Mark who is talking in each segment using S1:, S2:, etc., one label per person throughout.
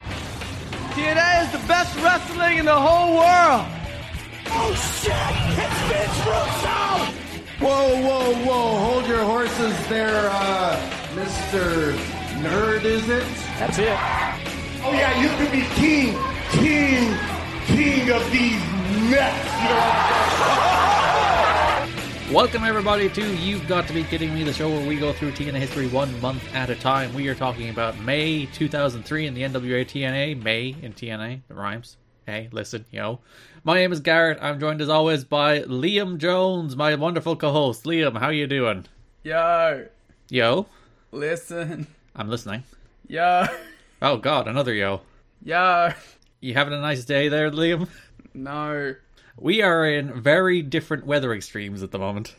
S1: Dude, that is the best wrestling in the whole world.
S2: Oh shit! It's Vince Russo!
S3: Whoa, whoa, whoa! Hold your horses there, uh, Mr. Nerd, is it?
S4: That's it.
S2: Oh yeah, you could be king, king, king of these nuts. You
S4: Welcome everybody to You've Got to Be Kidding Me, the show where we go through TNA history one month at a time. We are talking about May 2003 in the NWA TNA, May in TNA, it rhymes. Hey, listen, yo. My name is Garrett. I'm joined as always by Liam Jones, my wonderful co-host. Liam, how you doing?
S1: Yo,
S4: Yo,
S1: listen.
S4: I'm listening.
S1: Yo,
S4: Oh God, another yo.
S1: yo.
S4: You having a nice day there, Liam?
S1: No.
S4: We are in very different weather extremes at the moment.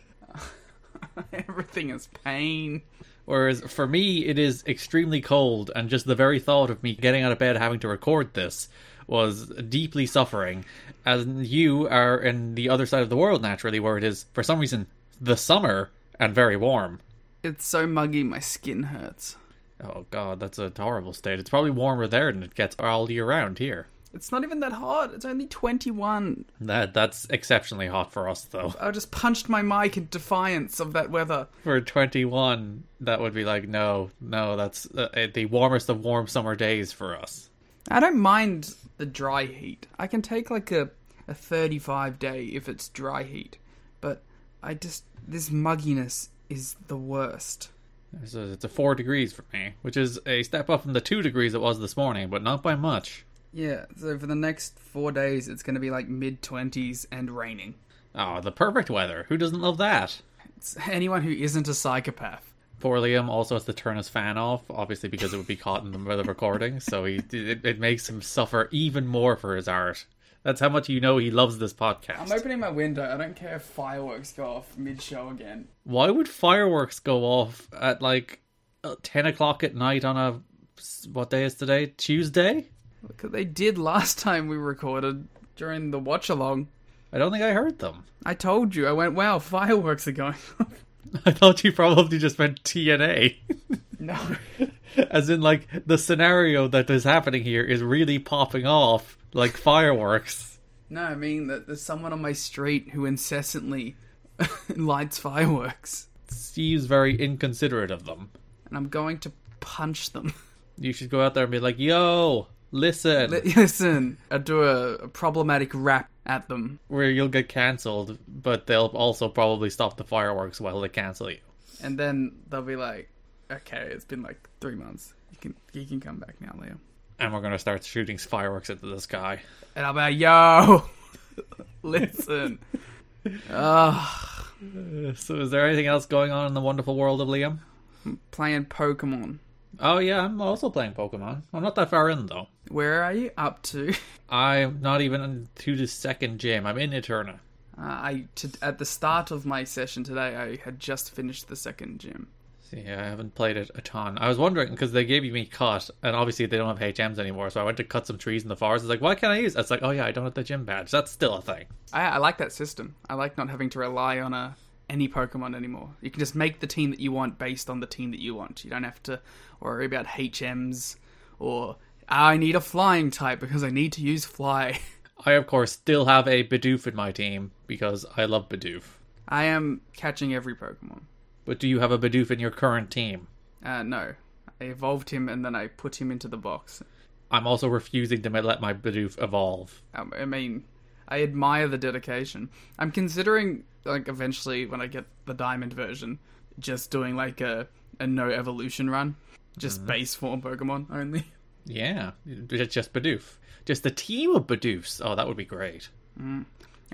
S1: Everything is pain.
S4: Whereas for me, it is extremely cold, and just the very thought of me getting out of bed having to record this was deeply suffering. As you are in the other side of the world, naturally, where it is, for some reason, the summer and very warm.
S1: It's so muggy, my skin hurts.
S4: Oh god, that's a horrible state. It's probably warmer there than it gets all year round here.
S1: It's not even that hot. It's only 21.
S4: That that's exceptionally hot for us though.
S1: I just punched my mic in defiance of that weather.
S4: For 21, that would be like no, no, that's uh, the warmest of warm summer days for us.
S1: I don't mind the dry heat. I can take like a, a 35 day if it's dry heat. But I just. This mugginess is the worst.
S4: So it's a four degrees for me, which is a step up from the two degrees it was this morning, but not by much.
S1: Yeah, so for the next four days, it's going to be like mid 20s and raining.
S4: Oh, the perfect weather. Who doesn't love that?
S1: It's anyone who isn't a psychopath.
S4: Poor Liam also has to turn his fan off, obviously because it would be caught in the middle of recording, so he it, it makes him suffer even more for his art. That's how much you know he loves this podcast.
S1: I'm opening my window. I don't care if fireworks go off mid show again.
S4: Why would fireworks go off at like uh, 10 o'clock at night on a. What day is today? Tuesday?
S1: Because they did last time we recorded during the watch along.
S4: I don't think I heard them.
S1: I told you, I went, wow, fireworks are going off.
S4: I thought you probably just meant TNA.
S1: no.
S4: As in, like, the scenario that is happening here is really popping off like fireworks.
S1: No, I mean that there's someone on my street who incessantly lights fireworks,
S4: Steve's very inconsiderate of them.
S1: and I'm going to punch them.
S4: You should go out there and be like, yo, listen,
S1: Listen, I do a, a problematic rap at them,
S4: where you'll get cancelled, but they'll also probably stop the fireworks while they cancel you.
S1: and then they'll be like, "Okay, it's been like three months. You can you can come back now, Liam."
S4: And we're going to start shooting fireworks into the sky.
S1: And I'll be like, "Yo, listen."
S4: So, is there anything else going on in the wonderful world of Liam?
S1: playing Pokemon.
S4: Oh, yeah, I'm also playing Pokemon. I'm not that far in, though.
S1: Where are you up to?
S4: I'm not even to the second gym. I'm in Eterna.
S1: Uh, I to, at the start of my session today, I had just finished the second gym.
S4: Yeah, I haven't played it a ton. I was wondering because they gave me cut, and obviously they don't have HMs anymore. So I went to cut some trees in the forest. It's like, why can't I use? It's like, oh yeah, I don't have the gym badge. That's still a thing.
S1: I, I like that system. I like not having to rely on a any Pokemon anymore. You can just make the team that you want based on the team that you want. You don't have to worry about HMs or I need a flying type because I need to use fly.
S4: I of course still have a Bidoof in my team because I love Bidoof.
S1: I am catching every Pokemon.
S4: But do you have a Bidoof in your current team?
S1: Uh, no, I evolved him and then I put him into the box.
S4: I'm also refusing to let my Bidoof evolve.
S1: Um, I mean, I admire the dedication. I'm considering, like, eventually when I get the diamond version, just doing like a a no evolution run, just base form Pokemon only.
S4: Yeah, it's just Bidoof. Just the team of Bidoofs. Oh, that would be great.
S1: I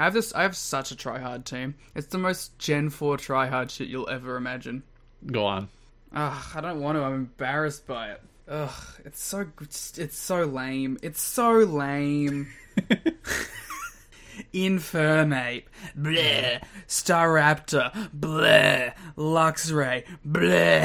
S1: have this. I have such a tryhard team. It's the most Gen Four tryhard shit you'll ever imagine.
S4: Go on.
S1: Ugh, I don't want to. I'm embarrassed by it. Ugh, it's so it's so lame. It's so lame. Infernape, bleh. Staraptor, bleh. Luxray, bleh.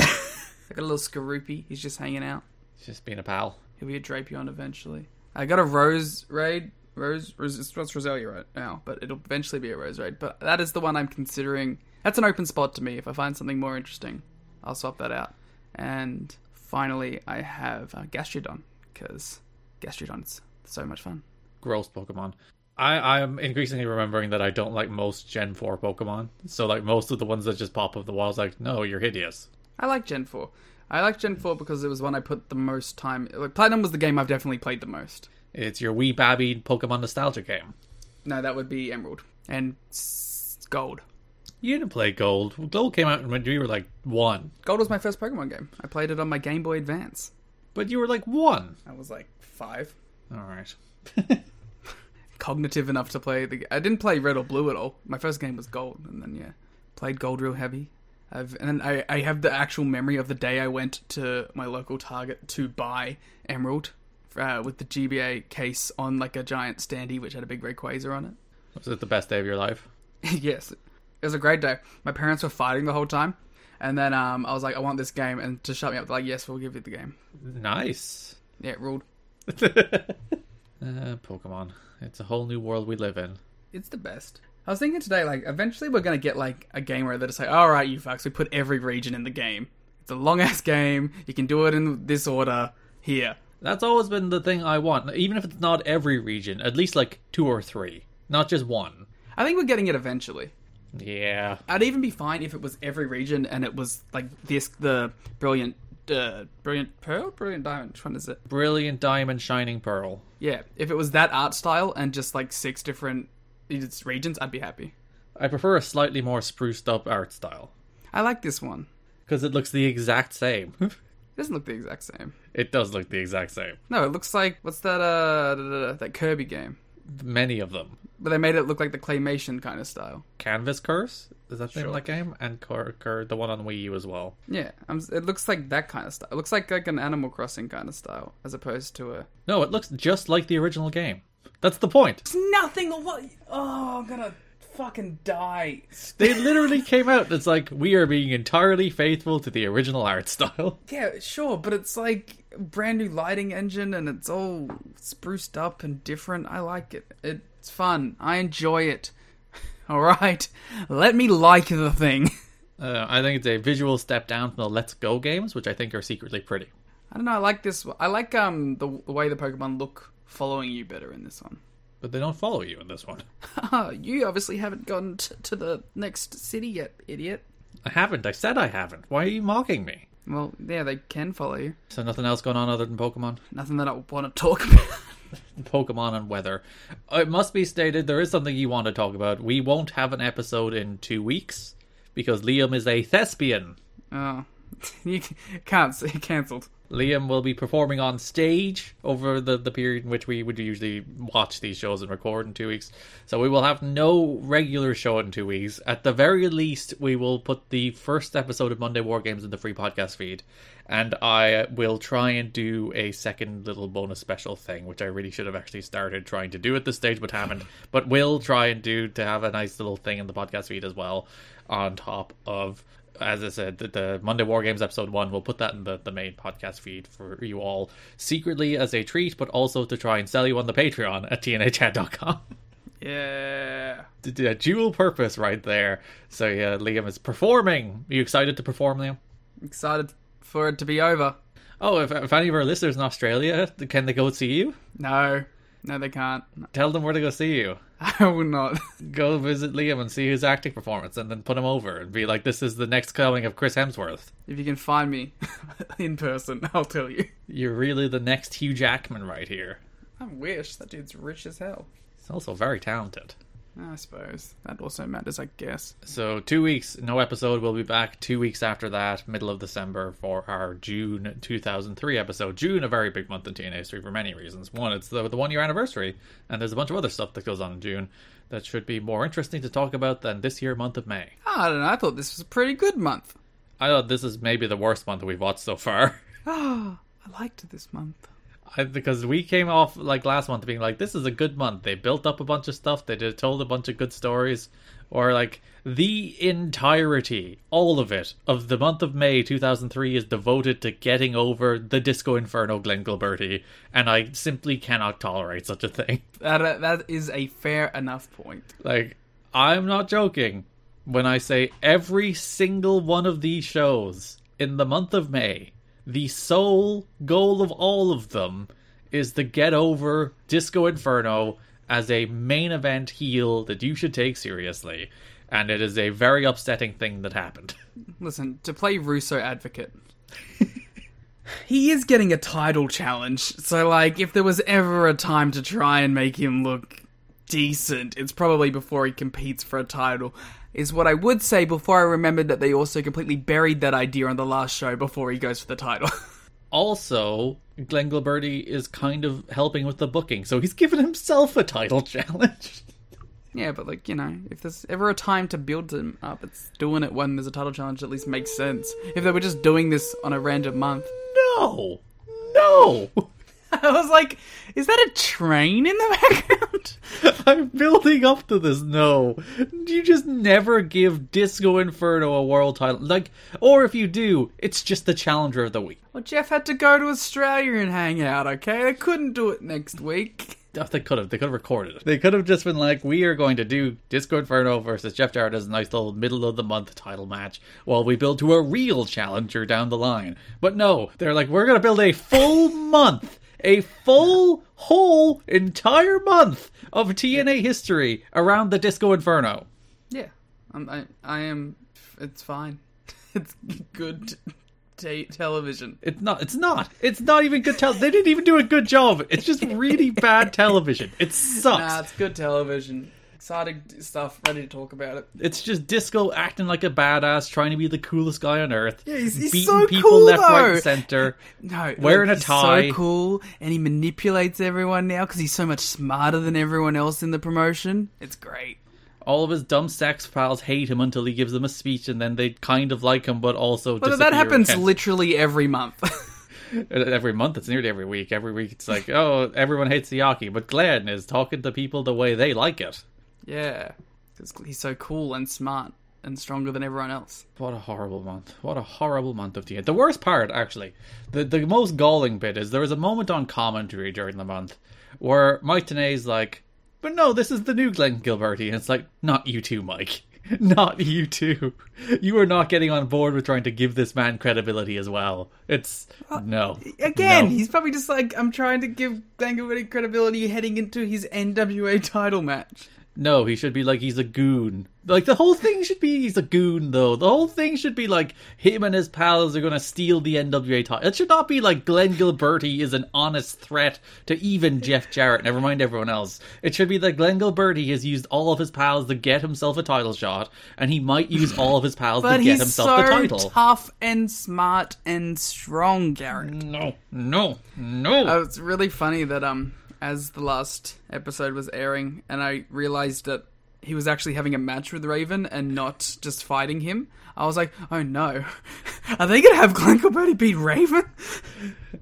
S1: I got a little Skaroopy. He's just hanging out.
S4: Just being a pal.
S1: He'll be a Drapion eventually. I got a Rose Raid. Rose, Rose it's it's Roselia right now, but it'll eventually be a Rose Raid. But that is the one I'm considering. That's an open spot to me. If I find something more interesting, I'll swap that out. And finally, I have uh, Gastrodon because Gastrodon's so much fun.
S4: Gross Pokemon. I, I'm increasingly remembering that I don't like most Gen 4 Pokemon. So, like, most of the ones that just pop up the walls, like, no, you're hideous.
S1: I like Gen 4. I like Gen 4 because it was one I put the most time. Like, Platinum was the game I've definitely played the most.
S4: It's your wee babby Pokemon nostalgia game.
S1: No, that would be Emerald and s- Gold.
S4: You didn't play Gold. Gold came out when you were like one,
S1: Gold was my first Pokemon game. I played it on my Game Boy Advance.
S4: but you were like one.
S1: I was like five.
S4: All right.
S1: Cognitive enough to play the. I didn't play Red or Blue at all. My first game was Gold, and then yeah, played Gold real heavy. I've and then I I have the actual memory of the day I went to my local Target to buy Emerald, uh, with the GBA case on like a giant standee which had a big Rayquaza on it.
S4: Was it the best day of your life?
S1: yes, it was a great day. My parents were fighting the whole time, and then um, I was like, I want this game, and to shut me up, they're like, yes, we'll give you the game.
S4: Nice.
S1: Yeah, it ruled.
S4: Uh, Pokemon. It's a whole new world we live in.
S1: It's the best. I was thinking today, like, eventually we're gonna get like a game where they're just like, all right, you fucks, we put every region in the game. It's a long ass game. You can do it in this order here.
S4: That's always been the thing I want. Even if it's not every region, at least like two or three, not just one.
S1: I think we're getting it eventually.
S4: Yeah.
S1: I'd even be fine if it was every region and it was like this, the brilliant, uh, brilliant pearl, brilliant diamond. Which one is it?
S4: Brilliant Diamond Shining Pearl.
S1: Yeah, if it was that art style and just like six different it's regions, I'd be happy.
S4: I prefer a slightly more spruced up art style
S1: I like this one.
S4: because it looks the exact same.
S1: It doesn't look the exact same.
S4: it does look the exact same.
S1: No, it looks like what's that? Uh, da, da, da, that Kirby game,
S4: Many of them.
S1: but they made it look like the claymation kind of style.
S4: Canvas Curse is that the name of that game, and Cur- Cur- the one on Wii U as well.
S1: Yeah, I'm, it looks like that kind of style. It looks like like an Animal Crossing kind of style, as opposed to a
S4: No, it looks just like the original game. That's the point.
S1: nothing. Or what? Oh, I'm gonna fucking die.
S4: They literally came out. It's like we are being entirely faithful to the original art style.
S1: Yeah, sure, but it's like brand new lighting engine and it's all spruced up and different. I like it. It's fun. I enjoy it. All right. Let me like the thing.
S4: Uh, I think it's a visual step down from the Let's Go games, which I think are secretly pretty.
S1: I don't know, I like this one. I like um the, the way the Pokemon look following you better in this one.
S4: But they don't follow you in this one.
S1: Oh, you obviously haven't gone t- to the next city yet, idiot.
S4: I haven't. I said I haven't. Why are you mocking me?
S1: Well, yeah, they can follow you.
S4: So nothing else going on other than Pokemon,
S1: Nothing that I want to talk about.
S4: Pokemon and weather. Uh, It must be stated there is something you want to talk about. We won't have an episode in two weeks because Liam is a thespian.
S1: Oh, you c- can't say cancelled.
S4: Liam will be performing on stage over the, the period in which we would usually watch these shows and record in two weeks. So we will have no regular show in two weeks. At the very least, we will put the first episode of Monday War Games in the free podcast feed. And I will try and do a second little bonus special thing, which I really should have actually started trying to do at this stage, but haven't. But will try and do to have a nice little thing in the podcast feed as well, on top of as I said, the, the Monday War Games episode one, we'll put that in the, the main podcast feed for you all secretly as a treat, but also to try and sell you on the Patreon at tnhchat.com.
S1: Yeah.
S4: Did a dual purpose right there. So yeah, Liam is performing. Are you excited to perform, Liam?
S1: Excited for it to be over.
S4: Oh, if, if any of our listeners in Australia, can they go see you?
S1: No. No, they can't.
S4: Tell them where to go see you.
S1: I will not.
S4: Go visit Liam and see his acting performance, and then put him over and be like, "This is the next coming of Chris Hemsworth.
S1: If you can find me in person, I'll tell you.
S4: You're really the next Hugh Jackman right here."
S1: I wish. That dude's rich as hell.
S4: He's also very talented.
S1: I suppose. That also matters, I guess.
S4: So two weeks, no episode. We'll be back two weeks after that, middle of December, for our June 2003 episode. June, a very big month in TNA history for many reasons. One, it's the, the one year anniversary, and there's a bunch of other stuff that goes on in June that should be more interesting to talk about than this year month of May.
S1: Ah, I don't know. I thought this was a pretty good month.
S4: I thought this is maybe the worst month we've watched so far.
S1: I liked this month.
S4: I, because we came off like last month being like, this is a good month. They built up a bunch of stuff. They did, told a bunch of good stories, or like the entirety, all of it, of the month of May 2003 is devoted to getting over the Disco Inferno Glenn Gilberti, and I simply cannot tolerate such a thing.
S1: That uh, that is a fair enough point.
S4: Like, I'm not joking when I say every single one of these shows in the month of May, the sole goal of all of them is to get over Disco Inferno as a main event heel that you should take seriously. And it is a very upsetting thing that happened.
S1: Listen, to play Russo advocate, he is getting a title challenge. So, like, if there was ever a time to try and make him look decent, it's probably before he competes for a title. Is what I would say before I remembered that they also completely buried that idea on the last show before he goes for the title.
S4: Also, Glenn Gilberti is kind of helping with the booking, so he's given himself a title challenge.
S1: yeah, but like, you know, if there's ever a time to build him up, it's doing it when there's a title challenge that at least makes sense. If they were just doing this on a random month.
S4: No! No!
S1: I was like, is that a train in the background?
S4: I'm building up to this. No, you just never give Disco Inferno a world title. Like, or if you do, it's just the challenger of the week.
S1: Well, Jeff had to go to Australia and hang out, okay? They couldn't do it next week.
S4: Oh, They could have. They could have recorded it. They could have just been like, "We are going to do Disco Inferno versus Jeff Jarrett as a nice little middle of the month title match, while we build to a real challenger down the line." But no, they're like, "We're going to build a full month, a full whole entire month of TNA history around the Disco Inferno."
S1: Yeah, I'm, I, I am. It's fine. It's good t- television.
S4: It's not. It's not. It's not even good television. they didn't even do a good job. It's just really bad television. It sucks.
S1: Nah, it's good television. Exciting stuff. Ready to talk about it.
S4: It's just Disco acting like a badass, trying to be the coolest guy on earth. Yeah,
S1: he's- he's
S4: beating
S1: so
S4: people
S1: cool,
S4: left, right,
S1: though.
S4: and center.
S1: No,
S4: Wearing
S1: look,
S4: a
S1: he's
S4: tie.
S1: so cool, and he manipulates everyone now because he's so much smarter than everyone else in the promotion. It's great.
S4: All of his dumb sex pals hate him until he gives them a speech, and then they kind of like him, but also.
S1: But that
S4: disappear
S1: happens
S4: again.
S1: literally every month.
S4: every month. It's nearly every week. Every week, it's like, oh, everyone hates Siaki, but Glenn is talking to people the way they like it.
S1: Yeah, because he's so cool and smart and stronger than everyone else.
S4: What a horrible month. What a horrible month of TNA. The worst part, actually, the, the most galling bit is there was a moment on commentary during the month where Mike Tanay's like, but no, this is the new Glenn Gilberti. And it's like, not you too, Mike. Not you too. You are not getting on board with trying to give this man credibility as well. It's no.
S1: Again,
S4: No.
S1: he's probably just like, I'm trying to give Glengarity credibility heading into his NWA title match.
S4: No, he should be like he's a goon. Like the whole thing should be he's a goon though. The whole thing should be like him and his pals are gonna steal the NWA title. It should not be like Glenn Gilberti is an honest threat to even Jeff Jarrett, never mind everyone else. It should be that Glenn Gilberti has used all of his pals to get himself a title shot, and he might use all of his pals to get
S1: But he's
S4: himself
S1: so
S4: the title.
S1: tough and smart and strong, Garrett.
S4: no, no, no.
S1: Oh, it's really funny that um, as the last episode was airing, and I realized that he was actually having a match with Raven and not just fighting him. I was like, oh no, are they gonna have Glengarity beat Raven?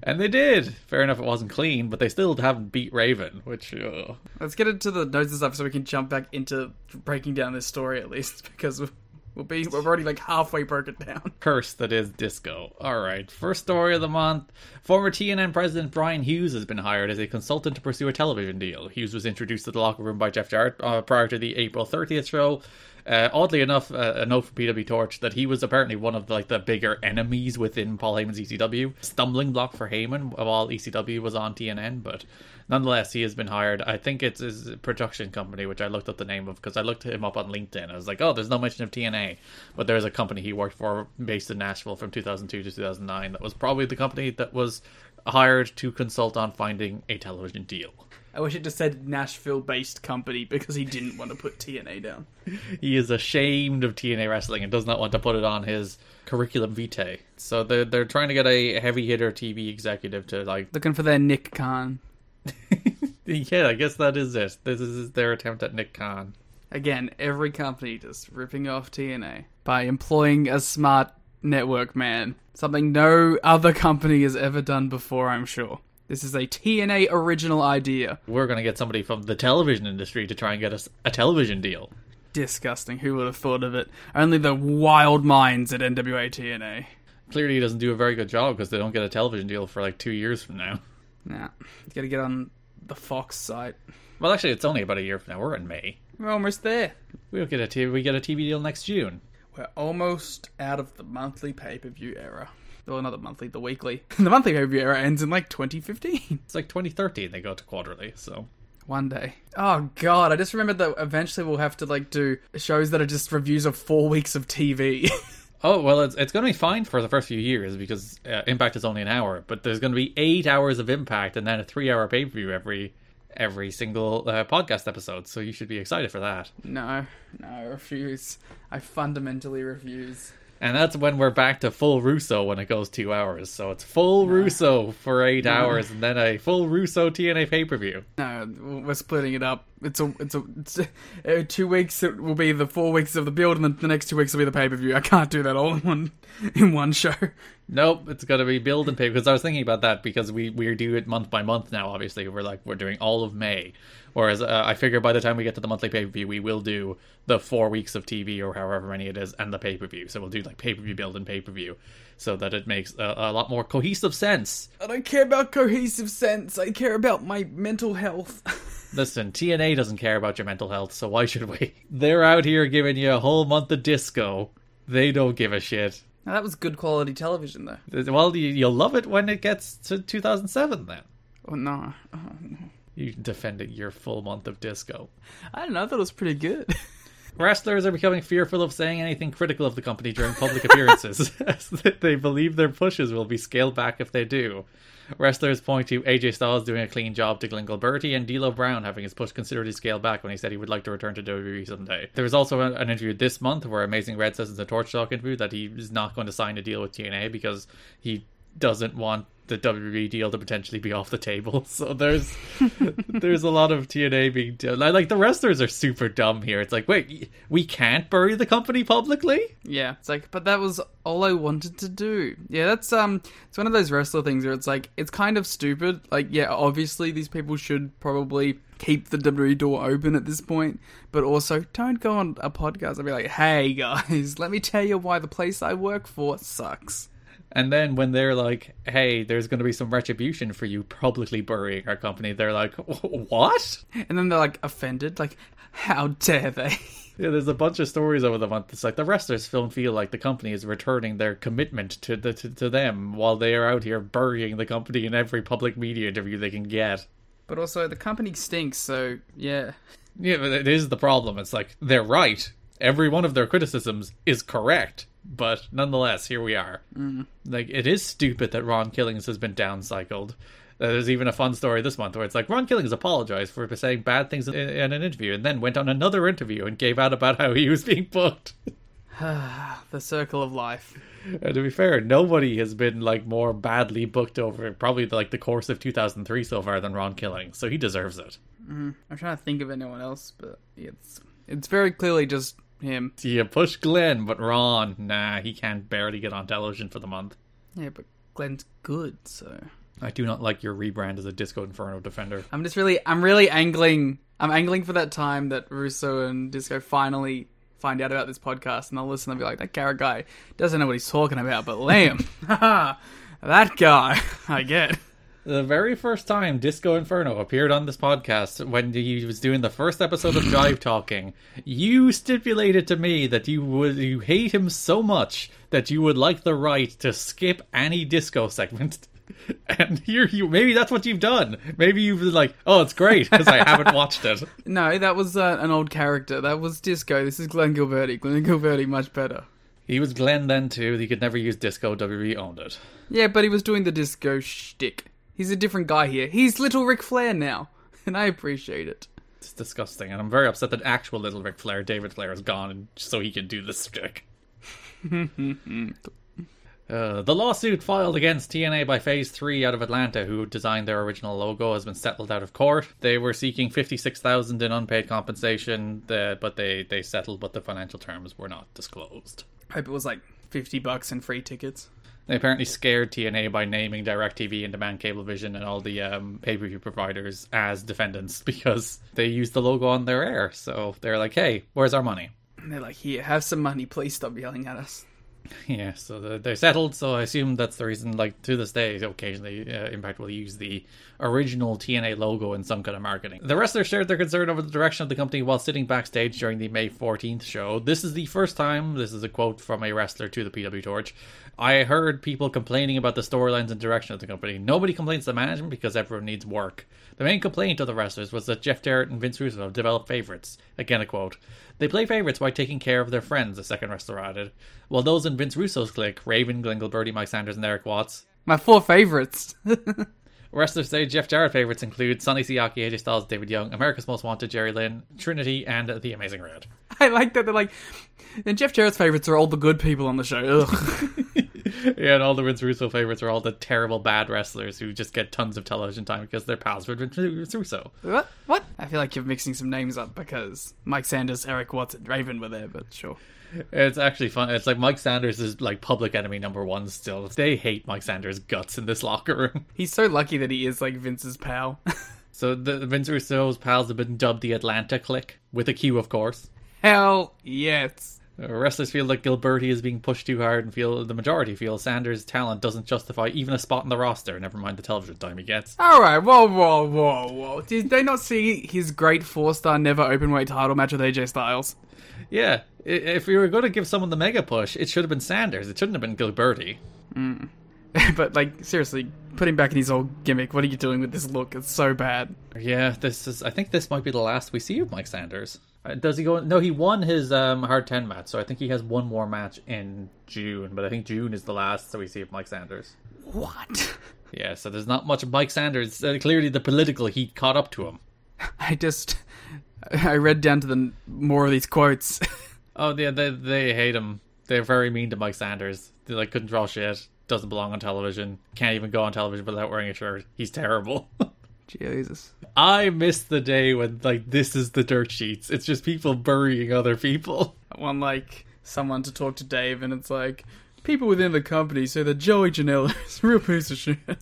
S4: and they did. Fair enough, it wasn't clean, but they still haven't beat Raven, which uh,
S1: Let's get into the notes and stuff so we can jump back into breaking down this story at least because we'll- we'll be we've already like halfway broke it down.
S4: curse that is disco. All right, first story of the month. Former TNN president Brian Hughes has been hired as a consultant to pursue a television deal. Hughes was introduced to the locker room by Jeff Jarrett uh, prior to the April 30th show. Uh, oddly enough, uh, a note from PW Torch that he was apparently one of like the bigger enemies within Paul Heyman's ECW. Stumbling block for Heyman while ECW was on TNN, but nonetheless, he has been hired. I think it's his production company, which I looked up the name of because I looked him up on LinkedIn. I was like, oh, there's no mention of TNA, but there is a company he worked for based in Nashville from 2002 to 2009 that was probably the company that was hired to consult on finding a television deal.
S1: I wish it just said Nashville based company because he didn't want to put TNA down.
S4: He is ashamed of TNA wrestling and does not want to put it on his curriculum vitae. So they're they're trying to get a heavy hitter TV executive to like
S1: Looking for their Nick Khan.
S4: yeah, I guess that is it. This is their attempt at Nick Khan.
S1: Again, every company just ripping off TNA by employing a smart network, man. Something no other company has ever done before, I'm sure. This is a TNA original idea.
S4: We're gonna get somebody from the television industry to try and get us a television deal.
S1: Disgusting. Who would have thought of it? Only the wild minds at NWA TNA.
S4: Clearly, he doesn't do a very good job because they don't get a television deal for like two years from now.
S1: Nah, you gotta get on the Fox site.
S4: Well, actually, it's only about a year from now. We're in May.
S1: We're almost there.
S4: We don't get a TV. We get a TV deal next June.
S1: We're almost out of the monthly pay per view era. Well, not the monthly, the weekly. the monthly pay per view era ends in like 2015.
S4: It's like 2013. They go to quarterly. So
S1: One day. Oh god, I just remembered that eventually we'll have to like do shows that are just reviews of four weeks of TV.
S4: Oh well, it's it's going to be fine for the first few years because uh, Impact is only an hour, but there's going to be eight hours of Impact and then a three-hour pay-per-view every every single uh, podcast episode. So you should be excited for that.
S1: no, no, I refuse. I fundamentally refuse.
S4: And that's when we're back to full Russo when it goes two hours. So it's full Russo for eight hours and then a full Russo TNA pay-per-view.
S1: No, we're splitting it up. It's a, it's a, it's a uh, two weeks. It will be the four weeks of the build, and then the next two weeks will be the pay per view. I can't do that all in one, in one show.
S4: Nope, it's going to be build and pay because I was thinking about that because we we do it month by month now. Obviously, we're like we're doing all of May, whereas uh, I figure by the time we get to the monthly pay per view, we will do the four weeks of TV or however many it is, and the pay per view. So we'll do like pay per view build and pay per view, so that it makes a, a lot more cohesive sense.
S1: I don't care about cohesive sense. I care about my mental health.
S4: Listen, TNA doesn't care about your mental health, so why should we? They're out here giving you a whole month of disco. They don't give a shit.
S1: now, that was good quality television, though.
S4: Well, you, you'll love it when it gets to 2007 then.
S1: Oh no, Oh,
S4: You defended your full month of disco.
S1: I don't know. I thought it was pretty good.
S4: Wrestlers are becoming fearful of saying anything critical of the company during public appearances, as they believe their pushes will be scaled back if they do. Wrestlers point to AJ Styles doing a clean job to Glenn Gilberti and D'Lo Brown having his push considerably scaled back when he said he would like to return to WWE someday. There was also an an interview this month where Amazing Red says in the Torch Talk interview that he is not going to sign a deal with TNA because he doesn't want the WWE deal to potentially be off the table. So there's there's a lot of TNA being done. Like like, the wrestlers are super dumb here. It's like, wait, y- we can't bury the company publicly.
S1: Yeah, it's like, but that was all I wanted to do. Yeah, that's um, it's one of those wrestler things where it's like, it's kind of stupid. Like, yeah, obviously these people should probably keep the WWE door open at this point, but also don't go on a podcast and be like, hey guys, let me tell you why the place I work for sucks.
S4: And then when they're like, hey, there's going to be some retribution for you publicly burying our company, they're like, what?
S1: And then they're like offended, like, how dare they?
S4: Yeah, there's a bunch of stories over the month. It's like the wrestlers film feel like the company is returning their commitment to the to, to them while they are out here burying the company in every public media interview they can get.
S1: But also, the company stinks, so yeah.
S4: Yeah, but it is the problem. It's like they're right. Every one of their criticisms is correct, but nonetheless, here we are. Like it is stupid that Ron Killings has been downcycled. Uh, there's even a fun story this month where it's like Ron Killings apologized for saying bad things in, in an interview, and then went on another interview and gave out about how he was being booked.
S1: The circle of life.
S4: And to be fair, nobody has been like more badly booked over probably like the course of 2003 so far than Ron Killings, so he deserves it.
S1: I'm trying to think of anyone else, but it's it's very clearly just him.
S4: Yeah, uh, push Glenn, but Ron, nah, he can barely get on television for the month.
S1: Yeah, but Glenn's good, so
S4: I do not like your rebrand as a Disco Inferno defender.
S1: I'm just really I'm really angling I'm angling for that time that Russo and Disco finally find out about this podcast and they'll listen and be like, That Garrett guy doesn't know what he's talking about, but Liam That guy I get.
S4: The very first time Disco Inferno appeared on this podcast, when he was doing the first episode of Jive Talking, you stipulated to me that you would you hate him so much that you would like the right to skip any disco segment. And here you maybe that's what you've done. Maybe you've been like, oh, it's great because I haven't watched it.
S1: No, that was uh, an old character. That was Disco. This is Glenn Gilberti. Glenn Gilberti much better.
S4: He was Glenn then too. He could never use disco. WWE owned it.
S1: Yeah, but he was doing the disco shtick. He's a different guy here. He's little Ric Flair now. And I appreciate it.
S4: It's disgusting, and I'm very upset that actual little Ric Flair, David Flair, is gone, and so he can do this stick. Uh, the lawsuit filed against TNA by Phase 3 out of Atlanta, who designed their original logo, has been settled out of court. They were seeking 56000 in unpaid compensation, uh, but they, they settled, but the financial terms were not disclosed.
S1: Hope it was like 50 bucks and free tickets.
S4: They apparently scared TNA by naming DirecTV and Demand Cablevision and all the um, pay per view providers as defendants because they used the logo on their air. So they're like, hey, where's our money?
S1: And they're like, here, have some money. Please stop yelling at us.
S4: Yeah, so the- they're settled. So I assume that's the reason. Like to this day, occasionally uh, Impact will use the original TNA logo in some kind of marketing. The wrestler shared their concern over the direction of the company while sitting backstage during the May 14th show. This is the first time. This is a quote from a wrestler to the PW Torch. I heard people complaining about the storylines and direction of the company. Nobody complains to management because everyone needs work. The main complaint of the wrestlers was that Jeff Jarrett and Vince Russo have developed favorites. Again, a quote. They play favorites by taking care of their friends, the second wrestler added. While those in Vince Russo's clique, Raven, Glingle, Birdie, Mike Sanders, and Eric Watts,
S1: My four favorites.
S4: wrestlers say Jeff Jarrett favorites include Sonny Siaki, AJ Styles, David Young, America's Most Wanted, Jerry Lynn, Trinity, and The Amazing Red.
S1: I like that they're like, and Jeff Jarrett's favorites are all the good people on the show. Ugh.
S4: Yeah, and all the Vince Russo favorites are all the terrible bad wrestlers who just get tons of television time because they're pals with Vince Russo.
S1: what? What? I feel like you're mixing some names up because Mike Sanders, Eric Watts, and Raven were there, but sure.
S4: It's actually fun. It's like Mike Sanders is like public enemy number one still. They hate Mike Sanders' guts in this locker room.
S1: He's so lucky that he is like Vince's pal.
S4: So the the Vince Russo's pals have been dubbed the Atlanta Click, with a Q, of course.
S1: Hell yes.
S4: Uh, Wrestlers feel that Gilberti is being pushed too hard, and feel the majority feel Sanders' talent doesn't justify even a spot in the roster. Never mind the television time he gets.
S1: All right, whoa, whoa, whoa, whoa. Did they not see his great four-star never open weight title match with AJ Styles?
S4: Yeah, i- if we were going to give someone the mega push, it should have been Sanders. It shouldn't have been Gilberti.
S1: but like seriously, put him back in his old gimmick. What are you doing with this look? It's so bad.
S4: Yeah, this is. I think this might be the last we see of Mike Sanders. Uh, Does he go? No, he won his um, hard ten match, so I think he has one more match in June. But I think June is the last that we see of Mike Sanders.
S1: What?
S4: Yeah, so there's not much of Mike Sanders. Uh, clearly, the political heat caught up to him.
S1: I just I read down to the more of these quotes.
S4: Oh, yeah, they they hate him. They're very mean to Mike Sanders. They like couldn't draw shit. Doesn't belong on television. Can't even go on television without wearing a shirt. He's terrible.
S1: Jesus.
S4: I miss the day when like this is the dirt sheets. It's just people burying other people.
S1: One like someone to talk to Dave, and it's like people within the company say that Joey Janela is a real piece of shit.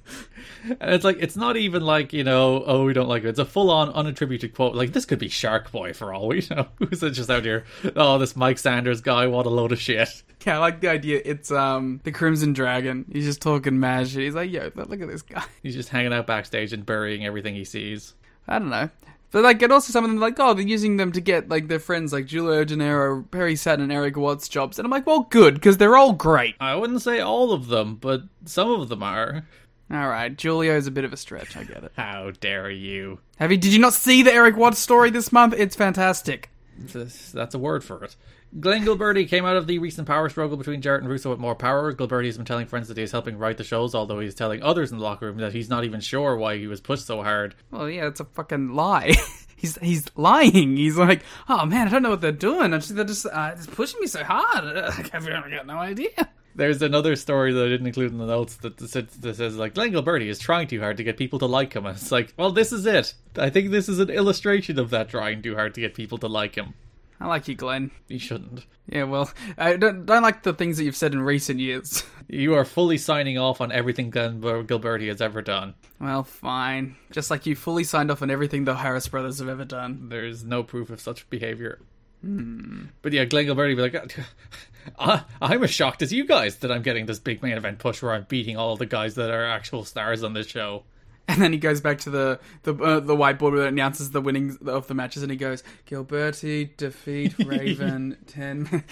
S4: And it's like it's not even like you know oh we don't like it. It's a full on unattributed quote. Like this could be Shark Boy for all we know. Who's just out here? Oh, this Mike Sanders guy, what a load of shit.
S1: Yeah, I like the idea. It's um the Crimson Dragon. He's just talking mad shit. He's like, yo, look at this guy.
S4: He's just hanging out backstage and burying everything he sees.
S1: I don't know. But like, and also some of them like, oh, they're using them to get like their friends like Julio De Niro, Perry Saturn, and Eric Watts jobs, and I'm like, well, good because they're all great.
S4: I wouldn't say all of them, but some of them are.
S1: All right, Julio's a bit of a stretch. I get it.
S4: How dare you?
S1: Have you? Did you not see the Eric Watts story this month? It's fantastic.
S4: This- that's a word for it. Glenn Gilberti came out of the recent power struggle between Jarrett and Russo with more power. Gilberti has been telling friends that he is helping write the shows, although he is telling others in the locker room that he's not even sure why he was pushed so hard.
S1: Well, yeah, it's a fucking lie. he's he's lying. He's like, oh man, I don't know what they're doing. I'm just, they're just uh, it's pushing me so hard. I've really got no idea.
S4: There's another story that I didn't include in the notes that says, that says like Glenn Gilberti is trying too hard to get people to like him. And it's like, well, this is it. I think this is an illustration of that trying too hard to get people to like him.
S1: I like you, Glenn.
S4: You shouldn't.
S1: Yeah, well, I don't don't like the things that you've said in recent years.
S4: You are fully signing off on everything Glenn Gil- Gilberti has ever done.
S1: Well, fine. Just like you fully signed off on everything the Harris brothers have ever done.
S4: There's no proof of such behavior. But yeah, Glenn Gilberti would be like, I, I'm as shocked as you guys that I'm getting this big main event push where I'm beating all the guys that are actual stars on this show.
S1: And then he goes back to the the uh, the whiteboard where it announces the winnings of the matches, and he goes, "Gilberti defeat Raven ten.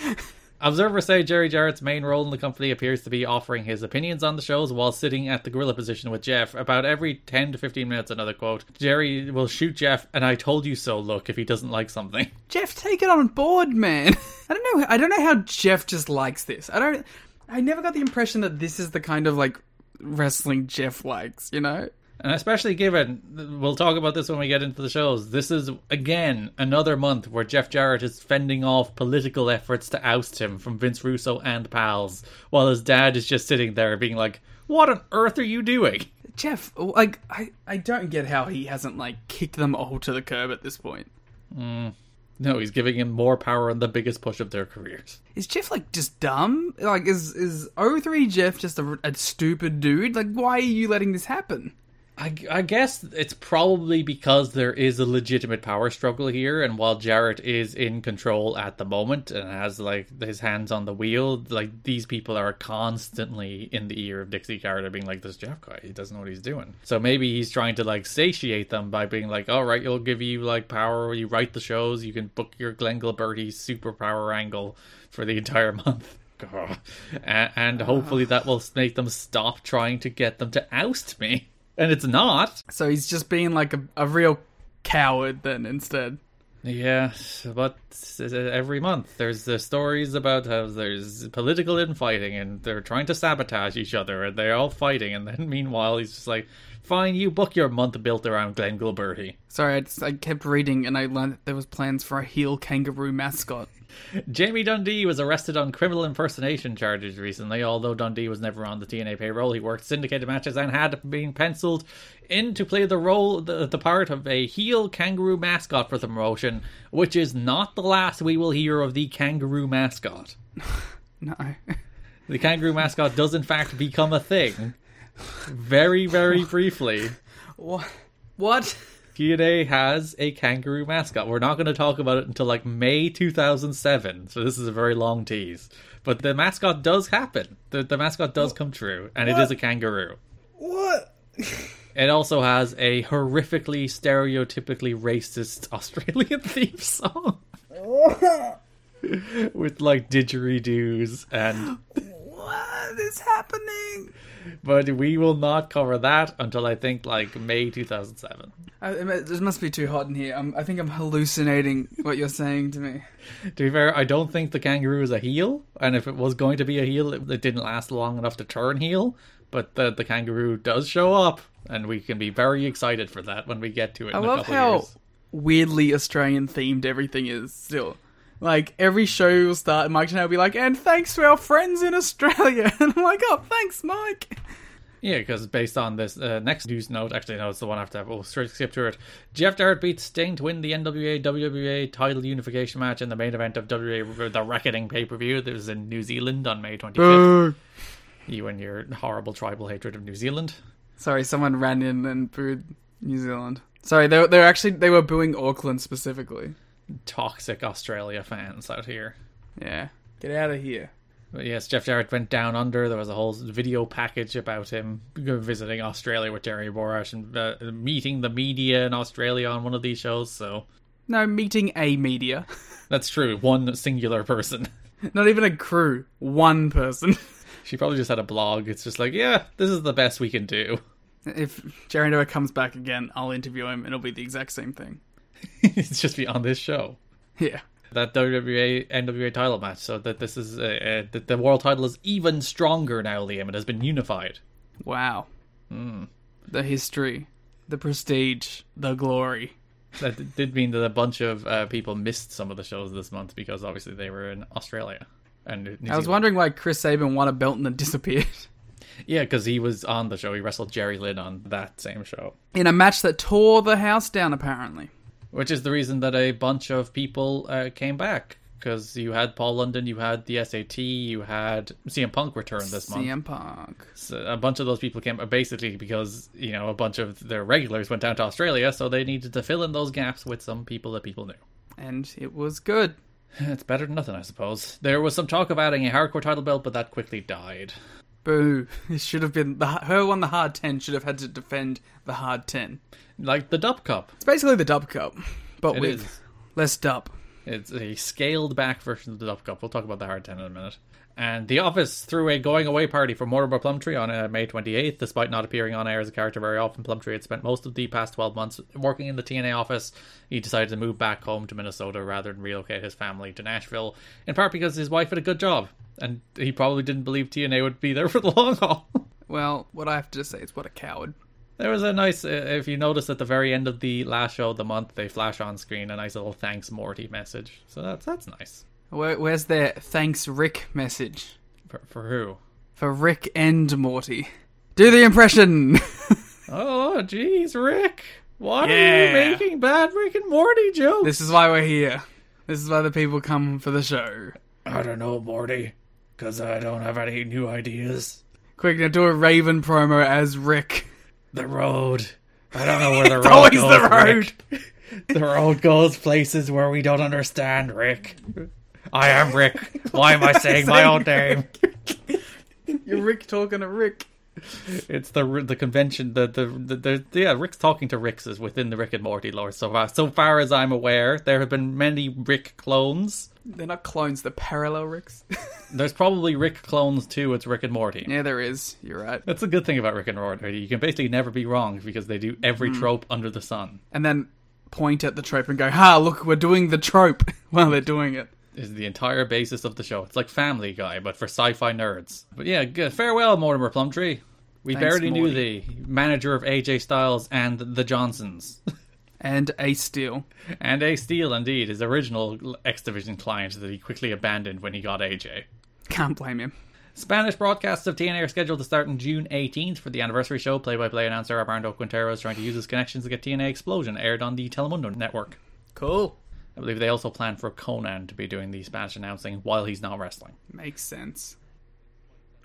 S4: Observers say Jerry Jarrett's main role in the company appears to be offering his opinions on the shows while sitting at the gorilla position with Jeff. About every 10 to 15 minutes, another quote Jerry will shoot Jeff, and I told you so look if he doesn't like something.
S1: Jeff, take it on board, man. I don't know. I don't know how Jeff just likes this. I don't. I never got the impression that this is the kind of like wrestling Jeff likes. You know.
S4: And especially given, we'll talk about this when we get into the shows. This is, again, another month where Jeff Jarrett is fending off political efforts to oust him from Vince Russo and pals, while his dad is just sitting there being like, What on earth are you doing?
S1: Jeff, like I, I don't get how he hasn't like kicked them all to the curb at this point.
S4: No, he's giving him more power on the biggest push of their careers.
S1: Is Jeff like just dumb? Like, is is O3 Jeff just a, a stupid dude? Like, why are you letting this happen?
S4: I, I guess it's probably because there is a legitimate power struggle here, and while Jarrett is in control at the moment and has like his hands on the wheel, like these people are constantly in the ear of Dixie Carter, being like, "This Jeff guy, he doesn't know what he's doing." So maybe he's trying to like satiate them by being like, "All right, you'll give you like power, you write the shows, you can book your Glenn Gilberti superpower angle for the entire month." God. A- And hopefully that will make them stop trying to get them to oust me. And it's not.
S1: So he's just being like a, a real coward then instead.
S4: Yeah, but uh, every month there's the stories about how there's political infighting and they're trying to sabotage each other and they're all fighting. And then meanwhile, he's just like, fine, you book your month built around Glenn Gilberti.
S1: Sorry, I, just, I kept reading and I learned that there was plans for a heel kangaroo mascot.
S4: Jamie Dundee was arrested on criminal impersonation charges recently. Although Dundee was never on the TNA payroll, he worked syndicated matches and had been penciled in to play the role, the, the part of a heel kangaroo mascot for the promotion, which is not the last we will hear of the kangaroo mascot.
S1: No.
S4: The kangaroo mascot does in fact become a thing, very very briefly.
S1: what? What?
S4: TNA has a kangaroo mascot. We're not going to talk about it until like May 2007. So this is a very long tease. But the mascot does happen. The, the mascot does come true, and it is a kangaroo.
S1: What?
S4: It also has a horrifically stereotypically racist Australian theme song. With like didgeridoos and
S1: What is happening?
S4: but we will not cover that until I think like May 2007.
S1: I, I mean, this must be too hot in here. I'm, I think I'm hallucinating what you're saying to me.
S4: To be fair, I don't think the kangaroo is a heel, and if it was going to be a heel, it, it didn't last long enough to turn heel. But the the kangaroo does show up, and we can be very excited for that when we get to it.
S1: I
S4: in a
S1: love
S4: couple
S1: how
S4: years.
S1: weirdly Australian themed everything is still. Like every show will start, and Mike Chanel will be like, "And thanks to our friends in Australia," and I'm like, "Oh, thanks, Mike."
S4: Yeah, because based on this uh, next news note, actually, no, it's the one after that. We'll oh, straight skip to it. Jeff Jarrett beats Sting to win the NWA WWA title unification match in the main event of WA uh, the Reckoning pay per view that was in New Zealand on May 25th. You and your horrible tribal hatred of New Zealand.
S1: Sorry, someone ran in and booed New Zealand. Sorry, they were- they were actually they were booing Auckland specifically.
S4: Toxic Australia fans out here.
S1: Yeah, get out of here.
S4: But yes, Jeff Jarrett went down under. There was a whole video package about him visiting Australia with Jerry Borash and uh, meeting the media in Australia on one of these shows. So
S1: No, meeting a media,
S4: that's true. One singular person.
S1: not even a crew, one person.
S4: She probably just had a blog. It's just like, yeah, this is the best we can do.
S1: if Jerry Noah comes back again, I'll interview him, and it'll be the exact same thing.
S4: it's just be on this show.
S1: Yeah.
S4: That WWA NWA title match. So that this is uh, uh, the, the world title is even stronger now, Liam. It has been unified.
S1: Wow.
S4: Hmm.
S1: The history, the prestige, the glory.
S4: That did mean that a bunch of uh, people missed some of the shows this month because obviously they were in Australia. And New
S1: I was
S4: Zealand.
S1: wondering why Chris Sabin won a belt and then disappeared.
S4: Yeah, because he was on the show. He wrestled Jerry Lynn on that same show,
S1: In a match that tore the house down, apparently.
S4: which is the reason that a bunch of people uh, came back. Because you had Paul London, you had the SAT, you had CM Punk return this month.
S1: CM Punk.
S4: So a bunch of those people came uh, basically because you know a bunch of their regulars went down to Australia, so they needed to fill in those gaps with some people that people knew.
S1: And it was good.
S4: It's better than nothing, I suppose. There was some talk of adding a hardcore title belt, but that quickly died.
S1: Boo. It should have been. The, her won the hard 10, should have had to defend the hard 10.
S4: Like the Dub Cup,
S1: It's basically the dub cup, but
S4: It
S1: with
S4: is.
S1: less dub.
S4: It's a scaled back version of the Duff Cup. We'll talk about the hard 10 in a minute. And The Office threw a going away party for Mortimer Plumtree on uh, May 28th. Despite not appearing on air as a character very often, Plumtree had spent most of the past 12 months working in the TNA office. He decided to move back home to Minnesota rather than relocate his family to Nashville, in part because his wife had a good job. And he probably didn't believe TNA would be there for the long haul.
S1: Well, what I have to say is what a coward.
S4: There was a nice, uh, if you notice at the very end of the last show of the month, they flash on screen a nice little thanks Morty message. So that's that's nice.
S1: Where, where's their thanks Rick message?
S4: For, for who?
S1: For Rick and Morty. Do the impression!
S4: Oh, jeez, Rick. Why
S1: Yeah.
S4: are you making bad Rick and Morty jokes?
S1: This is why we're here. This is why the people come for the show.
S4: I don't know, Morty, because I don't have any new ideas.
S1: Quick, now do a Raven promo as Rick.
S4: The road. I don't know where the road
S1: always
S4: goes.
S1: the road.
S4: Rick. The road goes places where we don't understand, Rick. I am Rick. Why am I saying my own name?
S1: You're Rick talking to Rick.
S4: It's the the convention. The the, the the yeah. Rick's talking to Ricks is within the Rick and Morty lore so far. So far as I'm aware, there have been many Rick clones.
S1: They're not clones, they're parallel Ricks.
S4: There's probably Rick clones too. It's Rick and Morty.
S1: yeah, there is. You're right.
S4: That's a good thing about Rick and Morty. You can basically never be wrong because they do every
S1: Hmm.
S4: trope under the sun.
S1: And then point at the trope and go, ha, look, we're doing the trope while they're doing it.
S4: Is the entire basis of the show. It's like Family Guy, but for sci-fi nerds. But yeah, good. farewell, Mortimer Plumtree. We
S1: Thanks,
S4: barely knew
S1: Morty.
S4: thee. Manager of AJ Styles and the Johnsons.
S1: And a steal.
S4: And A Steel, indeed, his original X Division client that he quickly abandoned when he got AJ.
S1: Can't blame him.
S4: Spanish broadcasts of TNA are scheduled to start on June 18th for the anniversary show. Play by play announcer Armando Quintero is trying to use his connections to get TNA Explosion aired on the Telemundo network.
S1: Cool.
S4: I believe they also plan for Conan to be doing the Spanish announcing while he's not wrestling.
S1: Makes sense.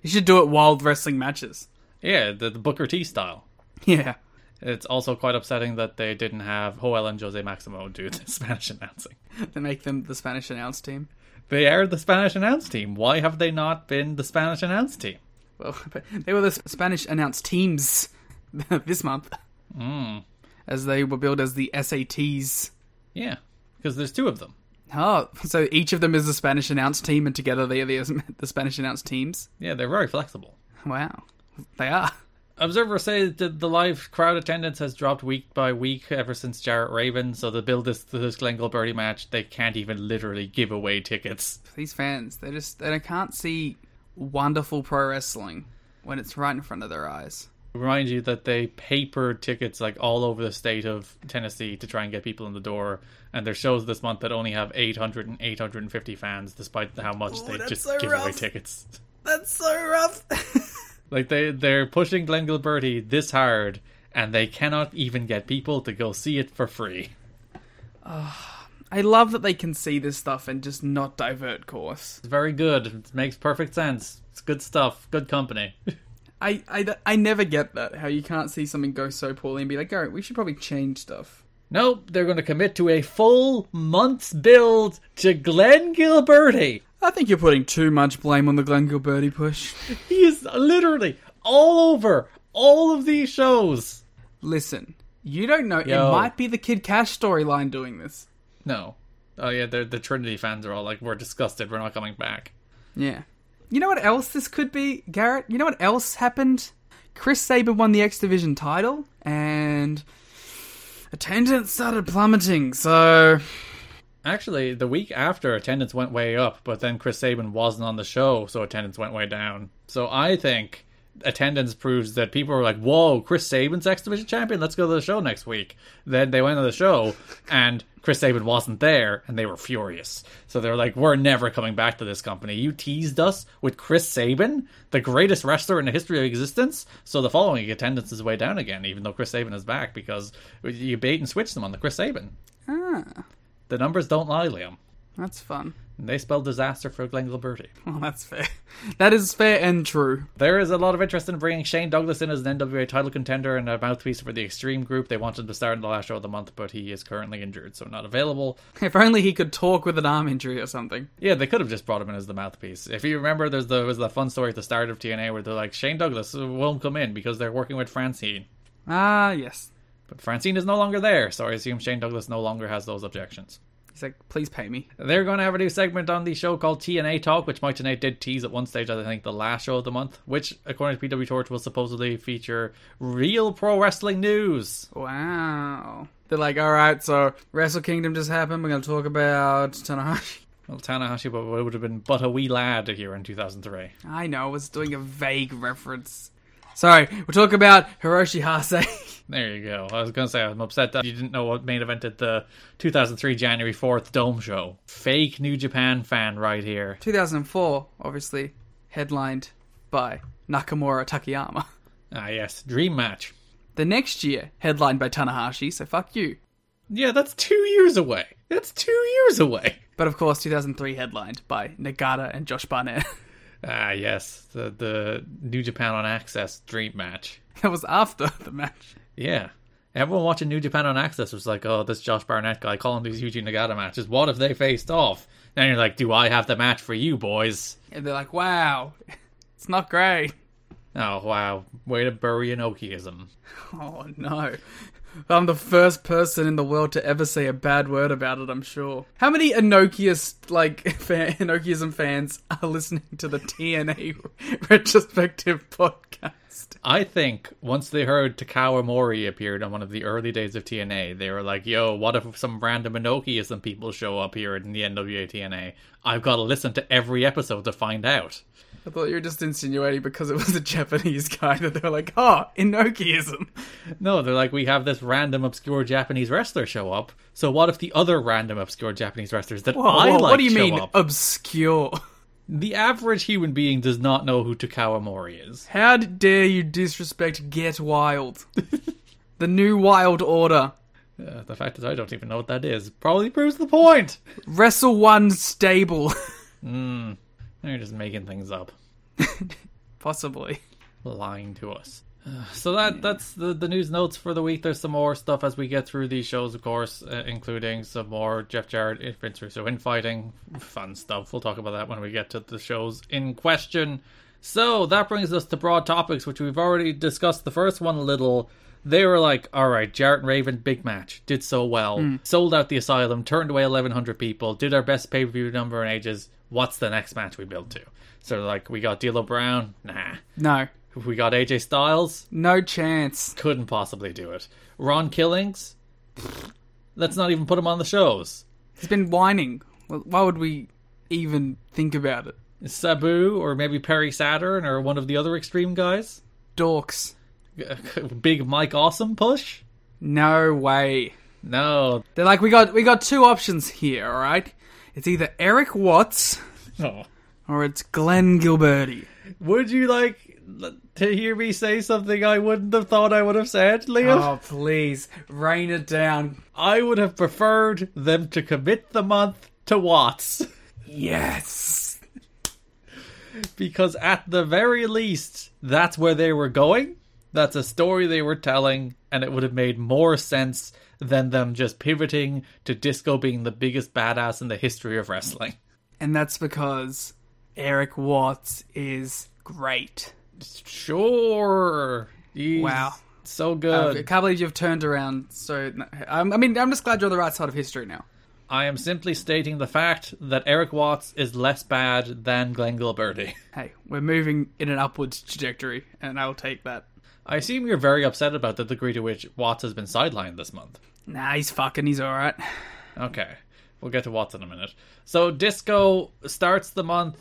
S1: You should do it while wrestling matches.
S4: Yeah, the, the Booker T style.
S1: Yeah.
S4: It's also quite upsetting that they didn't have Joel and Jose Maximo do the Spanish announcing.
S1: They make them the Spanish announce team.
S4: They are the Spanish announce team. Why have they not been the Spanish announce team?
S1: Well, but they were the S- Spanish announced teams this month. As they were billed as the SATs.
S4: Yeah, because there's two of them.
S1: Oh, so each of them is the Spanish announced team, and together they are the, the Spanish announced teams.
S4: Yeah, they're very flexible.
S1: Wow. They are.
S4: Observers say that the live crowd attendance has dropped week by week ever since Jarrett Raven, so the build this, this Glenn Goldberg match, they can't even literally give away tickets.
S1: These fans, they just they can't see wonderful pro wrestling when it's right in front of their eyes.
S4: Remind you that they paper tickets like all over the state of Tennessee to try and get people in the door, and there's shows this month that only have 800 and 850 fans, despite how much they
S1: that's
S4: just
S1: so
S4: give away
S1: rough.
S4: tickets.
S1: That's so rough.
S4: Like they they're pushing Glenn Gilberti this hard, and they cannot even get people to go see it for free.
S1: I love that they can see this stuff and just not divert course.
S4: It's very good. It makes perfect sense. It's good stuff. Good company.
S1: I, I, I never get that, how you can't see something go so poorly and be like, alright, we should probably change stuff.
S4: nope, they're going to commit to a full month's build to Glenn Gilberti.
S1: I think you're putting too much blame on the Glenn Gilberti push.
S4: He is literally all over all of these shows.
S1: Listen, you don't know,
S4: Yo.
S1: it might be the Kid Cash storyline doing this.
S4: No. Oh yeah, the the Trinity fans are all like, "We're disgusted. We're not coming back."
S1: Yeah. You know what else this could be, Garrett? You know what else happened? Chris Saber won the X Division title, and attendance started plummeting, so.
S4: Actually, the week after attendance went way up, but then Chris Saban wasn't on the show, so attendance went way down. So I think attendance proves that people were like, "Whoa, Chris Saban's X Division champion. Let's go to the show next week." Then they went to the show, and Chris Saban wasn't there, and they were furious. So they were like, "We're never coming back to this company. You teased us with Chris Saban, the greatest wrestler in the history of existence." So the following attendance is way down again, even though Chris Saban is back because you bait and switch them on the Chris Saban.
S1: Ah,
S4: The numbers don't lie, Liam.
S1: that's fun.
S4: And They spelled disaster for Glenn Gilberti.
S1: Well, that's fair. That is fair and true.
S4: There is a lot of interest in bringing Shane Douglas in as an NWA title contender and a mouthpiece for the Extreme Group. They wanted him to start in the last show of the month, but he is currently injured, so not available.
S1: If only he could talk with an arm injury or something.
S4: Yeah, they could have just brought him in as the mouthpiece. If you remember, there's the was the fun story at the start of TNA where they're like Shane Douglas won't come in because they're working with Francine,
S1: Ah, yes.
S4: but Francine is no longer there, so I assume Shane Douglas no longer has those objections.
S1: He's like, please pay me.
S4: They're going to have a new segment on the show called TNA Talk, which Mike Tanay did tease at one stage, I think, the last show of the month, which, according to PW Torch, will supposedly feature real pro wrestling news.
S1: Wow. They're like, alright, so Wrestle Kingdom just happened. We're going to talk about Tanahashi.
S4: Well, Tanahashi but would have been but a wee lad here in 2003.
S1: I know, I was doing a vague reference. Sorry, we'll talk about Hiroshi Hase.
S4: There you go. I was going to say, I'm upset that you didn't know what main event at the 2003 January 4th Dome Show. Fake New Japan fan right here.
S1: 2004, obviously, headlined by Nakamura Takayama.
S4: Ah, yes. Dream match.
S1: The next year, headlined by Tanahashi, so fuck you.
S4: Yeah, that's two years away. That's two years away.
S1: But of course, 2003 headlined by Nagata and Josh Barnett.
S4: Ah, yes, the the New Japan on Access dream match.
S1: that was after the match.
S4: Yeah. Everyone watching New Japan on Access was like, oh, this Josh Barnett guy calling these Yuji Nagata matches. What if they faced off? Then you're like, do I have the match for you, boys?
S1: And they're like, wow, it's not great.
S4: Oh, wow. Way to bury an Okiism.
S1: Oh no. I'm the first person in the world to ever say a bad word about it, I'm sure. How many Enochius, like, fan, Enochiism fans are listening to the TNA retrospective podcast?
S4: I think once they heard Takawa Mori appeared on one of the early days of TNA, they were like, yo, what if some random Enochiism people show up here in the NWA TNA? I've got to listen to every episode to find out.
S1: I thought you were just insinuating because it was a Japanese guy that they were like, oh, Enochiism.
S4: No, they're like, we have this random obscure Japanese wrestler show up. So what if the other random obscure Japanese wrestlers that I
S1: Whoa,
S4: like
S1: what do you
S4: show
S1: mean,
S4: up?
S1: obscure?
S4: the average human being does not know who Takawa Mori is.
S1: How dare you disrespect Get Wild? the new Wild Order.
S4: Uh, the fact is, I don't even know what that is. Probably proves the point.
S1: Wrestle One Stable.
S4: They're just making things up,
S1: Possibly.
S4: lying to us. Uh, So that that's the, the news notes for the week. There's some more stuff as we get through these shows, of course, uh, including some more Jeff Jarrett, if Vince Russo infighting, fun stuff. We'll talk about that when we get to the shows in question. So that brings us to broad topics, which we've already discussed. The first one a little. They were like, all right, Jarrett and Raven, big match, did so well, sold out the asylum, turned away 1,100 people, did our best pay per view number in ages. What's the next match we build to? So, like, we got D'Lo Brown, nah.
S1: No.
S4: We got AJ Styles,
S1: No chance.
S4: couldn't possibly do it. Ron Killings, let's not even put him on the shows.
S1: He's been whining. Well, Why would we even think about it?
S4: Sabu, or maybe Perry Saturn, or one of the other extreme guys.
S1: Dorks.
S4: Big Mike Awesome push?
S1: No way.
S4: No.
S1: They're like, we got we got two options here, all right? It's either Eric Watts
S4: Oh.
S1: or it's Glenn Gilberti.
S4: Would you like to hear me say something I wouldn't have thought I would have said, Liam?
S1: Oh, please, rain it down.
S4: I would have preferred them to commit the month to Watts.
S1: Yes.
S4: because at the very least, that's where they were going. That's a story they were telling, and it would have made more sense than them just pivoting to Disco being the biggest badass in the history of wrestling.
S1: And that's because Eric Watts is great.
S4: Sure. He's
S1: Wow.
S4: So
S1: I
S4: good.
S1: can't believe you've turned around. So, I'm- I mean, I'm just glad you're on the right side of history now.
S4: I am simply stating the fact that Eric Watts is less bad than Glenn Gilberti.
S1: Hey, we're moving in an upwards trajectory, and I'll take that.
S4: I assume you're very upset about the degree to which Watts has been sidelined this month.
S1: Nah, he's fucking. He's all right.
S4: Okay. We'll get to Watts in a minute. So Disco starts the month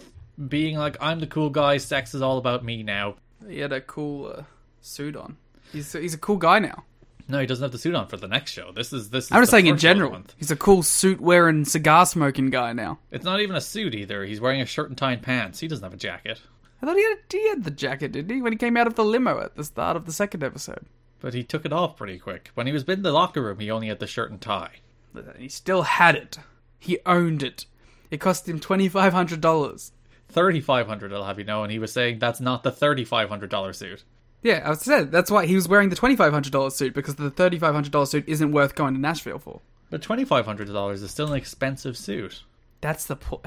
S4: being like, I'm the cool guy, sex is all about me now.
S1: He had a cool uh, suit on. He's he's a cool guy now.
S4: No, he doesn't have the suit on for the next show. This is this is
S1: I'm just
S4: the
S1: saying in
S4: first show of the
S1: general,
S4: month.
S1: he's a cool suit wearing, cigar smoking guy now.
S4: It's not even a suit either. He's wearing a shirt and tie and pants. He doesn't have a jacket.
S1: I thought he had he had the jacket, didn't he? When he came out of the limo at the start of the second episode,
S4: But he took it off pretty quick. When he was in the locker room he only had the shirt and tie.
S1: But he still had it. He owned it. It cost him twenty five hundred dollars.
S4: Thirty five hundred I'll have you know, and he was saying that's not the thirty five hundred dollar suit.
S1: Yeah, I said that's why he was wearing the twenty five hundred dollars suit because the thirty five hundred dollars suit isn't worth going to Nashville for.
S4: But twenty five hundred dollars is still an expensive suit.
S1: That's the point.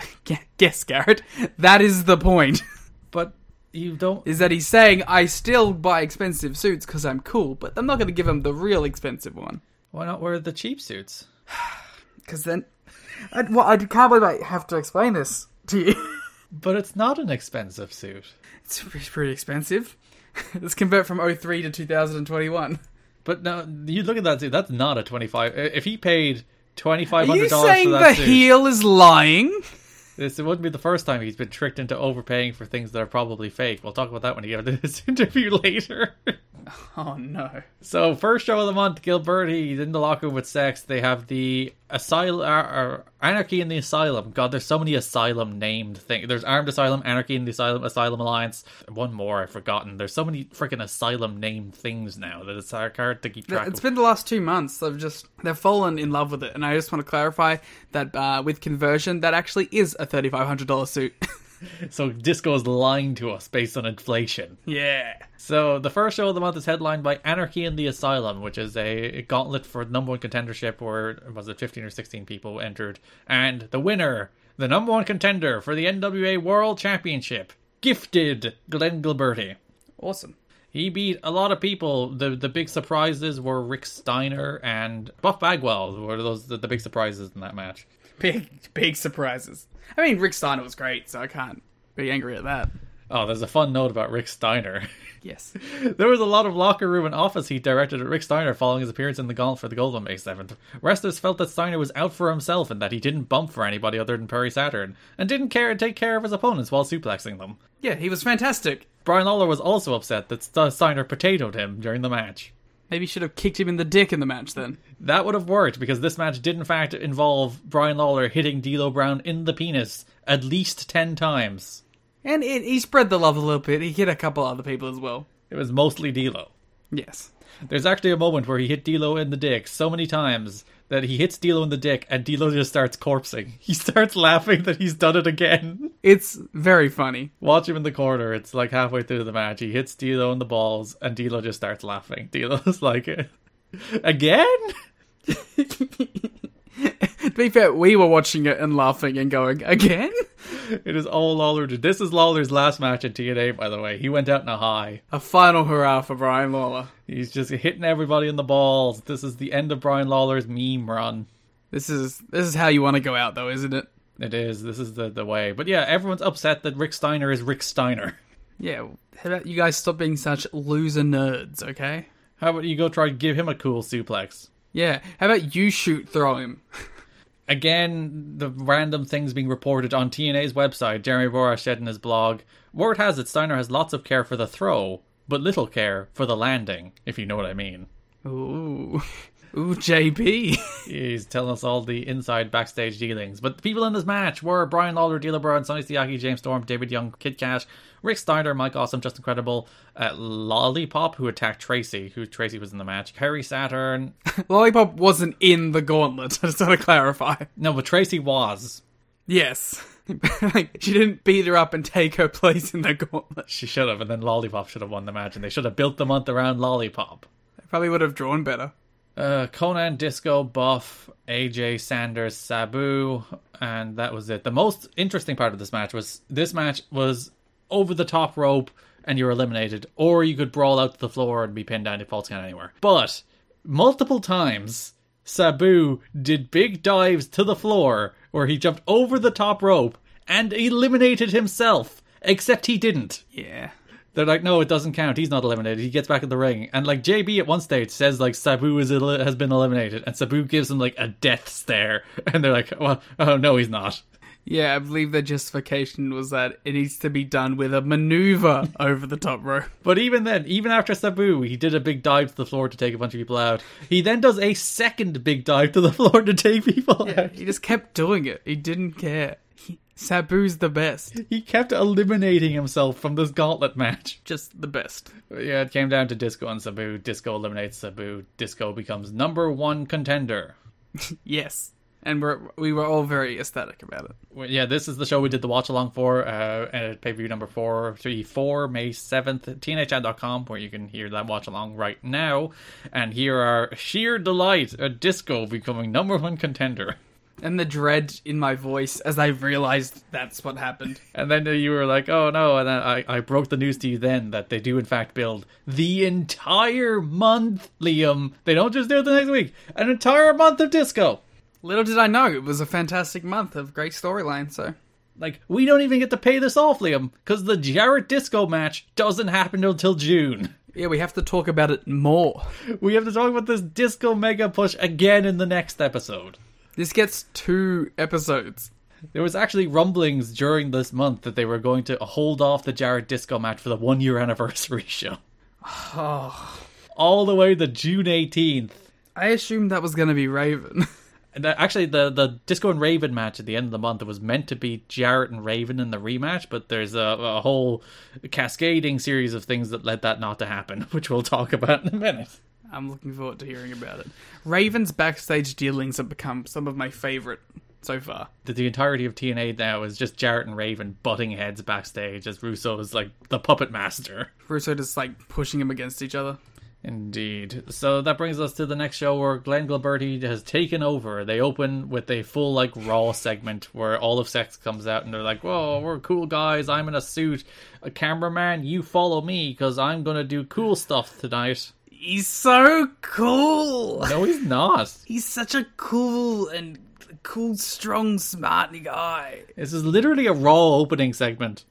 S1: Guess, Garrett. That is the point.
S4: But you don't
S1: is that he's saying I still buy expensive suits because I'm cool, but I'm not going to give him the real expensive one
S4: why not wear the cheap suits?
S1: because then. I, well, I can't believe I have to explain this to you.
S4: But it's not an expensive suit.
S1: it's pretty pretty expensive. Let's convert from 03 to 2021.
S4: But now you look at that suit. That's not a twenty-five. If he paid twenty-five
S1: Are you
S4: hundred dollars
S1: saying
S4: for
S1: the
S4: that suit,
S1: heel is lying?
S4: this it wouldn't be the first time he's been tricked into overpaying for things that are probably fake. We'll talk about that when he gives this interview later.
S1: Oh no.
S4: so first show of the month, Gilberti he's in the locker room with Sex. They have the asylum, or Anarchy in the Asylum. God, there's so many asylum named things. There's Armed Asylum, Anarchy in the Asylum, Asylum Alliance. One more I've forgotten. There's so many freaking asylum named things now that it's hard to keep track
S1: It's
S4: of.
S1: been the last two months. I've just they've fallen in love with it. And I just want to clarify that uh, with conversion, that actually is a $3,500 suit.
S4: So Disco is lying to us based on inflation.
S1: yeah.
S4: So the first show of the month is headlined by Anarchy in the Asylum, which is a gauntlet for number one contendership, where was it fifteen or sixteen people entered, and the winner, the number one contender for the NWA World Championship, gifted Glenn Gilberti.
S1: Awesome.
S4: He beat a lot of people. the The big surprises were Rick Steiner and Buff Bagwell. Were those the, the big surprises in that match?
S1: Big, big surprises. I mean, Rick Steiner was great, so I can't be angry at that.
S4: Oh, there's a fun note about Rick Steiner.
S1: Yes.
S4: There was a lot of locker room and office heat directed at Rick Steiner following his appearance in the Gauntlet for the Gold on May 7th. Wrestlers felt that Steiner was out for himself and that he didn't bump for anybody other than Perry Saturn, and didn't care to take care of his opponents while suplexing them.
S1: Yeah, he was fantastic.
S4: Brian Lawler was also upset that St- Steiner potatoed him during the match.
S1: Maybe you should have kicked him in the dick in the match then.
S4: That would have worked because this match did in fact involve Brian Lawler hitting D'Lo Brown in the penis at least 10 times.
S1: And it, he spread the love a little bit. He hit a couple other people as well.
S4: It was mostly D'Lo.
S1: Yes.
S4: There's actually a moment where he hit D'Lo in the dick so many times that he hits D'Lo in the dick and D'Lo just starts corpsing. He starts laughing that he's done it again.
S1: It's very funny.
S4: Watch him in the corner. It's like halfway through the match. He hits D'Lo in the balls and D'Lo just starts laughing. D'Lo's like, again?
S1: To be fair, we were watching it and laughing and going, again?
S4: It is all Lawler. did. This is Lawler's last match in TNA, by the way. He went out in a high.
S1: A final hurrah for Brian Lawler.
S4: He's just hitting everybody in the balls. This is the end of Brian Lawler's meme run.
S1: This is this is how you want to go out though, isn't it?
S4: It is. This is the, the way. But yeah, everyone's upset that Rick Steiner is Rick Steiner.
S1: Yeah, how about you guys stop being such loser nerds, okay?
S4: How about you go try and give him a cool suplex?
S1: Yeah, how about you shoot throw him?
S4: Again, the random things being reported on TNA's website, Jeremy Borash said in his blog, word has it Steiner has lots of care for the throw, but little care for the landing, if you know what I mean.
S1: Ooh. Ooh, JB.
S4: He's telling us all the inside backstage dealings. But the people in this match were Brian Lawler, D'Lo Brown, Sonny Siaki, James Storm, David Young, Kid Cash, Rick Steiner, Mike Awesome, Just Incredible, uh, Lollipop, who attacked Tracy, who Tracy was in the match, Harry Saturn.
S1: Lollipop wasn't in the gauntlet, I just want to clarify.
S4: No, but Tracy was.
S1: Yes. like, she didn't beat her up and take her place in the gauntlet.
S4: She should have, and then Lollipop should have won the match, and they should have built the month around Lollipop.
S1: Probably would have drawn better.
S4: Uh, Conan, Disco, Buff, AJ, Sanders, Sabu, and that was it. The most interesting part of this match was this match was over the top rope and you're eliminated, or you could brawl out to the floor and be pinned down if falls count anywhere. But multiple times, Sabu did big dives to the floor where he jumped over the top rope and eliminated himself, except he didn't.
S1: Yeah.
S4: They're like, no, it doesn't count. He's not eliminated. He gets back in the ring, and like JB at one stage says like Sabu is el- has been eliminated, and Sabu gives him like a death stare, and they're like, well, oh no, he's not.
S1: Yeah, I believe their justification was that it needs to be done with a maneuver over the top rope.
S4: But even then, even after Sabu, he did a big dive to the floor to take a bunch of people out. He then does a second big dive to the floor to take people out.
S1: He just kept doing it. He didn't care. He, Sabu's the best.
S4: He kept eliminating himself from this gauntlet match.
S1: Just the best.
S4: Yeah, it came down to Disco and Sabu. Disco eliminates Sabu. Disco becomes number one contender.
S1: Yes. And we're, we were all very ecstatic about it.
S4: Well, yeah, this is the show we did the watch along for uh, at pay per view number 434, May 7th, tnhad.com, where you can hear that watch along right now. And here are Sheer Delight, a disco becoming number one contender.
S1: And the dread in my voice as I realized that's what happened.
S4: And then you were like, oh no. And then I, I broke the news to you then that they do, in fact, build the entire month, Liam. They don't just do it the next week, an entire month of disco.
S1: Little did I know it was a fantastic month of great storyline, so.
S4: Like, we don't even get to pay this off, Liam, because the Jarrett disco match doesn't happen until June.
S1: Yeah, we have to talk about it more.
S4: We have to talk about this disco mega push again in the next episode.
S1: This gets two episodes.
S4: There was actually rumblings during this month that they were going to hold off the Jarrett disco match for the one year anniversary show. All the way to June 18th.
S1: I assumed that was going to be Raven.
S4: And that- Actually, the, the Disco and Raven match at the end of the month was meant to be Jarrett and Raven in the rematch, but there's a, a whole cascading series of things that led that not to happen, which we'll talk about in a minute.
S1: I'm looking forward to hearing about it. Raven's backstage dealings have become some of my favorite so far.
S4: The, the entirety of TNA now is just Jarrett and Raven butting heads backstage as Russo is like the puppet master.
S1: Russo just like pushing him against each other.
S4: Indeed. So that brings us to the next show where Glenn Gilberti has taken over. They open with a full like raw segment where all of Sex comes out and they're like, "Whoa, we're cool guys. I'm in a suit. A cameraman, you follow me because I'm gonna do cool stuff tonight."
S1: He's so cool.
S4: No, he's not.
S1: He's such a cool and cool, strong, smart guy.
S4: This is literally a raw opening segment.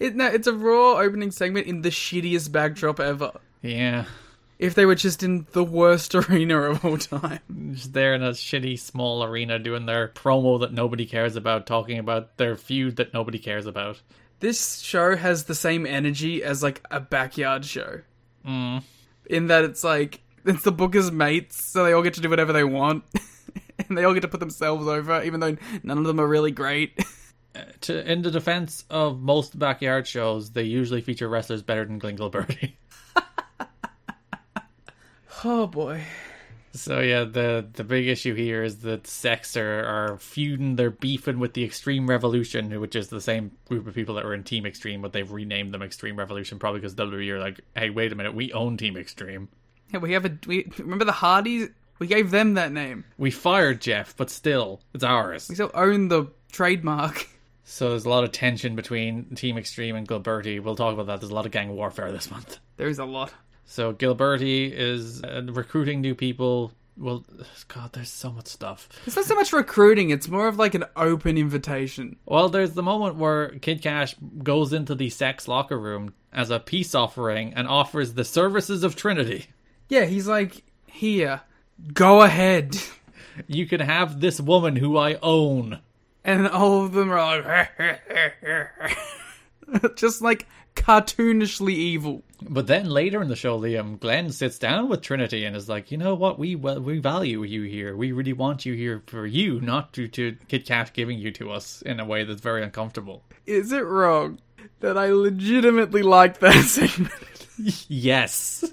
S1: It, no, it's a raw opening segment in the shittiest backdrop ever.
S4: Yeah,
S1: If they were just in the worst arena of all time.
S4: just there in a shitty small arena doing their promo that nobody cares about, talking about their feud that nobody cares about.
S1: This show has the same energy as like a backyard show. Mm. In that it's like it's the Booker's mates, so they all get to do whatever they want. and they all get to put themselves over, even though none of them are really great.
S4: To in the defense of most backyard shows, they usually feature wrestlers better than Glenn Gilberti.
S1: oh boy.
S4: So yeah, the the big issue here is that Sex are, are feuding, they're beefing with the Extreme Revolution, which is the same group of people that were in Team Extreme, but they've renamed them Extreme Revolution probably because WWE are like, hey, wait a minute, we own Team Extreme.
S1: Yeah, we have a we remember the Hardys? We gave them that name.
S4: We fired Jeff, but still, it's ours.
S1: We still own the trademark.
S4: So there's a lot of tension between Team Extreme and Gilberti. We'll talk about that. There's a lot of gang warfare this month.
S1: There is a lot.
S4: So Gilberti is uh, recruiting new people. Well, God, there's so much stuff.
S1: It's not so much recruiting, it's more of like an open invitation.
S4: Well, there's the moment where Kid Cash goes into the sex locker room as a peace offering and offers the services of Trinity.
S1: Yeah, he's like, here, go ahead.
S4: You can have this woman who I own.
S1: And all of them are like, just like cartoonishly evil.
S4: But then later in the show, Liam Glenn sits down with Trinity and is like, you know what? We well, we value you here. We really want you here for you, not due to Kid Cash giving you to us in a way that's very uncomfortable.
S1: Is it wrong that I legitimately like that segment?
S4: Yes.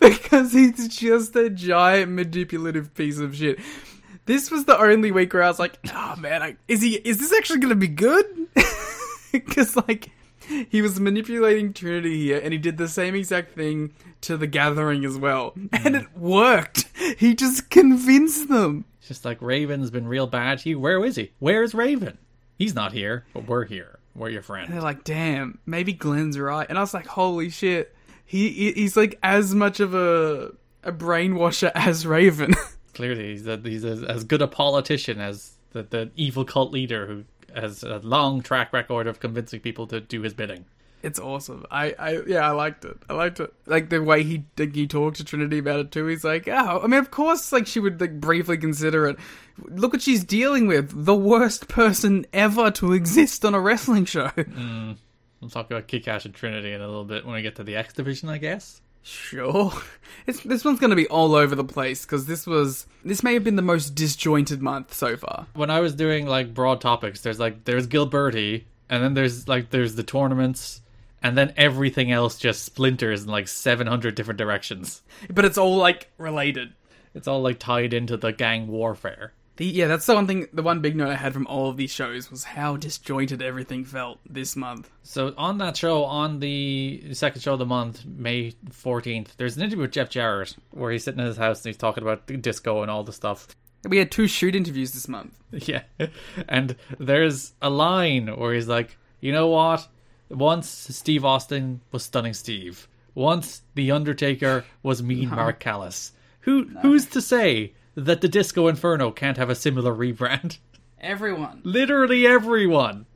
S1: because he's just a giant manipulative piece of shit. This was the only week where I was like, "Oh man, I, is he? Is this actually going to be good?" Because like he was manipulating Trinity here, and he did the same exact thing to the Gathering as well, and it worked. He just convinced them.
S4: Just like Raven's been real bad to you. Where is he? Where is Raven? He's not here, but we're here. We're your
S1: They're
S4: friend.
S1: like, "Damn, maybe Glenn's right," and I was like, "Holy shit!" He he- he's like as much of a a brainwasher as Raven.
S4: Clearly, he's, a, he's a, as good a politician as the, the evil cult leader who has a long track record of convincing people to do his bidding.
S1: It's awesome. I, I yeah, I liked it. I liked it. Like the way he like, he talked to Trinity about it too. He's like, oh, I mean, of course, like she would like briefly consider it. Look what she's dealing with. The worst person ever to exist on a wrestling show.
S4: We'll talk about Kid Cash and Trinity in a little bit when we get to the X Division, I guess.
S1: Sure, it's, this one's going to be all over the place because this was this may have been the most disjointed month so far.
S4: when I was doing like broad topics, there's like there's Gilberti, and then there's like there's the tournaments, and then everything else just splinters in like 700 different directions.
S1: But it's all like related.
S4: It's all like tied into the gang warfare.
S1: The, yeah, that's the one thing. The one big note I had from all of these shows was how disjointed everything felt this month.
S4: So on that show, on the second show of the month, May 14th, there's an interview with Jeff Jarrett where he's sitting in his house and he's talking about the disco and all the stuff.
S1: We had two shoot interviews this month.
S4: Yeah. And there's a line where he's like, you know what? Once Steve Austin was stunning Steve. Once The Undertaker was mean Mark Callis. Who who's to say that the Disco Inferno can't have a similar rebrand?
S1: Everyone.
S4: Literally everyone.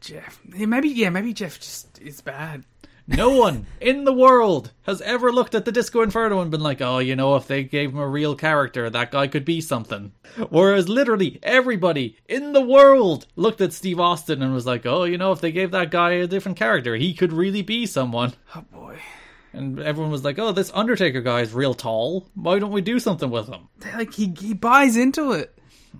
S1: Jeff. Yeah, maybe yeah, maybe Jeff just is bad.
S4: No one in the world has ever looked at the Disco Inferno and been like, oh, you know, if they gave him a real character, that guy could be something. Whereas literally everybody in the world looked at Steve Austin and was like, oh, you know, if they gave that guy a different character, he could really be someone.
S1: Oh boy.
S4: And everyone was like, oh, this Undertaker guy is real tall. Why don't we do something with him?
S1: Like he he buys into it.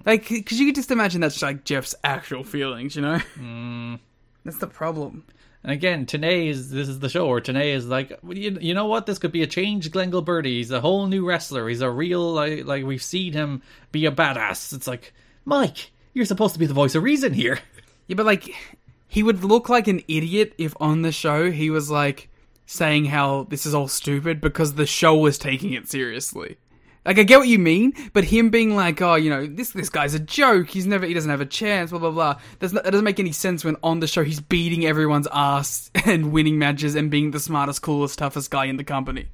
S1: Like cuz you could just imagine that's like Jeff's actual feelings, you know? That's the problem.
S4: And again, Tanay is this is the show where Tanay is like, "Well, you, you know what? This could be a change. Glengle Birdie. He's a whole new wrestler. He's a real like, like we've seen him be a badass. It's like Mike, you're supposed to be the voice of reason here.
S1: Yeah, but like, he would look like an idiot if on the show he was like saying how this is all stupid because the show was taking it seriously. Like, I get what you mean, but him being like, oh, you know, this this guy's a joke. He's never, he doesn't have a chance. Blah blah blah. That's not, that doesn't make any sense when on the show he's beating everyone's ass and winning matches and being the smartest, coolest, toughest guy in the company.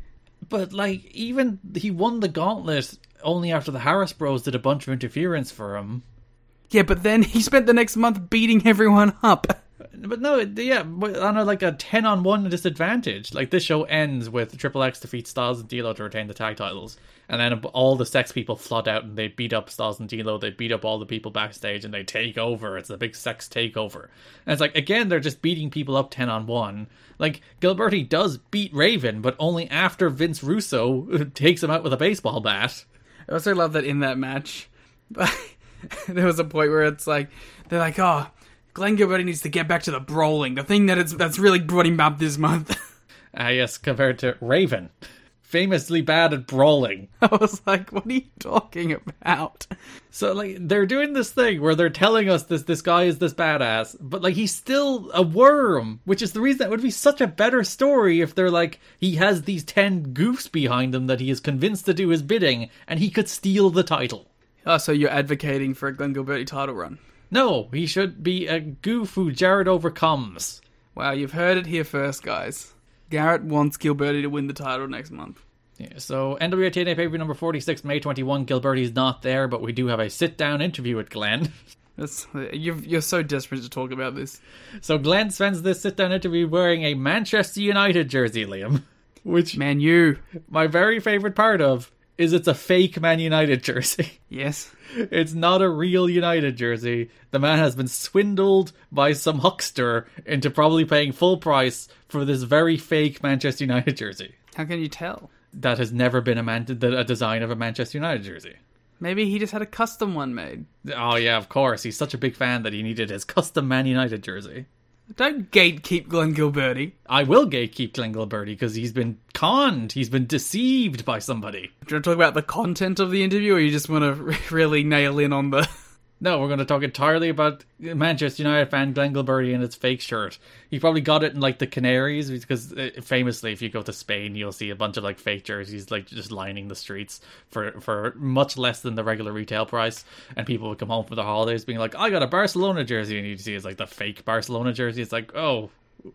S4: But like, even he won the gauntlet only after the Harris Bros did a bunch of interference for him.
S1: Yeah, but then he spent the next month beating everyone up.
S4: But no, it- yeah, but on a, like a ten on one disadvantage. Like this show ends with Triple X defeat Styles and D'Lo to retain the tag titles, and then all the sex people flood out and they beat up Styles and D'Lo. They beat up all the people backstage and they take over. It's a big sex takeover. And it's like again, they're just beating people up ten on one. Like Gilberti does beat Raven, but only after Vince Russo takes him out with a baseball bat.
S1: I also love that in that match, there was a point where it's like they're like, "Oh, Glenn Gilbert needs to get back to the brawling, the thing that is that's really brought him up this month."
S4: Ah, yes, compared to Raven, famously bad at brawling.
S1: I was like, "What are you talking about?"
S4: So like they're doing this thing where they're telling us this this guy is this badass, but like he's still a worm, which is the reason that would be such a better story if they're like he has these ten goofs behind him that he is convinced to do his bidding, and he could steal the title.
S1: Oh, so you're advocating for a Glenn Gilberti title run?
S4: No, he should be a goof who Jared overcomes.
S1: Wow, you've heard it here first, guys. Garrett wants Gilberti to win the title next month.
S4: Yeah, so NWA TNA pay per number forty six, May twenty one. Gilberti's not there, but we do have a sit down interview with Glenn.
S1: That's, you've, you're so desperate to talk about this.
S4: So Glenn spends this sit down interview wearing a Manchester United jersey, Liam. Which
S1: Man, you.
S4: my very favorite part of is it's a fake Man United jersey.
S1: Yes.
S4: It's not a real United jersey. The man has been swindled by some huckster into probably paying full price for this very fake Manchester United jersey
S1: How can you tell?
S4: that has never been a, man- the- a design of a Manchester United jersey.
S1: Maybe he just had a custom one made.
S4: Oh yeah, of course. He's such a big fan that he needed his custom Man United jersey.
S1: Don't gatekeep Glenn Gilberti.
S4: I will gatekeep Glengelberty because he's been conned. He's been deceived by somebody.
S1: Do you want to talk about the content of the interview, or you just want to really nail in on the?
S4: No, we're going to talk entirely about Manchester United fan Glenn Gilberti and his fake shirt. He probably got it in like the Canaries because uh, famously, if you go to Spain, you'll see a bunch of like fake jerseys like just lining the streets for for much less than the regular retail price. And people would come home from their holidays being like, "I got a Barcelona jersey," and you'd see it's like the fake Barcelona jersey. It's like, oh,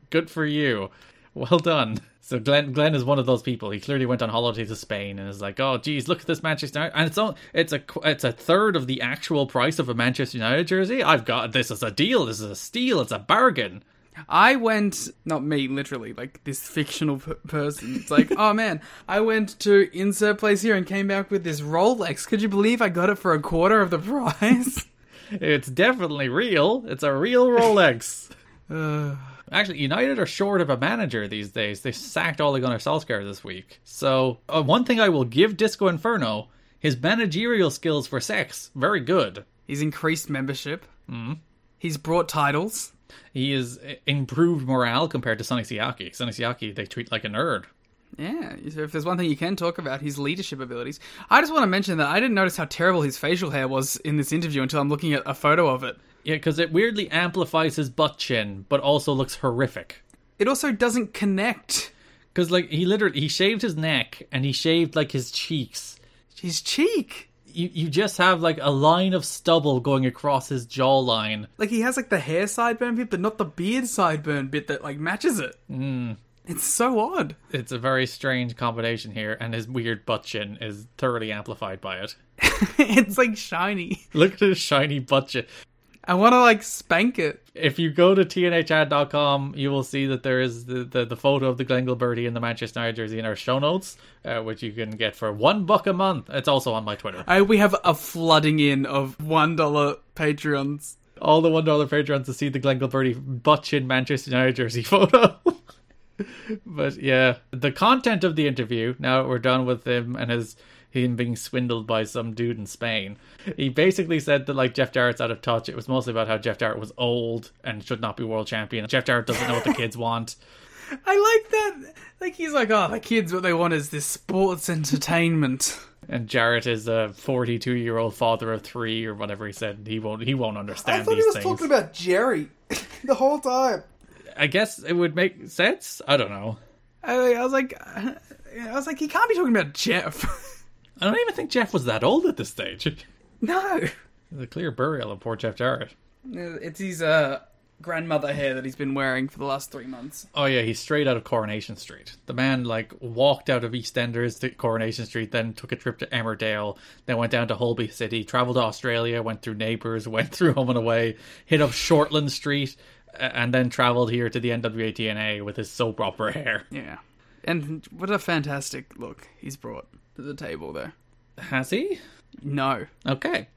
S4: good for you. Well done. So Glenn Glenn is one of those people. He clearly went on holiday to Spain and is like, oh, geez, look at this Manchester United. And it's all, it's a qu- it's a third of the actual price of a Manchester United jersey. I've got this as a deal. This is a steal. It's a bargain.
S1: I went, not me, literally, like this fictional per- person. It's like, oh man, I went to insert place here and came back with this Rolex. Could you believe I got it for a quarter of the price?
S4: It's definitely real. It's a real Rolex.
S1: uh,
S4: Actually, United are short of a manager these days. They sacked Ole Gunnar Solskjaer this week. So, uh, one thing I will give Disco Inferno, his managerial skills for sex, very good.
S1: he's increased membership. Mm. He's brought titles.
S4: He is uh, improved morale compared to Sonny Siaki. Sonny Siaki, they treat like a nerd.
S1: Yeah, so if there's one thing you can talk about, his leadership abilities. I just want to mention that I didn't notice how terrible his facial hair was in this interview until I'm looking at a photo of it.
S4: Yeah, because it weirdly amplifies his butt chin, but also looks horrific.
S1: It also doesn't connect.
S4: Because like he literally he shaved his neck and he shaved like his cheeks.
S1: His cheek.
S4: You you just have like a line of stubble going across his jawline.
S1: Like he has like the hair sideburn bit, but not the beard sideburn bit that like matches it. Mm. It's so odd.
S4: It's a very strange combination here, and his weird butt chin is thoroughly amplified by it.
S1: it's like shiny.
S4: Look at his shiny butt chin.
S1: I want to like spank it.
S4: if you go to tnhad.com, you will see that there is the, the, the photo of the Glengal Birdie and the Manchester United jersey in our show notes, uh, which you can get for one buck a month. It's also on my Twitter.
S1: I, we have a flooding in of one dollar patreons.
S4: All the one dollar patrons to see the Glengal Birdie butt chin Manchester United jersey photo. but yeah, the content of the interview. Now we're done with him and his him being swindled by some dude in Spain. He basically said that like Jeff Jarrett's out of touch. It was mostly about how Jeff Jarrett was old and should not be world champion. Jeff Jarrett doesn't know what the kids want.
S1: I like that. Like he's like, oh, the kids, what they want is this sports entertainment.
S4: And Jarrett is a 42 year old father of three or whatever he said. He won't he won't
S5: I
S4: understand
S5: thought he
S4: these
S5: was
S4: things.
S5: talking about Jerry the whole time.
S4: I guess it would make sense. I don't know.
S1: I, I was like, I was like, he can't be talking about Jeff.
S4: I don't even think Jeff was that old at this stage.
S1: no,
S4: The clear burial of poor Jeff Jarrett.
S1: it's his uh, grandmother hair that he's been wearing for the last three months.
S4: Oh yeah, he's straight out of Coronation Street. The man like walked out of EastEnders to Coronation Street, then took a trip to Emmerdale, then went down to Holby City, traveled to Australia, went through Neighbours, went through Home and Away, hit up Shortland Street, a- and then traveled here to the NWA TNA with his soap opera hair.
S1: Yeah, and what a fantastic look he's brought to the table there.
S4: Has he?
S1: No,
S4: Okay.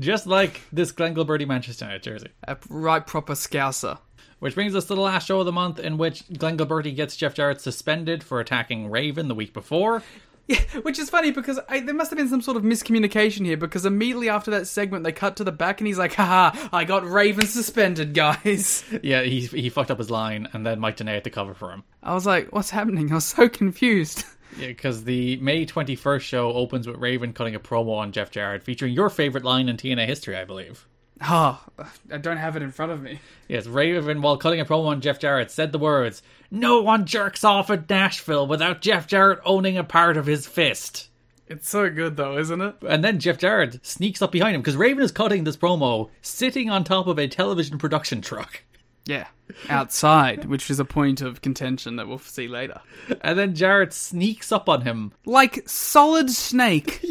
S4: Just like this Glen Gilberty Manchester United jersey.
S1: a right proper scouser.
S4: Which brings us to the last show of the month in which Glen Gilberty gets Jeff Jarrett suspended for attacking Raven the week before.
S1: Yeah, which is funny because I, there must have been some sort of miscommunication here because immediately after that segment they cut to the back and he's like, haha, I got Raven suspended, guys.
S4: Yeah, he he fucked up his line, and then Mike Denay had to cover for him.
S1: I was like, what's happening? I was so confused.
S4: Because the May 21st show opens with Raven cutting a promo on Jeff Jarrett, featuring your favorite line in TNA history, I believe.
S1: Ah, I don't have it in front of me.
S4: Yes, Raven, while cutting a promo on Jeff Jarrett, said the words, No one jerks off at Nashville without Jeff Jarrett owning a part of his fist.
S1: It's so good though, isn't it?
S4: And then Jeff Jarrett sneaks up behind him because Raven is cutting this promo sitting on top of a television production truck.
S1: Yeah. Outside, which is a point of contention that we'll see later.
S4: And then Jarrett sneaks up on him.
S1: Like Solid Snake.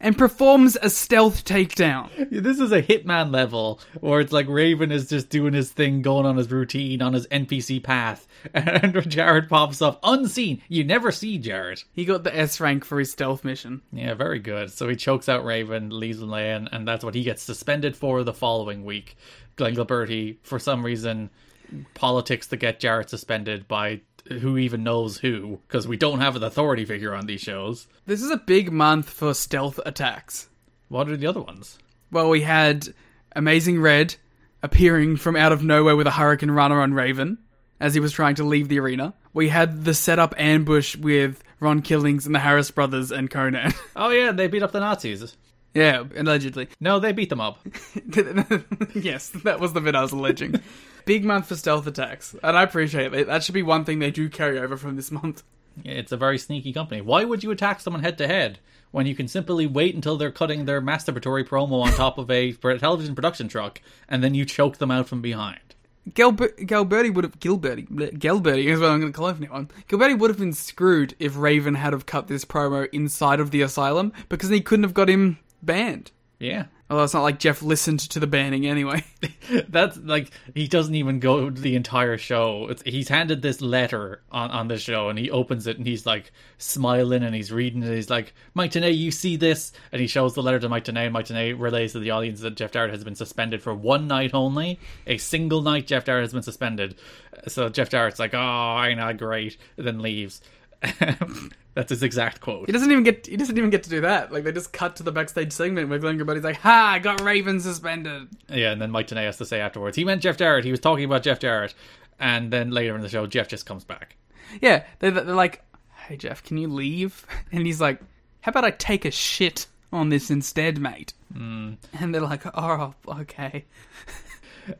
S1: And performs a stealth takedown.
S4: This is a hitman level where it's like Raven is just doing his thing, going on his routine, on his NPC path, and Jared pops up unseen. You never see Jared.
S1: He got the S rank for his stealth mission.
S4: Yeah, very good. So he chokes out Raven, leaves him laying, and that's what he gets suspended for the following week. Glenn Gilberti, for some reason, politics to get Jared suspended by who even knows who, because we don't have an authority figure on these shows.
S1: This is a big month for stealth attacks.
S4: What are the other ones?
S1: Well, we had Amazing Red appearing from out of nowhere with a Hurricane Runner on Raven as he was trying to leave the arena. We had the setup ambush with Ron Killings and the Harris brothers and Conan.
S4: Oh yeah, they beat up the Nazis.
S1: yeah, allegedly.
S4: No, they beat them up.
S1: yes, that was the bit I was alleging. Big month for stealth attacks, and I appreciate it. That should be one thing they do carry over from this month.
S4: It's a very sneaky company. Why would you attack someone head to head when you can simply wait until they're cutting their masturbatory promo on top of a television production truck and then you choke them out from behind?
S1: Galber- Galberti would have Gilberti Galberti is what I'm going to call him now. on. Gilberti would have been screwed if Raven had have cut this promo inside of the asylum because he couldn't have got him banned.
S4: Yeah.
S1: Although it's not like Jeff listened to the banning anyway.
S4: That's like he doesn't even go the entire show. It's, he's handed this letter on on the show, and he opens it, and he's like smiling, and he's reading it. He's like, "Mike Tenay, you see this?" And he shows the letter to Mike Tenay, and Mike Tenay relays to the audience that Jeff Jarrett has been suspended for one night only, a single night. Jeff Jarrett has been suspended, so Jeff Jarrett's like, "Oh, I know, great," and then leaves. That's his exact quote.
S1: he doesn't even get he doesn't even get to do that. Like they just cut to the backstage segment where Glenn Gilberti's like, "Ha, I got Raven suspended."
S4: Yeah, and then Mike Tenay has to say afterwards, he meant Jeff Jarrett. He was talking about Jeff Jarrett, and then later in the show, Jeff just comes back.
S1: Yeah, they're, they're like, "Hey Jeff, can you leave?" And he's like, "How about I take a shit on this instead, mate?" And they're like, "Oh, okay."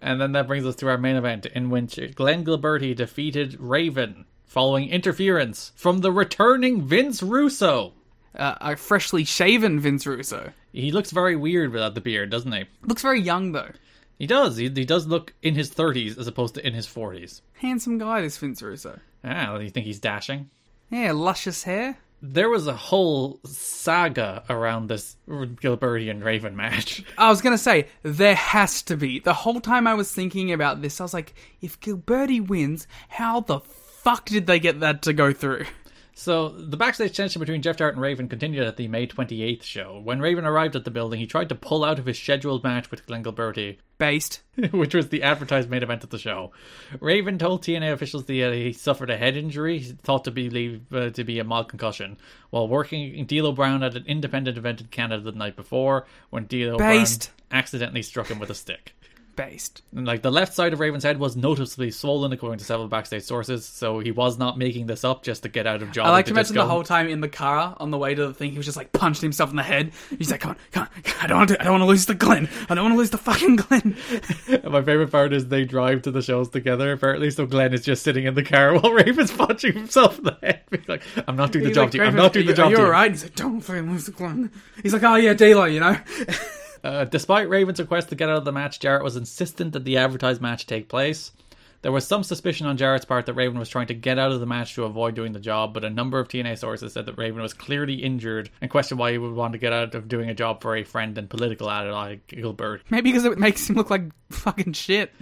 S4: And then that brings us to our main event, in which Glenn Gilberti defeated Raven following interference from the returning Vince Russo.
S1: uh, a freshly shaven Vince Russo.
S4: He looks very weird without the beard, doesn't he?
S1: Looks very young though.
S4: He does. He, he does look in his 30s as opposed to in his 40s.
S1: Handsome guy, this Vince Russo.
S4: Ah, you think he's dashing?
S1: Yeah, luscious hair.
S4: There was a whole saga around this Gilberti and Raven match.
S1: I was gonna say there has to be. The whole time I was thinking about this, I was like, if Gilberti wins, how the fuck did they get that to go through?
S4: So the backstage tension between Jeff Jarrett and Raven continued at the May 28th show. When Raven arrived at the building, he tried to pull out of his scheduled match with Glenn Gilberti,
S1: Based.
S4: which was the advertised main event of the show. Raven told TNA officials that uh, he suffered a head injury, thought to be uh, to be a mild concussion, while working D'Lo Brown at an independent event in Canada the night before, when D'Lo
S1: Based.
S4: Brown accidentally struck him with a stick.
S1: Based.
S4: And, like the left side of Raven's head was noticeably swollen, according to several backstage sources. So he was not making this up just to get out of job.
S1: I like
S4: to
S1: to
S4: just
S1: imagine
S4: go-
S1: the whole time in the car on the way to the thing, he was just like punching himself in the head. He's like, "Come on, come on! I don't want to, I don't want to lose the Glen. I don't want to lose the fucking Glen."
S4: My favorite part is they drive to the shows together. Apparently, so Glenn is just sitting in the car while Raven's punching himself in the head. He's like, "I'm not doing the job to you. I'm not doing the job to
S1: You're
S4: you."
S1: right. He's like, "Don't fucking lose the Glen." He's like, "Oh yeah, D'Lo, you know."
S4: Uh, despite Raven's request to get out of the match, Jarrett was insistent that the advertised match take place. There was some suspicion on Jarrett's part that Raven was trying to get out of the match to avoid doing the job, but a number of TNA sources said that Raven was clearly injured and questioned why he would want to get out of doing a job for a friend and political ally, Gilbert.
S1: Maybe because it makes him look like fucking shit.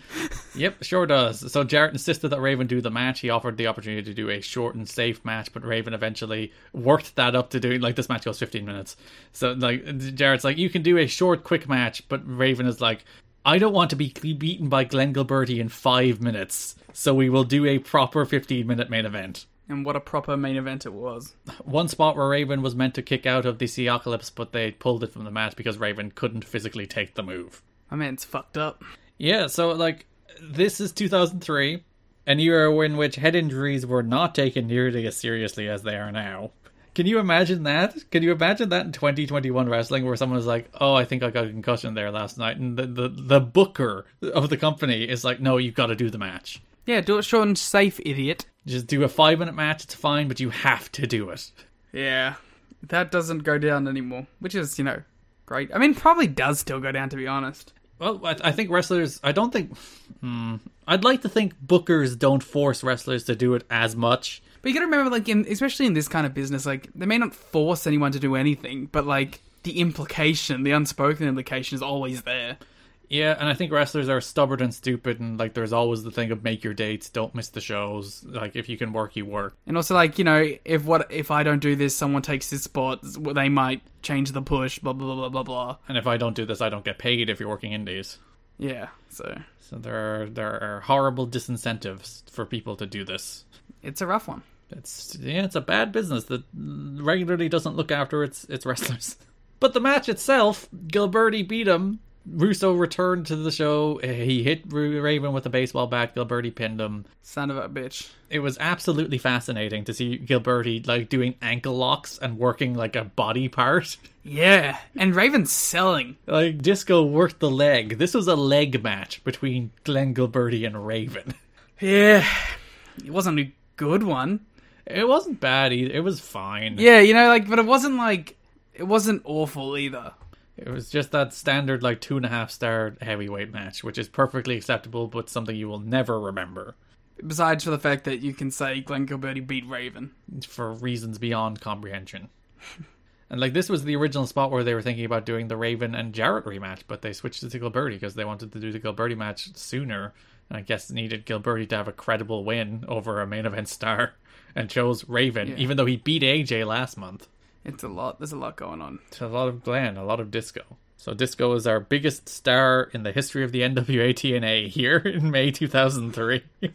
S4: Yep, sure does. So Jarrett insisted that Raven do the match. He offered the opportunity to do a short and safe match, but Raven eventually worked that up to do like this match goes 15 minutes. So like Jarrett's like, you can do a short, quick match, but Raven is like, I don't want to be beaten by Glenn Gilberti in five minutes, so we will do a proper 15 minute main event.
S1: And what a proper main event it was.
S4: One spot where Raven was meant to kick out of the Seocalypse, but they pulled it from the match because Raven couldn't physically take the move.
S1: My man's fucked up.
S4: Yeah, so like this is 2003, an era in which head injuries were not taken nearly as seriously as they are now. Can you imagine that? Can you imagine that in 2021 wrestling where someone is like, "Oh, I think I got a concussion there last night," and the the, the booker of the company is like, "No, you've got to do the match.
S1: Yeah, do it short and safe, idiot.
S4: Just do a five minute match. It's fine, but you have to do it."
S1: Yeah, that doesn't go down anymore, which is you know great. I mean, probably does still go down to be honest.
S4: Well, I, I think wrestlers. I don't think. Hmm, I'd like to think bookers don't force wrestlers to do it as much.
S1: But you gotta remember, like, in, especially in this kind of business, like, they may not force anyone to do anything, but, like, the implication, the unspoken implication is always there.
S4: Yeah, and I think wrestlers are stubborn and stupid, and like there's always the thing of make your dates, don't miss the shows. Like if you can work, you work.
S1: And also, like, you know, if what if I don't do this, someone takes this spot, they might change the push, blah, blah, blah, blah, blah, blah.
S4: And if I don't do this, I don't get paid. If you're working indies,
S1: Yeah, so
S4: so there are there are horrible disincentives for people to do this.
S1: it's a rough one.
S4: It's yeah, it's a bad business that regularly doesn't look after its its wrestlers. But the match itself, Gilberti beat him. Russo returned to the show. He hit Ra- Raven with a baseball bat. Gilberti pinned him.
S1: Son of a bitch.
S4: it was absolutely fascinating to see Gilberti like doing ankle locks and working like a body part.
S1: Yeah, and Raven's selling.
S4: Like Disco worked the leg. This was a leg match between Glenn Gilberti and Raven.
S1: Yeah, it wasn't a good one.
S4: It wasn't bad either. It was fine.
S1: Yeah, you know, like, but it wasn't, like, it wasn't awful either.
S4: It was just that standard like two and a half star heavyweight match, which is perfectly acceptable, but something you will never remember
S1: Besides for the fact that you can say Glenn Gilberti beat Raven.
S4: for reasons beyond comprehension. And like this was the original spot where they were thinking about doing the Raven and Jarrett rematch, but they switched it to Gilberti because they wanted to do the Gilberti match sooner. And I guess needed Gilberti to have a credible win over a main event star, and chose Raven, even though he beat AJ last month.
S1: It's a lot. There's a lot going on.
S4: It's a lot of Glenn, a lot of Disco. So Disco is our biggest star in the history of the NWA TNA here in May 2003.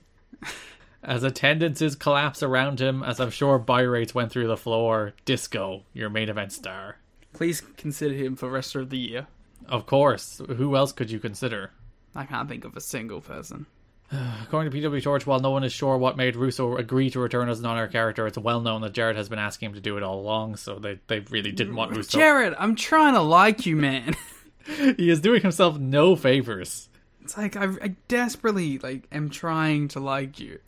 S4: as attendances collapse around him, as I'm sure buy rates went through the floor, Disco, your main event star.
S1: Please consider him for rest of the year.
S4: Of course, who else could you consider?
S1: I can't think of a single person.
S4: According to PW Torch, while no one is sure what made Russo agree to return as an honor character, it's well known that Jared has been asking him to do it all along, so they, they really didn't want Russo.
S1: Jared, I'm trying to like you, man.
S4: He is doing himself no favors.
S1: it's like I, I desperately like am trying to like you,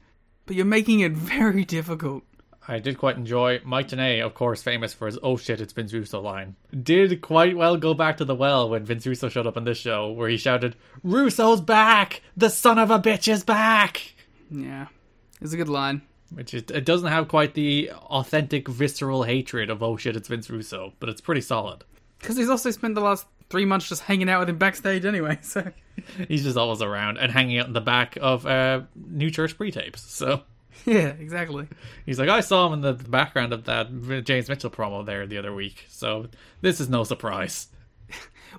S1: but you're making it very difficult.
S4: I did quite enjoy Mike Tenay, of course, famous for his "Oh shit, it's Vince Russo" line. Did quite well go back to the well when Vince Russo showed up on this show, where he shouted, "Russo's back! The son of a bitch is back!"
S1: Yeah, it's a good line.
S4: Which it, it doesn't have quite the authentic, visceral hatred of "Oh shit, it's Vince Russo," but it's pretty solid.
S1: Because he's also spent the last three months just hanging out with him backstage anyway. So
S4: He's just always around and hanging out in the back of uh, New Church pre-tapes. So
S1: Yeah, exactly.
S4: He's like, I saw him in the background of that James Mitchell promo there the other week, so this is no surprise.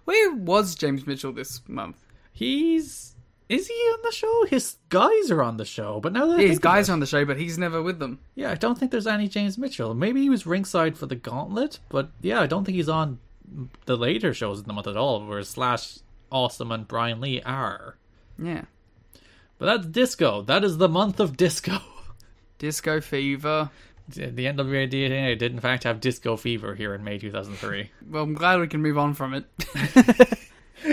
S1: Where was James Mitchell this month?
S4: He's is he on the show? His guys are on the show, but now that I
S1: Yeah, his
S4: think about
S1: guys
S4: it-
S1: are on the show, but he's never with them.
S4: yeah, I don't think there's any James Mitchell. Maybe he was ringside for the Gauntlet, but yeah, I don't think he's on the later shows in the month at all, where Slash, Awesome, and Brian Lee are.
S1: Yeah.
S4: But that's disco. That is the month of disco.
S1: Disco Fever.
S4: The NWA DNA did in fact have disco fever here in May 2003.
S1: Well, I'm glad we can move on from it.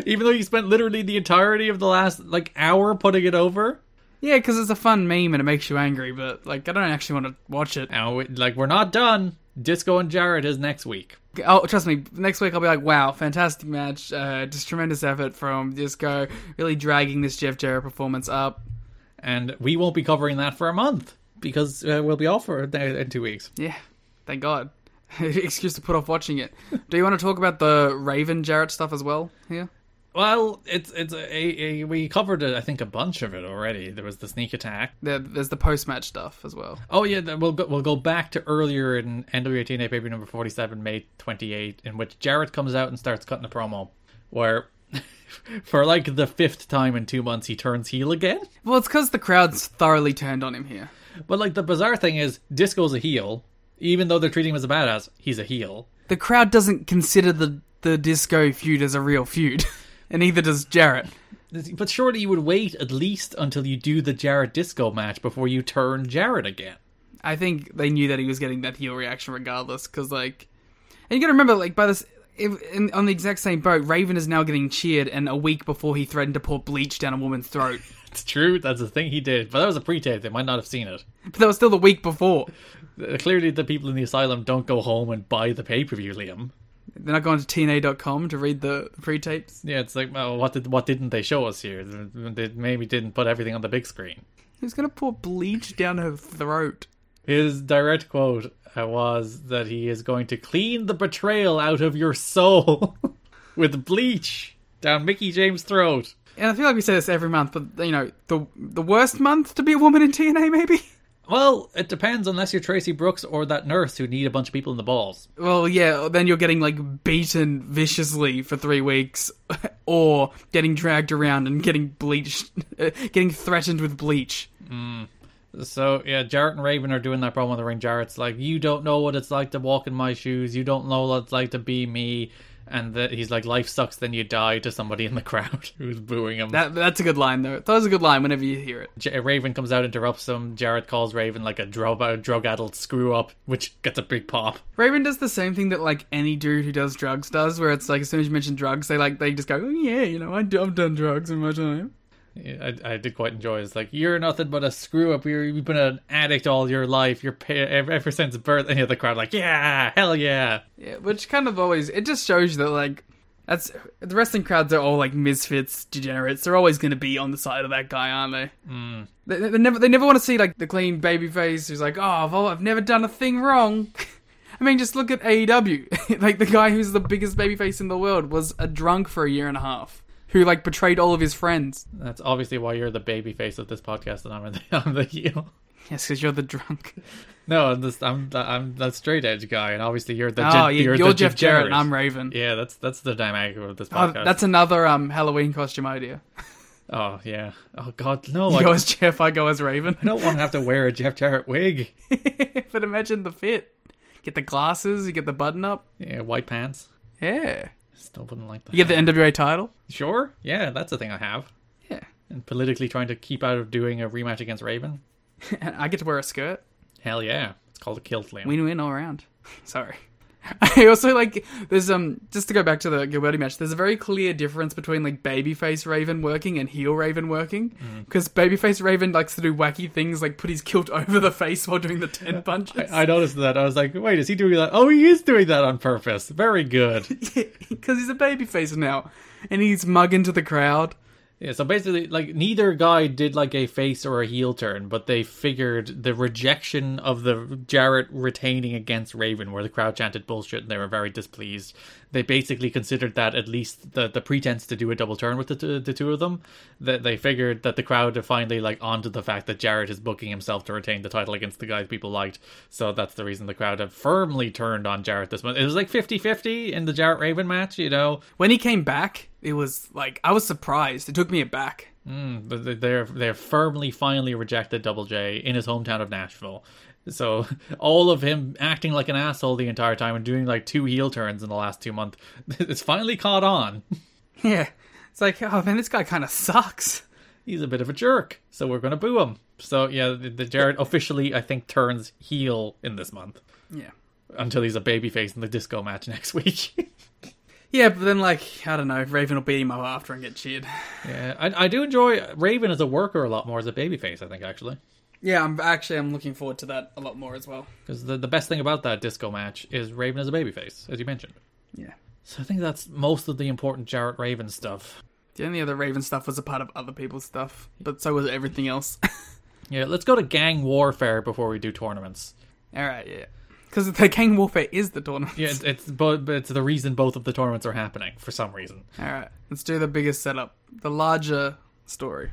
S4: Even though you spent literally the entirety of the last like hour putting it over.
S1: yeah, because it's a fun meme and it makes you angry, but like I don't actually want to watch it.
S4: Now, we- like we're not done. Disco and Jarrett is next week.
S1: Oh, trust me. Next week I'll be like, wow, fantastic match. Uh, just tremendous effort from Disco, really dragging this Jeff Jarrett performance up.
S4: and we won't be covering that for a month because uh, we'll be off for uh, in two weeks.
S1: Yeah, thank God. Excuse to put off watching it. Do you want to talk about the Raven Jarrett stuff as well here?
S4: Well, it's it's a, a, a we covered uh, I think a bunch of it already. There was the sneak attack.
S1: There, there's the post match stuff as well.
S4: Oh yeah, then we'll go, we'll go back to earlier in NWA TNA paper number forty seven, May twenty eight, in which Jarrett comes out and starts cutting a promo, where for like the fifth time in two months he turns heel again.
S1: Well, it's because the crowd's thoroughly turned on him here.
S4: But like the bizarre thing is, Disco's a heel, even though they're treating him as a badass. He's a heel.
S1: The crowd doesn't consider the the Disco feud as a real feud, and neither does Jarrett.
S4: But surely you would wait at least until you do the Jarrett Disco match before you turn Jarrett again.
S1: I think they knew that he was getting that heel reaction regardless, because like, and you got to remember, like by this, if, in, on the exact same boat, Raven is now getting cheered, and a week before he threatened to pour bleach down a woman's throat,
S4: It's true, that's the thing he did, but that was a pre-tape. They might not have seen it.
S1: but that was still the week before.
S4: Uh, Clearly, the people in the asylum don't go home and buy the pay-per-view, Liam.
S1: Then I go on to TNA.com to read the pre-tapes.
S4: Yeah, it's like, well, what did what didn't they show us here? They maybe didn't put everything on the big screen.
S1: He was gonna pour bleach down her throat.
S4: His direct quote uh, was that he is going to clean the betrayal out of your soul with bleach down Mickey James' throat.
S1: And I feel like we say this every month, but you know, the the worst month to be a woman in TNA, maybe.
S4: Well, it depends unless you're Tracy Brooks or that nurse who need a bunch of people in the balls.
S1: Well, yeah. Then you're getting like beaten viciously for three weeks, or getting dragged around and getting bleached, getting threatened with bleach.
S4: So yeah, Jarrett and Raven are doing that promo in the ring. Jarrett's like, "You don't know what it's like to walk in my shoes. You don't know what it's like to be me." And that he's like, "Life sucks, then you die." To somebody in the crowd who's booing him.
S1: That that's a good line though. That was a good line whenever you hear it.
S4: J- Raven comes out, interrupts him. Jarrett calls Raven like a drug drug addled screw up, which gets a big pop.
S1: Raven does the same thing that like any dude who does drugs does, where it's like as soon as you mention drugs, they like they just go, oh, yeah, you know, I do, I've done drugs in my time.
S4: I, I did quite enjoy. it. It's like you're nothing but a screw up. You're, you've been an addict all your life. You're pa- ever, ever since birth. And you know, the crowd like, yeah, hell yeah.
S1: Yeah, which kind of always it just shows you that like that's the wrestling crowds are all like misfits, degenerates. They're always going to be on the side of that guy, aren't they? Mm.
S4: Hmm.
S1: They, they never they never want to see like the clean baby face who's like, oh, I've, al- I've never done a thing wrong. I mean, just look at AEW. like the guy who's the biggest babyface in the world was a drunk for a year and a half, who like betrayed all of his friends.
S4: That's obviously why you're the baby face of this podcast, and I'm the, I'm the heel.
S1: Yes, because you're the drunk.
S4: No, I'm the, I'm the, I'm the straight edge guy, and obviously you're the.
S1: oh,
S4: gen-
S1: yeah, you're,
S4: the
S1: Jeff Jarrett and
S4: degenerate.
S1: I'm Raven.
S4: Yeah, that's that's the dynamic of this
S1: Oh,
S4: podcast.
S1: that's another um, Halloween costume idea.
S4: oh yeah. Oh god, no!
S1: You
S4: I,
S1: go as Jeff, I go as Raven.
S4: I don't want to have to wear a Jeff Jarrett wig.
S1: but imagine the fit. Get the glasses, you get the button up.
S4: Yeah, white pants.
S1: Yeah.
S4: Still wouldn't like that.
S1: You get the NWA title.
S4: sure. Yeah, that's a thing I have.
S1: Yeah.
S4: And politically trying to keep out of doing a rematch against Raven.
S1: And I get to wear a skirt.
S4: Hell yeah. It's called a kilt, Liam.
S1: Win win all around. Sorry. I also like there's um just to go back to the Gilberti match. There's a very clear difference between like babyface Raven working and heel Raven working because babyface Raven likes to do wacky things like put his kilt over the face while doing the ten punches.
S4: I noticed that. I was like, wait, is he doing that? Oh, he is doing that on purpose. Very good.
S1: because he's a babyface now, and he's mugging to the crowd.
S4: Yeah, so basically, like neither guy did like a face or a heel turn, but they figured the rejection of the Jarrett retaining against Raven, where the crowd chanted bullshit and they were very displeased. They basically considered that at least the the pretense to do a double turn with the two, the two of them. That they figured that the crowd are finally like onto the fact that Jarrett is booking himself to retain the title against the guys people liked. So that's the reason the crowd have firmly turned on Jarrett this month. It was like 50-50 in the Jarrett Raven match, you know.
S1: When he came back, it was like I was surprised. It took me aback.
S4: But they- they're they're firmly finally rejected Double J in his hometown of Nashville. So all of him acting like an asshole the entire time and doing like two heel turns in the last two months, it's finally caught on.
S1: Yeah, it's like oh man, this guy kind of sucks.
S4: He's a bit of a jerk, so we're gonna boo him. So yeah, the, the Jared officially I think turns heel in this month
S1: Yeah,
S4: until he's a babyface in the disco match next week.
S1: yeah, but then like I don't know, Raven will beat him up after and get cheered.
S4: yeah, I, I do enjoy Raven as a worker a lot more as a babyface. I think actually.
S1: Yeah, I'm actually I'm looking forward to that a lot more as well.
S4: Because the, the best thing about that disco match is Raven as a babyface, as you mentioned.
S1: Yeah.
S4: So I think that's most of the important Jarrett Raven stuff.
S1: The only other Raven stuff was a part of other people's stuff, but so was everything else.
S4: Yeah, let's go to gang warfare before we do tournaments.
S1: All right, yeah, because the gang warfare is the tournament.
S4: Yeah, it's, it's but but it's the reason both of the tournaments are happening for some reason.
S1: All right, let's do the biggest setup, the larger story.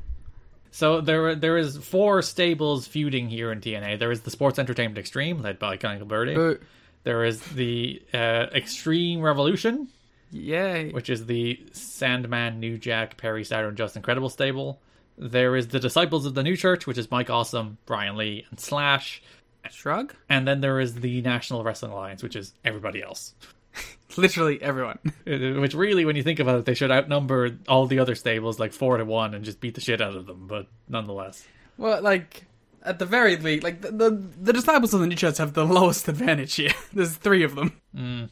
S4: So there were- there is four stables feuding here in TNA. There is the Sports Entertainment Extreme led by Connie Gilberti.
S1: Boo.
S4: There is the uh, Extreme Revolution,
S1: Yay!
S4: which is the Sandman, New Jack, Perry Saturn, Just Incredible stable. There is the Disciples of the New Church, which is Mike Awesome, Brian Lee, and Slash.
S1: Shrug.
S4: And then there is the National Wrestling Alliance, which is everybody else.
S1: Literally everyone.
S4: Uh, Which really, when you think about it, they should outnumber all the other stables like four to one and just beat the shit out of them. But nonetheless,
S1: Well, like at the very least, like the the, the disciples of the new church have the lowest advantage here. There's three of them.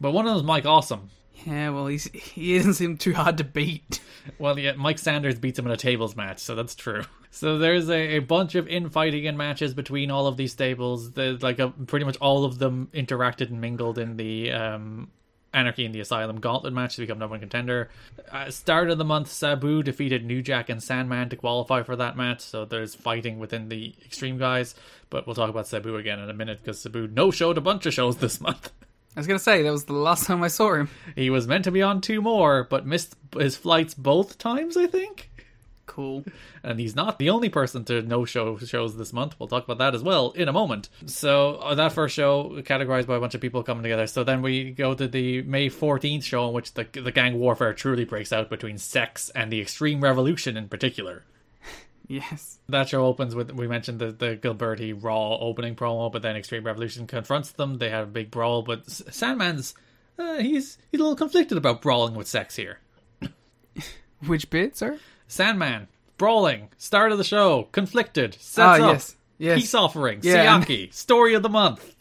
S4: but one of them is Mike Awesome.
S1: Yeah, well, he's he doesn't seem too hard to beat.
S4: Well, yeah, Mike Sanders beats him in a tables match, so that's true. So there's a, a bunch of infighting and matches between all of these stables. There's like a, pretty much all of them interacted and mingled in the um, Anarchy in the Asylum Gauntlet match to become number one contender. Uh, start of the month, Sabu defeated New Jack and Sandman to qualify for that match. So there's fighting within the Extreme guys, but we'll talk about Sabu again in a minute because Sabu no showed a bunch of shows this month.
S1: I was gonna say that was the last time I saw him.
S4: He was meant to be on two more, but missed his flights both times, I think.
S1: Cool.
S4: and he's not the only person to no show shows this month. We'll talk about that as well in a moment. So uh, that first show categorized by a bunch of people coming together. So then we go to the May 14th show in which the the gang warfare truly breaks out between sex and the extreme revolution in particular.
S1: Yes.
S4: That show opens with we mentioned the the Gilberti Raw opening promo, but then Extreme Revolution confronts them. They have a big brawl, but S- Sandman's uh, he's he's a little conflicted about brawling with sex here.
S1: Which bit, sir?
S4: Sandman, brawling, start of the show, conflicted, sets
S1: Ah,
S4: up,
S1: yes, yes.
S4: peace offering,
S1: Yeah,
S4: Siaki, story of the month.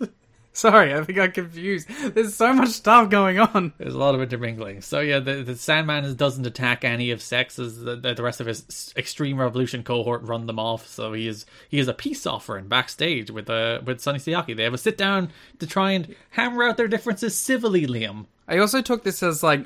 S1: Sorry, I think I confused. There's so much stuff going on.
S4: There's a lot of intermingling. So yeah, the, the Sandman is- doesn't attack any of Sex as the, the the rest of his s- Extreme Revolution cohort run them off. So he is he is a peace offering backstage with uh with Sonny Siaki. They have a sit down to try and hammer out their differences civilly, Liam.
S1: I also took this as like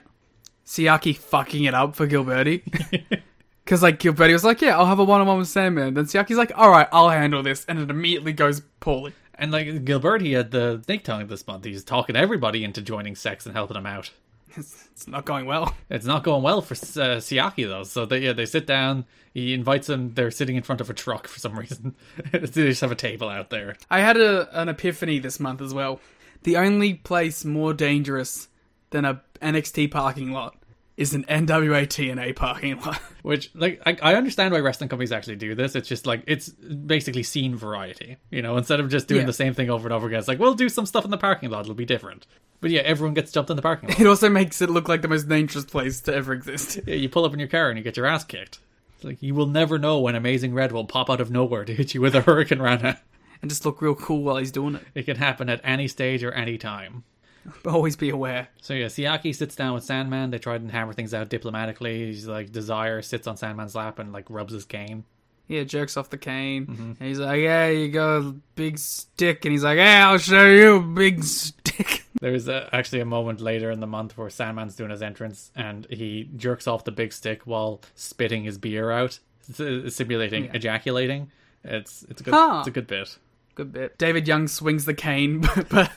S1: Siaki fucking it up for Gilberti. Because like Gilberti was like, "Yeah, I'll have a one-on-one with Sandman." Then Siaki's like, "All right, I'll handle this," and it immediately goes poorly.
S4: And like Gilberti had the snake tongue this month. He's talking everybody into joining Sex and helping them out.
S1: It's, it's not going well.
S4: It's not going well for uh, Siaki though. So they yeah, they sit down. He invites them. They're sitting in front of a truck for some reason. they just have a table out there.
S1: I had a, an epiphany this month as well. The only place more dangerous than a NXT parking lot is an NWA TNA parking lot.
S4: Which like I, I understand why wrestling companies actually do this. It's just like it's basically scene variety. You know, instead of just doing
S1: Yeah.
S4: the same thing over and over again, it's like we'll do some stuff in the parking lot. It'll be different. But yeah, everyone gets jumped in the parking lot.
S1: It also makes it look like the most dangerous place to ever exist.
S4: Yeah, you pull up in your car and you get your ass kicked. It's like you will never know when Amazing Red will pop out of nowhere to hit you with a Hurricane Rana.
S1: And just look real cool while he's doing it.
S4: It can happen at any stage or any time.
S1: But always be aware.
S4: So yeah, Siaki sits down with Sandman. They try and hammer things out diplomatically. He's like, Desire sits on Sandman's lap and like rubs his cane.
S1: yeah, jerks off the cane, and he's like, "Yeah, you got a big stick," and he's like, "Yeah, I'll show you a big stick."
S4: There's a, actually a moment later in the month where Sandman's doing his entrance and he jerks off the big stick while spitting his beer out, s- simulating ejaculating. It's it's a good
S1: Huh.
S4: it's a good bit.
S1: Good bit. David Young swings the cane, but, but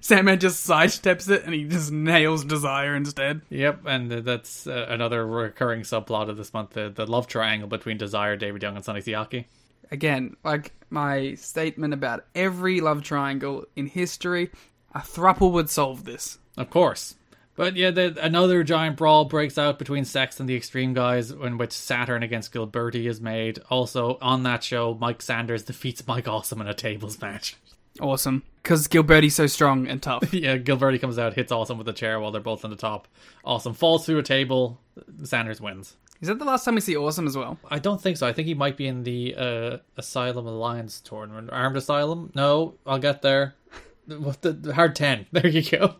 S1: Sandman just sidesteps it, and he just nails Desire instead.
S4: Yep, and th- that's uh, another recurring subplot of this month: the, the love triangle between Desire, David Young, and Sonny Siaki.
S1: Again, like my statement about every love triangle in history, a thruple would solve this.
S4: Of course. But yeah, the, another giant brawl breaks out between Sex and the Extreme guys, in which Saturn against Gilberti is made. Also, on that show, Mike Sanders defeats Mike Awesome in a tables match.
S1: Awesome, because Gilberti's so strong and tough.
S4: Yeah, Gilberti comes out, hits Awesome with a chair while they're both on the top. Awesome falls through a table. Sanders wins.
S1: Is that the last time we see Awesome as well?
S4: I don't think so. I think he might be in the uh, Asylum Alliance tournament. Armed Asylum? No, I'll get there. What the, the hard ten? There you go.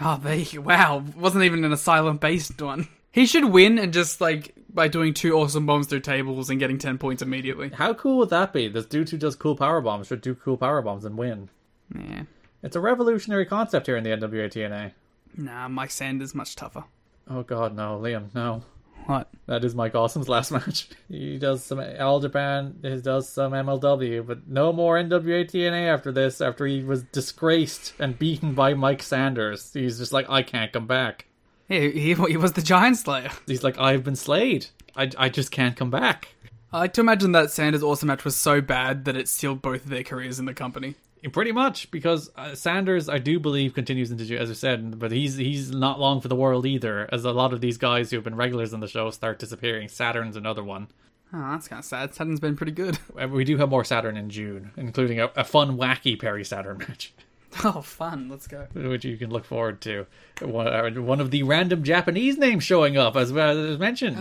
S1: Oh, there you- wow, wasn't even an asylum based one. He should win and just like by doing two awesome bombs through tables and getting ten points immediately.
S4: How cool would that be? This dude who does cool power bombs should do cool power bombs and win.
S1: Yeah,
S4: It's a revolutionary concept here in the NWA TNA.
S1: nah, Mike Sanders much tougher.
S4: Oh god, no, Liam, no.
S1: What?
S4: That is Mike Awesome's last match. He does some All Japan, he does some MLW, but no more NWA TNA after this, after he was disgraced and beaten by Mike Sanders. He's just like, I can't come back.
S1: Yeah, he, he was the Giant Slayer.
S4: He's like, I've been slayed. I, I just can't come back.
S1: I like to imagine that Sanders' awesome match was so bad that it sealed both of their careers in the company.
S4: Pretty much, because uh, Sanders, I do believe, continues into Ju- as I said, but he's he's not long for the world either, as a lot of these guys who have been regulars on the show start disappearing. Saturn's another one.
S1: Oh, that's kind of sad. Saturn's been pretty good.
S4: Uh, We do have more Saturn in June, including a, a fun, wacky Perry Saturn match,
S1: Oh, fun. Let's go.
S4: which you can look forward to. One, uh, one of the random Japanese names showing up, as, well as mentioned.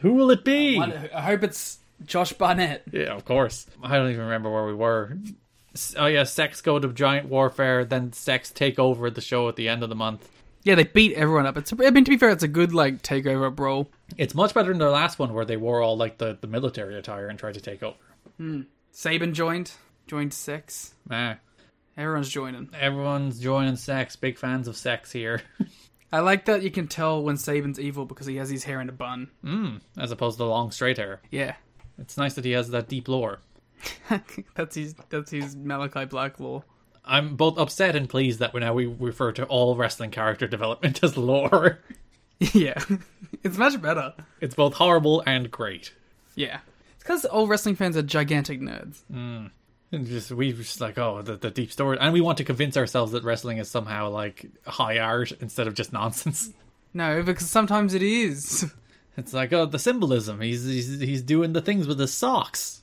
S4: Who will it be?
S1: I hope it's Josh Barnett.
S4: Yeah, of course. I don't even remember where we were. S- Oh yeah, Sex go to Giant Warfare, then Sex take over the show at the end of the month.
S1: Yeah, they beat everyone up. It's I mean, to be fair, it's a good like takeover brawl.
S4: It's much better than their last one where they wore all like the, the military attire and tried to take over.
S1: Saban joined, joined Sex.
S4: Nah.
S1: Everyone's joining.
S4: Ah, Everyone's joining Sex. Big fans of Sex here.
S1: I like that you can tell when Saban's evil because he has his hair in a bun.
S4: As opposed to long straight hair.
S1: Yeah,
S4: It's nice that he has that deep lore.
S1: that's his that's his Malachi Black law.
S4: I'm both upset and pleased that we now we refer to all wrestling character development as lore.
S1: yeah, it's much better.
S4: It's both horrible and great.
S1: Yeah, it's because all wrestling fans are gigantic nerds.
S4: And just we were just like oh the, the deep story, and we want to convince ourselves that wrestling is somehow like high art instead of just nonsense.
S1: No, because sometimes it is.
S4: It's like oh the symbolism. He's he's he's doing the things with his socks.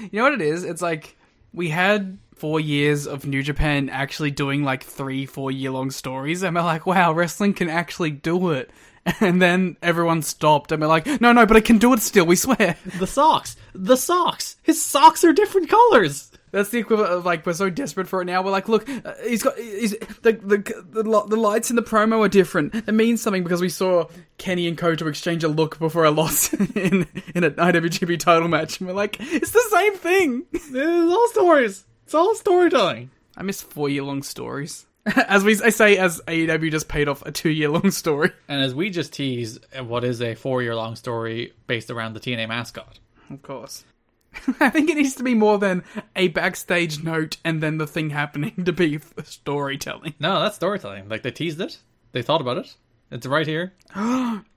S1: You know what it is? It's like we had four years of New Japan actually doing like three, four year long stories, and we're like, wow, wrestling can actually do it. And then everyone stopped, and we're like, no, no, but it can do it still, we swear.
S4: The socks, the socks. His socks are different colors.
S1: That's the equivalent of like, we're so desperate for it now, we're like, look, uh, he's got, he's, the, the, the, lo- the lights in the promo are different. It means something because we saw Kenny and Koto exchange a look before a loss in, in an IWGP title match, and we're like, it's the same thing!
S4: It's all stories. It's all storytelling.
S1: I miss four year long stories. as we I say, as AEW just paid off a two year long story.
S4: And as we just tease, what is a four-year-long story based around the TNA mascot?
S1: Of course. I think it needs to be more than a backstage note and then the thing happening to be f- storytelling.
S4: No, that's storytelling. Like they teased it. They thought about it. It's right here.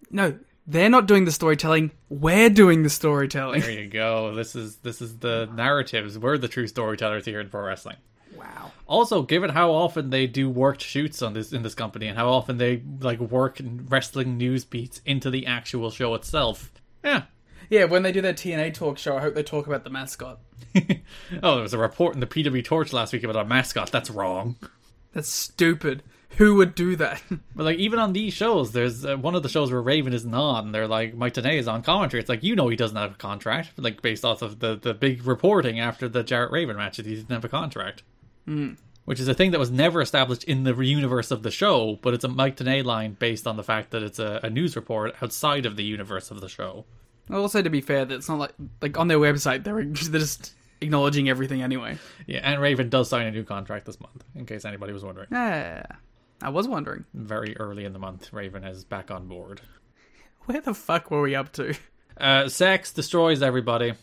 S1: No, they're not doing the storytelling. We're doing the
S4: There
S1: storytelling.
S4: you go. This is this is the narratives. We're the true storytellers here in pro wrestling.
S1: Wow.
S4: Also, given how often they do worked shoots on this in this company, and how often they like work wrestling news beats into the actual show itself. Yeah.
S1: Yeah, when they do their TNA talk show, I hope they talk about the mascot.
S4: Oh, there was a report in the PW Torch last week about a mascot. That's wrong.
S1: That's stupid. Who would do that?
S4: But like even on these shows, there's uh, one of the shows where Raven isn't on. They're like Mike Tanay is on commentary. It's like you know he doesn't have a contract. Like based off of the the big reporting after the Jarrett Raven match, that he didn't have a contract, which is a thing that was never established in the universe of the show. But it's a Mike Tanay line based on the fact that it's a, a news report outside of the universe of the show.
S1: Also, to be fair, that's not like like on their website they're, they're just acknowledging everything anyway.
S4: Yeah, and Raven does sign a new contract this month, in case anybody was wondering.
S1: Yeah, I was wondering
S4: Very early in the month, Raven is back on board.
S1: where the fuck were we up to?
S4: Uh, sex destroys everybody.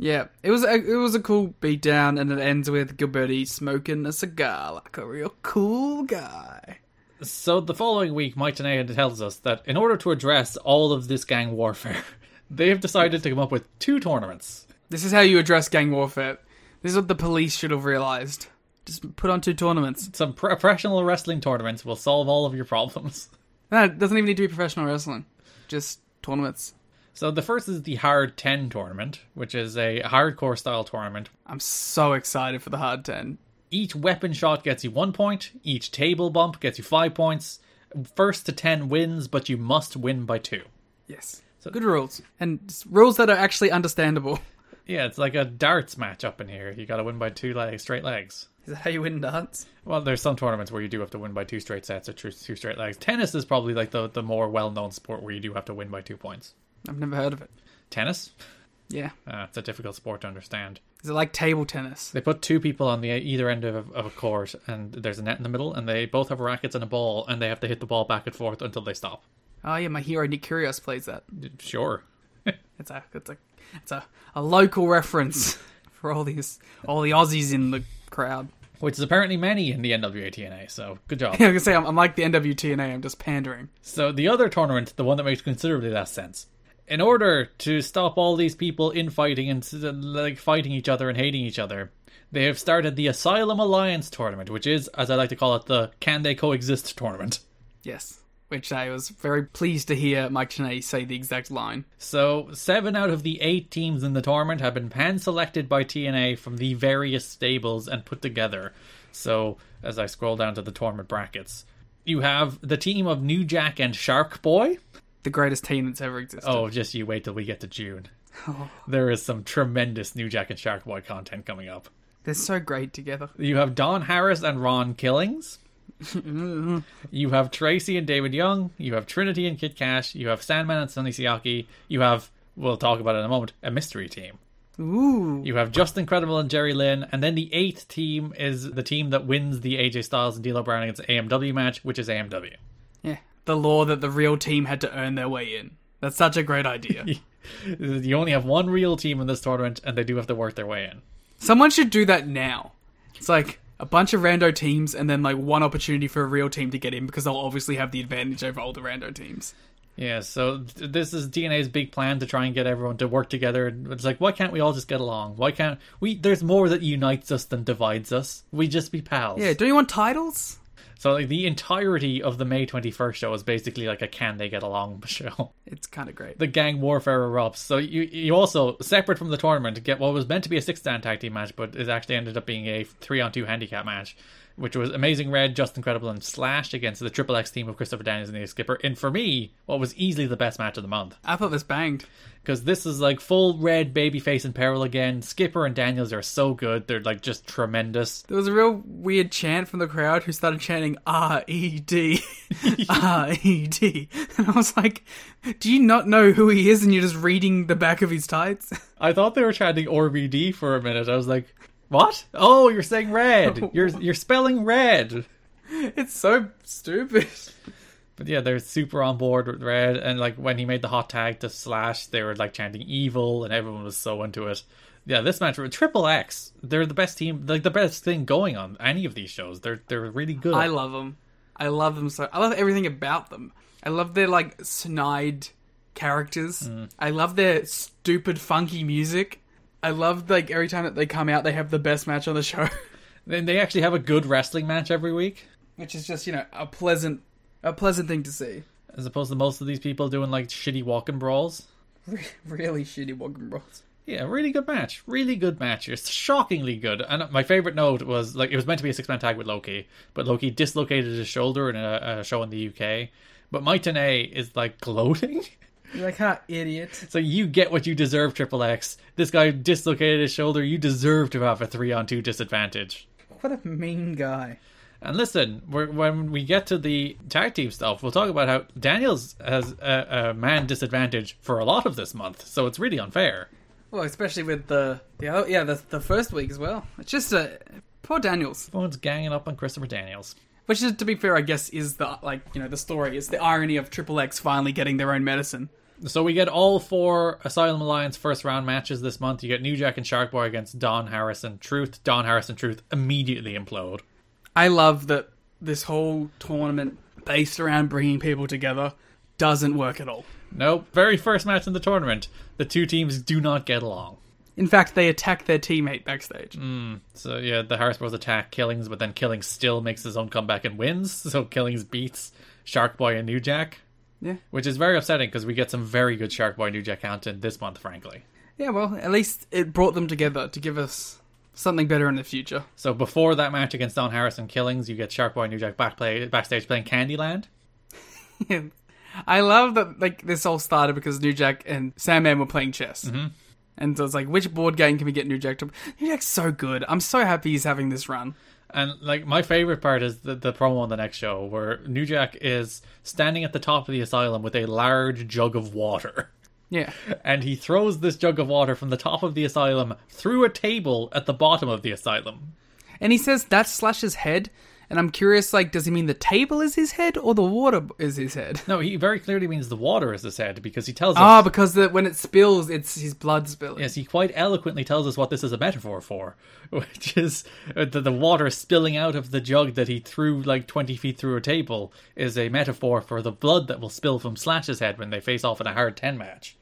S1: Yeah, it was a, it was a cool beatdown, and it ends with Gilberti smoking a cigar like a real cool guy.
S4: So the following week, Mike Tenaya tells us that in order to address all of this gang warfare, they have decided to come up with two tournaments.
S1: This is how you address gang warfare. This is what the police should have realized. Just put on two tournaments.
S4: Some pro- professional wrestling tournaments will solve all of your problems.
S1: No, it doesn't even need to be professional wrestling. Just tournaments.
S4: So the first is the Hard 10 tournament, which is a hardcore style tournament.
S1: I'm so excited for the hard ten.
S4: Each weapon shot gets you one point, each table bump gets you five points. First to 10 wins, but you must win by two.
S1: Yes. So good rules and s- rules that are actually understandable.
S4: Yeah, it's like a darts match up in here. You gotta win by two legs, straight legs.
S1: Is that how you win darts?
S4: Well, there's some tournaments where you do have to win by two straight sets or two, two straight legs. Tennis is probably like the, the more well known sport where you do have to win by two points.
S1: I've never heard of it.
S4: Tennis?
S1: Yeah.
S4: Uh, it's a difficult sport to understand.
S1: Is it like table tennis?
S4: They put two people on the e, either end of, of a court, and there's a net in the middle, and they both have rackets and a ball, and they have to hit the ball back and forth until they stop.
S1: Oh yeah, my hero Nick Curios plays that.
S4: Sure.
S1: It's a it's a it's a, a local reference for all these all the Aussies in the crowd.
S4: Which is apparently many in the NWA TNA, so good job.
S1: I was gonna say I'm, I'm like the NWTNA. I'm just pandering.
S4: So the other tournament, the one that makes considerably less sense. In order to stop all these people infighting and s- like fighting each other and hating each other, they have started the Asylum Alliance tournament, which is, as I like to call it, the Can They Coexist tournament.
S1: Yes, which I was very pleased to hear Mike Cheney say the exact line.
S4: So seven out of the eight teams in the tournament have been pan-selected by TNA from the various stables and put together. So as I scroll down to the tournament brackets, you have the team of New Jack and Shark Boy.
S1: The greatest team that's ever existed.
S4: Oh, just you wait till we get to June. There is some tremendous New Jack and Shark Boy content coming up.
S1: They're so great together.
S4: You have Don Harris and Ron Killings. you have Tracy and David Young. You have Trinity and Kid Cash. You have Sandman and Sonny Siaki. You have, we'll talk about it in a moment, a mystery team.
S1: Ooh,
S4: You have Just Incredible and Jerry Lynn. And then the eighth team is the team that wins the AJ Styles and D'Lo Brown against AMW match, which is AMW.
S1: yeah. The law that the real team had to earn their way in. That's such a great idea.
S4: You only have one real team in this tournament, and they do have to work their way in.
S1: Someone should do that now. It's like a bunch of rando teams and then like one opportunity for a real team to get in because they'll obviously have the advantage over all the rando teams.
S4: Yeah, so th- this is DNA's big plan to try and get everyone to work together. It's like, why can't we all just get along? Why can't we? There's more that unites us than divides us. We just be pals.
S1: Yeah, do you want titles?
S4: So like, the entirety of the May 21st show is basically like a can they get along show.
S1: It's kind of great.
S4: the gang warfare erupts. So you you also separate from the tournament get what was meant to be a six man tag team match, but it actually ended up being a three on two handicap match, which was Amazing Red, Just Incredible, and Slash against the Triple X team of Christopher Daniels and the Skipper. And for me, what was easily the best match of the month
S1: I thought this banged.
S4: because this is like full red babyface in peril again. Skipper and Daniels are so good; they're like just tremendous.
S1: There was a real weird chant from the crowd who started chanting R E D R E D, and I was like, "Do you not know who he is?" And you're just reading the back of his tights.
S4: I thought they were chanting RVD for a minute. I was like, "What? Oh, you're saying red? You're you're spelling red?"
S1: It's so stupid.
S4: But yeah, they're super on board with Red, and like when he made the hot tag to Slash, they were like chanting "evil," and everyone was so into it. Yeah, this match with Triple X, they're the best team, like the best thing going on any of these shows. They're they're really good.
S1: I love them. I love them so. I love everything about them. I love their like snide characters. I love their stupid funky music. I love like every time that they come out, they have the best match on the show,
S4: and they actually have a good wrestling match every week,
S1: which is just you know a pleasant, a pleasant thing to see.
S4: as opposed to most of these people doing like shitty walking brawls.
S1: really shitty Wogan Bros.
S4: Yeah, really good match. Really good match. It's shockingly good. And my favorite note was like it was meant to be a six man tag with Loki, but Loki dislocated his shoulder in a, a show in the UK. But Mike Tenay is like gloating.
S1: You're like, huh, idiot.
S4: So you get what you deserve, Triple X. This guy dislocated his shoulder. You deserve to have a three on two disadvantage.
S1: What a mean guy.
S4: And listen, we're, when we get to the tag team stuff, we'll talk about how Daniels has a, a man disadvantage for a lot of this month, so it's really unfair.
S1: Well, especially with the the other, yeah the the first week as well. It's just a poor Daniels,
S4: Everyone's ganging up on Christopher Daniels.
S1: which is to be fair, I guess is the like you know the story. It's the irony of Triple X finally getting their own medicine.
S4: So we get all four Asylum Alliance first round matches this month. You get New Jack and Sharkboy against Don Harrison Truth. Don Harrison Truth immediately implode.
S1: I love that this whole tournament based around bringing people together doesn't work at all.
S4: Nope, very first match in the tournament. The two teams do not get along.
S1: In fact, they attack their teammate backstage.
S4: So yeah, the Harris Bros attack Killings, but then Killings still makes his own comeback and wins. So Killings beats Sharkboy and New Jack.
S1: Yeah.
S4: Which is very upsetting because we get some very good Sharkboy and New Jack Mountain this month, frankly.
S1: Yeah, well, at least it brought them together to give us something better in the future.
S4: So before that match against Don Harris and Killings, you get Sharkboy and New Jack back play, backstage playing Candyland.
S1: I love that like this all started because New Jack and Sandman were playing chess. Mm-hmm. And so it's like, which board game can we get New Jack to? New Jack's so good. I'm so happy he's having this run.
S4: And like my favorite part is the, the promo on the next show where New Jack is standing at the top of the asylum with a large jug of water.
S1: Yeah.
S4: and he throws this jug of water from the top of the asylum through a table at the bottom of the asylum.
S1: And he says that's Slash's head. And I'm curious, like, does he mean the table is his head or the water b- is his head?
S4: No, he very clearly means the water is his head because he tells us.
S1: Ah, because the, when it spills, it's his blood spilling.
S4: yes, he quite eloquently tells us what this is a metaphor for, which is uh, the, the water spilling out of the jug that he threw like 20 feet through a table is a metaphor for the blood that will spill from Slash's head when they face off in a hard 10 match.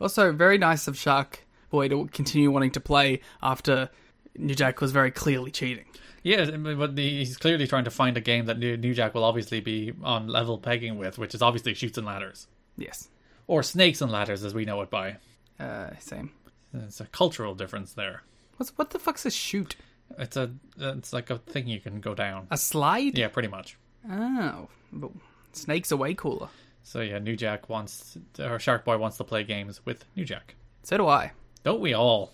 S1: Also, very nice of Shark Boy to continue wanting to play after New Jack was very clearly cheating.
S4: Yeah, I mean, but the, he's clearly trying to find a game that New, New Jack will obviously be on level pegging with, which is obviously shoots and ladders.
S1: Yes.
S4: Or snakes and ladders as we know it by.
S1: Uh, same.
S4: It's a cultural difference there.
S1: What's, what the fuck's a shoot?
S4: It's a it's like a thing you can go down.
S1: A slide?
S4: Yeah, pretty much.
S1: Oh, but snakes are way cooler.
S4: So yeah, New Jack wants or Shark Boy wants to play games with New Jack.
S1: So do I.
S4: Don't we all?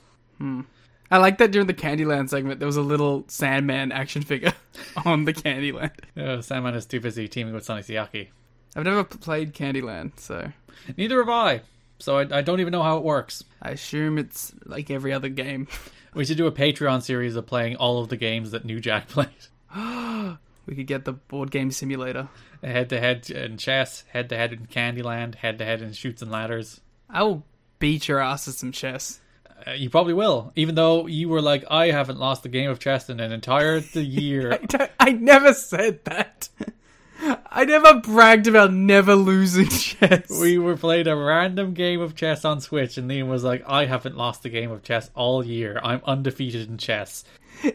S1: I like that during the Candyland segment, there was a little Sandman action figure on the Candyland.
S4: Uh, Sandman is too busy teaming with Sonny Siaki.
S1: I've never p- played Candyland, so
S4: Neither have I. So I, I don't even know how it works.
S1: I assume it's like every other game.
S4: We should do a Patreon series of playing all of the games that New Jack played.
S1: We could get the board game simulator.
S4: Head to head in chess, head to head in Candyland, head to head in shoots and ladders.
S1: I will beat your ass at some chess.
S4: Uh, you probably will, even though you were like, I haven't lost a game of chess in an entire the year.
S1: I don't- I never said that. I never bragged about never losing chess.
S4: We were playing a random game of chess on Switch, and Liam was like, "I haven't lost a game of chess all year. I'm undefeated in chess,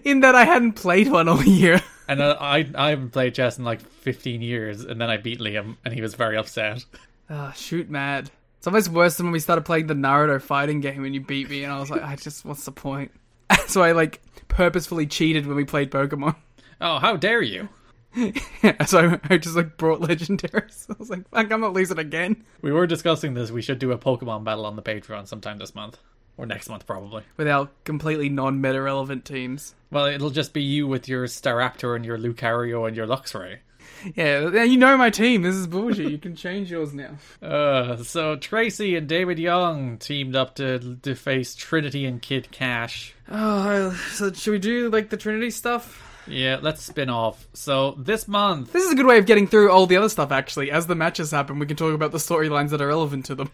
S1: In that I hadn't played one all year.
S4: and uh, I I haven't played chess in like 15 years." And then I beat Liam, and he was very upset.
S1: Ah, shoot, mad. It's almost worse than when we started playing the Naruto fighting game and you beat me, and I was like, I just, what's the point? so I like purposefully cheated when we played Pokemon.
S4: Oh, how dare you!
S1: so I just like brought legendaries. I was like, fuck, I'm not losing again.
S4: We were discussing this. We should do a Pokemon battle on the Patreon sometime this month or next month, probably.
S1: With our completely non-meta relevant teams.
S4: Well, it'll just be you with your Staraptor and your Lucario and your Luxray.
S1: Yeah, yeah, you know my team. This is bullshit. You can change yours now.
S4: Uh, so Tracy and David Young teamed up to deface Trinity and Kid Cash.
S1: Oh, so should we do like the Trinity stuff?
S4: Yeah, let's spin off. So this month,
S1: This is a good way of getting through all the other stuff, actually. As the matches happen, we can talk about the storylines that are relevant to them.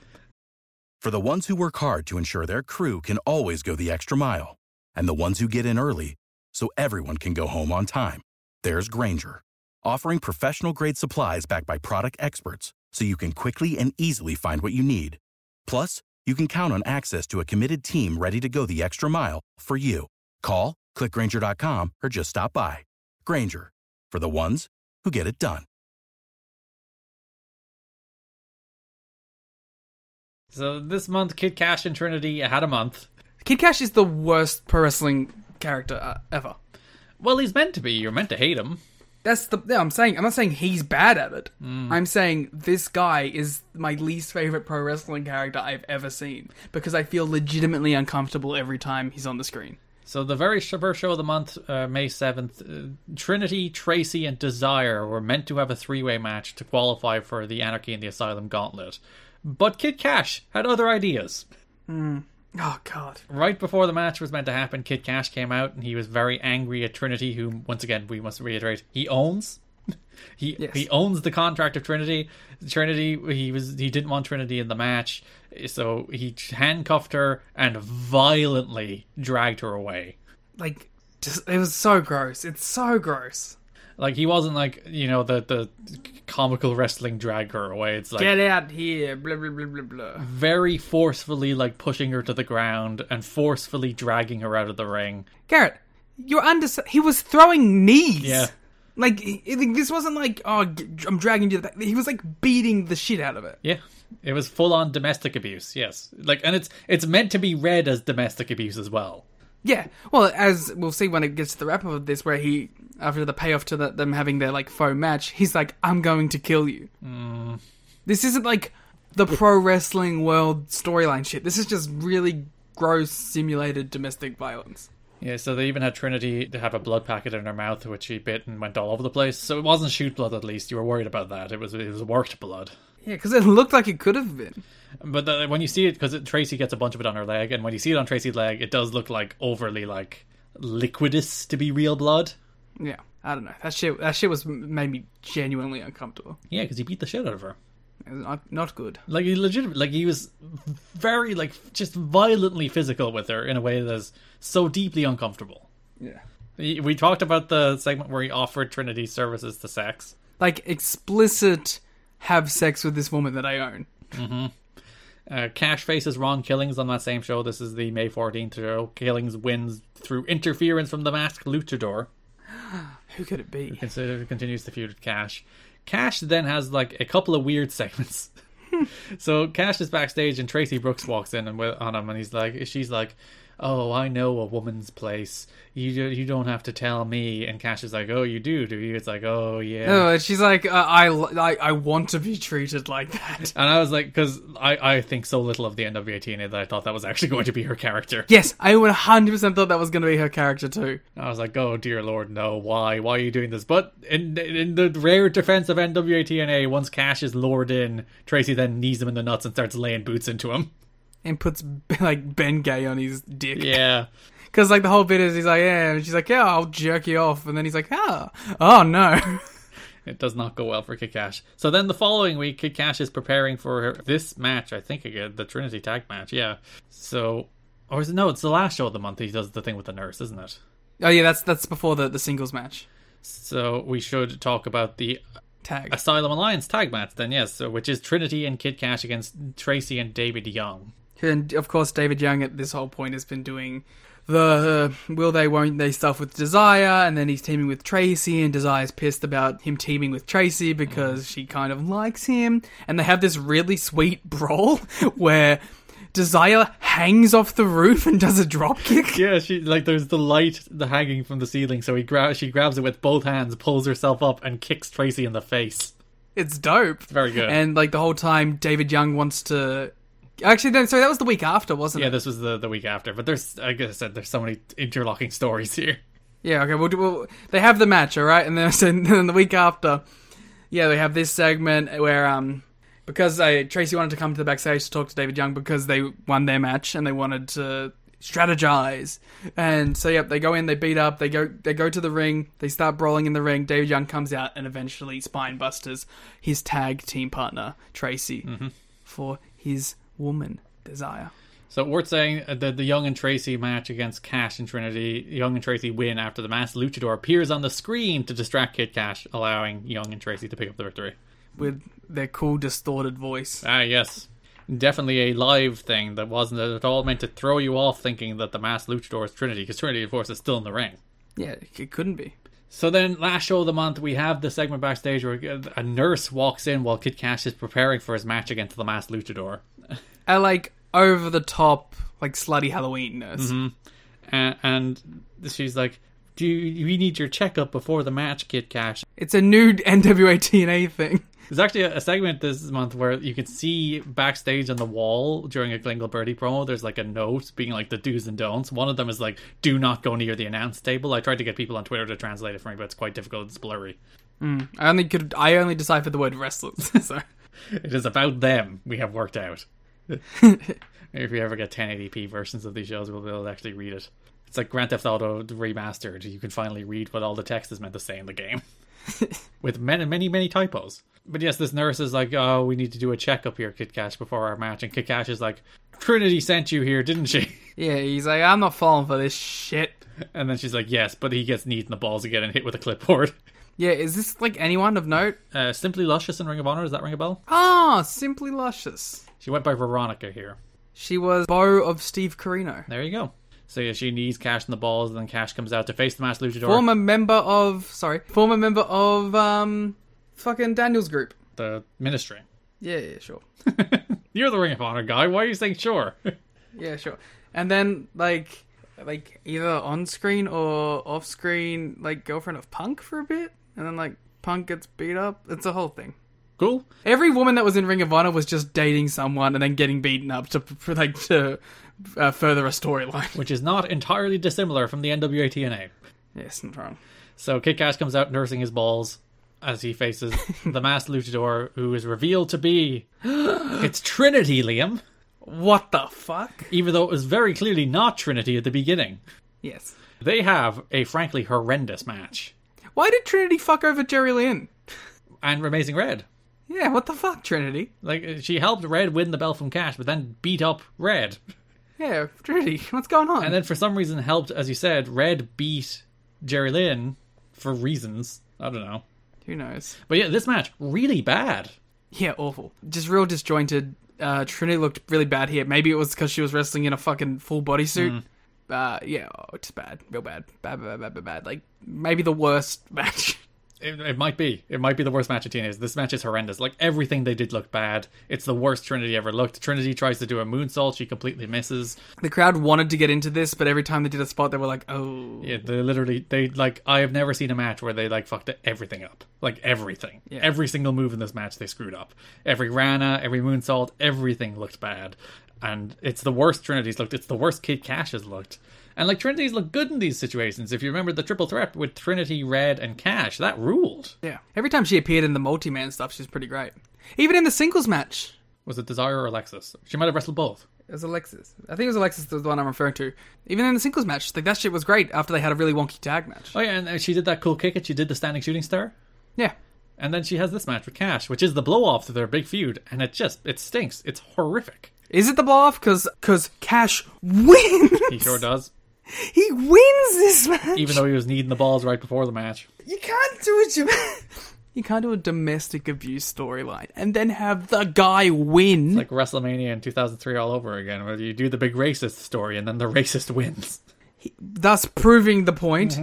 S6: For the ones who work hard to ensure their crew can always go the extra mile, and the ones who get in early so everyone can go home on time, there's Granger, offering professional grade supplies backed by product experts so you can quickly and easily find what you need. Plus, you can count on access to a committed team ready to go the extra mile for you. Call, clickgranger.com, or just stop by. Granger, for the ones who get it done.
S4: so this month, Kid Cash and Trinity had a month.
S1: Kid Cash is the worst pro wrestling character uh, ever.
S4: Well, he's meant to be. You're meant to hate him.
S1: That's the yeah, I'm saying. I'm not saying he's bad at it. I'm saying this guy is my least favorite pro wrestling character I've ever seen because I feel legitimately uncomfortable every time he's on the screen.
S4: So the very sh- first show of the month, uh, May seventh, uh, Trinity, Tracy, and Desire were meant to have a three-way match to qualify for the Anarchy and the Asylum Gauntlet, but Kid Cash had other ideas.
S1: Oh god.
S4: Right before the match was meant to happen, Kid Cash came out and he was very angry at Trinity, who, once again, we must reiterate, he owns. he
S1: Yes.
S4: he owns the contract of Trinity. Trinity, he was he didn't want Trinity in the match, so he handcuffed her and violently dragged her away.
S1: Like just it was so gross. It's so gross.
S4: Like he wasn't like you know the the comical wrestling drag her away. It's like
S1: Get out here, blah blah blah blah blah.
S4: very forcefully like pushing her to the ground and forcefully dragging her out of the ring.
S1: Garrett, you're under he was throwing knees.
S4: Yeah.
S1: Like he- he- this wasn't like oh g- I'm dragging you to the back. He was like beating the shit out of it.
S4: Yeah, it was full on domestic abuse. Yes, like and it's it's meant to be read as domestic abuse as well.
S1: Yeah. Well, as we'll see when it gets to the wrap up of this, where he, after the payoff to the, them having their like faux match, he's like, "I'm going to kill you." This isn't like the pro wrestling world storyline shit. This is just really gross simulated domestic violence.
S4: Yeah, so they even had Trinity to have a blood packet in her mouth, which she bit and went all over the place. So it wasn't shoot blood. At least you were worried about that. It was it was worked blood.
S1: Yeah, because it looked like it could have been.
S4: But the, when you see it, because Tracy gets a bunch of it on her leg, and when you see it on Tracy's leg, it does look like overly like liquidous to be real blood.
S1: Yeah. I don't know. That shit. That shit was made me genuinely uncomfortable.
S4: Yeah, because he beat the shit out of her.
S1: It was not not good.
S4: Like he legitimately, like he was very like just violently physical with her in a way that's so deeply uncomfortable.
S1: Yeah.
S4: He- We talked about the segment where he offered Trinity services to sex.
S1: Like explicit, have sex with this woman that I own.
S4: Uh, Cash faces Ron Killings on that same show. This is the May 14th show. Killings wins through interference from the masked luchador.
S1: Who could it be?
S4: Consider continues the feud with Cash. Cash then has like a couple of weird segments. so Cash is backstage and Tracy Brooks walks in and wi- on him and he's like, she's like, "Oh, I know a woman's place. You do- you don't have to tell me." And Cash is like, "Oh, you do, do you?" It's like, "Oh yeah."
S1: Oh, and she's like, uh, I, I, I want to be treated like that.
S4: And I was like, because I, I think so little of E the NWA TNA that I thought that was actually going to be her character.
S1: Yes, I 100% thought that was going to be her character too.
S4: I was like, oh dear lord, no, why? Why are you doing this? But in in the rare defense of NWA TNA, once Cash is lured in, Tracy then knees him in the nuts and starts laying boots into him.
S1: And puts like Ben Gay on his dick.
S4: Yeah.
S1: Because like the whole bit is he's like, yeah, and she's like, yeah, I'll jerk you off. And then he's like, oh, oh no.
S4: It does not go well for Kid Cash. So then the following week, Kid Cash is preparing for her, this match, I think again, the Trinity tag match, yeah. So, or is it, no, it's the last show of the month he does the thing with the nurse, isn't it?
S1: oh yeah, that's that's before the, the singles match.
S4: So we should talk about the
S1: Tag.
S4: Asylum Alliance tag match then, yes, so, which is Trinity and Kid Cash against Tracy and David Young.
S1: And of course, David Young at this whole point has been doing the uh, will they, won't they stuff with Desire, and then he's teaming with Tracy, and Desire's pissed about him teaming with Tracy because she kind of likes him, and they have this really sweet brawl where Desire hangs off the roof and does a dropkick.
S4: Yeah, she like there's the light the hanging from the ceiling, so he gra- she grabs it with both hands, pulls herself up, and kicks Tracy in the face.
S1: It's dope.
S4: Very good.
S1: And like the whole time, David Young wants to. Actually, no, sorry, that was the week after, wasn't
S4: Yeah,
S1: it?
S4: this was the, the week after, but there's like I said, there's so many interlocking stories here.
S1: Yeah, okay. Well, do- well they have the match, all right, and then, so then the week after, yeah, they have this segment where um because uh, Tracy wanted to come to the backstage to talk to David Young because they won their match and they wanted to strategize, and so yep, they go in, they beat up, they go they go to the ring, they start brawling in the ring. David Young comes out and eventually spine busters his tag team partner Tracy for his woman desire.
S4: So worth saying uh, that the Young and Tracy match against Cash and Trinity, Young and Tracy win after the masked luchador appears on the screen to distract Kid Cash, allowing Young and Tracy to pick up the victory.
S1: With their cool distorted voice.
S4: Ah, yes. Definitely a live thing that wasn't at all meant to throw you off thinking that the masked luchador is Trinity, because Trinity, of course, is still in the ring.
S1: Yeah, it couldn't be.
S4: So then, last show of the month, we have the segment backstage where a nurse walks in while Kid Cash is preparing for his match against the masked luchador.
S1: a like over the top like slutty Halloween nurse.
S4: And, and she's like, Do you, we need your checkup before the match, Kid Cash?
S1: It's a nude NWA TNA thing.
S4: There's actually a, a segment this month where you can see backstage on the wall during a Glingle Birdie promo. There's like a note being like the do's and don'ts. One of them is like, do not go near the announce table. I tried to get people on Twitter to translate it for me, but it's quite difficult. It's blurry.
S1: I only could. I only deciphered the word wrestlers. So
S4: It is about them we have worked out. Maybe if we ever get 1080p versions of these shows, we'll be able to actually read it. It's like Grand Theft Auto remastered. You can finally read what all the text is meant to say in the game, with many, many, many typos. But yes, this nurse is like, "Oh, we need to do a checkup here, Kid Cash, before our match." And Kid Cash is like, "Trinity sent you here, didn't she?"
S1: yeah, he's like, I'm not falling for this shit.
S4: And then she's like, "Yes," but he gets kneed in the balls again and hit with a clipboard.
S1: Yeah, is this like anyone of note?
S4: Uh, Simply luscious in Ring of Honor. Does that ring a bell?
S1: Ah, simply luscious.
S4: She went by Veronica here.
S1: She was beau of Steve Carino,
S4: There you go. So yeah, she needs Cash in the balls, and then Cash comes out to face the mass luchador.
S1: former member of sorry, former member of um, fucking Daniel's group.
S4: the ministry.
S1: Yeah, yeah, sure.
S4: You're the Ring of Honor guy. Why are you saying sure?
S1: Yeah, sure. And then like like either on screen or off screen, like girlfriend of Punk for a bit, and then like Punk gets beat up. It's a whole thing.
S4: cool.
S1: Every woman that was in Ring of Honor was just dating someone and then getting beaten up to for, like to uh, further a storyline.
S4: Which is not entirely dissimilar from the NWA TNA.
S1: yes, not wrong.
S4: So Kid Cash comes out nursing his balls as he faces the mass luchador, who is revealed to be it's Trinity, Liam.
S1: What the fuck?
S4: Even though it was very clearly not Trinity at the beginning.
S1: Yes.
S4: They have a frankly horrendous match.
S1: Why did Trinity fuck over Jerry Lynn?
S4: And Amazing Red.
S1: Yeah, what the fuck, Trinity?
S4: Like she helped Red win the belt from Cash, but then beat up Red,
S1: Yeah, Trinity, what's going on?
S4: and then for some reason helped, as you said, Red beat Jerry Lynn for reasons I don't know.
S1: Who knows?
S4: But yeah, this match really bad.
S1: Yeah, awful. Just real disjointed. Uh, Trinity looked really bad here. Maybe it was because she was wrestling in a fucking full bodysuit. Uh, yeah, oh, just bad. Real bad. Bad, bad, bad, bad, bad. Like, maybe the worst match.
S4: It, it might be. It might be the worst match of TNA's. This match is horrendous. Like everything they did looked bad. It's the worst Trinity ever looked. Trinity tries to do a moonsault, she completely misses.
S1: the crowd wanted to get into this, but every time they did a spot, they were like, oh.
S4: Yeah, they literally they like I have never seen a match where they like fucked everything up. Like everything. Every single move in this match they screwed up. Every Rana, every moonsault, everything looked bad. And it's the worst Trinity's looked, it's the worst Kid Cash has looked. And like Trinity's look good in these situations. If you remember the triple threat with Trinity, Red, and Cash, that ruled.
S1: Yeah. Every time she appeared in the multi man stuff, she was pretty great. Even in the singles match,
S4: Was it Desire or Alexis? She might have wrestled both.
S1: It was Alexis. I think it was Alexis the one I'm referring to. Even in the singles match, like that shit was great after they had a really wonky tag match.
S4: Oh yeah, and uh, she did that cool kick and she did the standing shooting star.
S1: Yeah.
S4: And then she has this match with Cash, which is the blow off to their big feud, and it just it stinks. It's horrific.
S1: Is it the blow off? Cause, cause Cash wins.
S4: He sure does.
S5: He wins this match.
S4: even though he was needing the balls right before the match.
S5: You can't do it, Jim.
S1: You can't do a domestic abuse storyline and then have the guy win.
S4: Like WrestleMania in 2003 all over again, where you do the big racist story and then the racist wins.
S1: thus proving the point.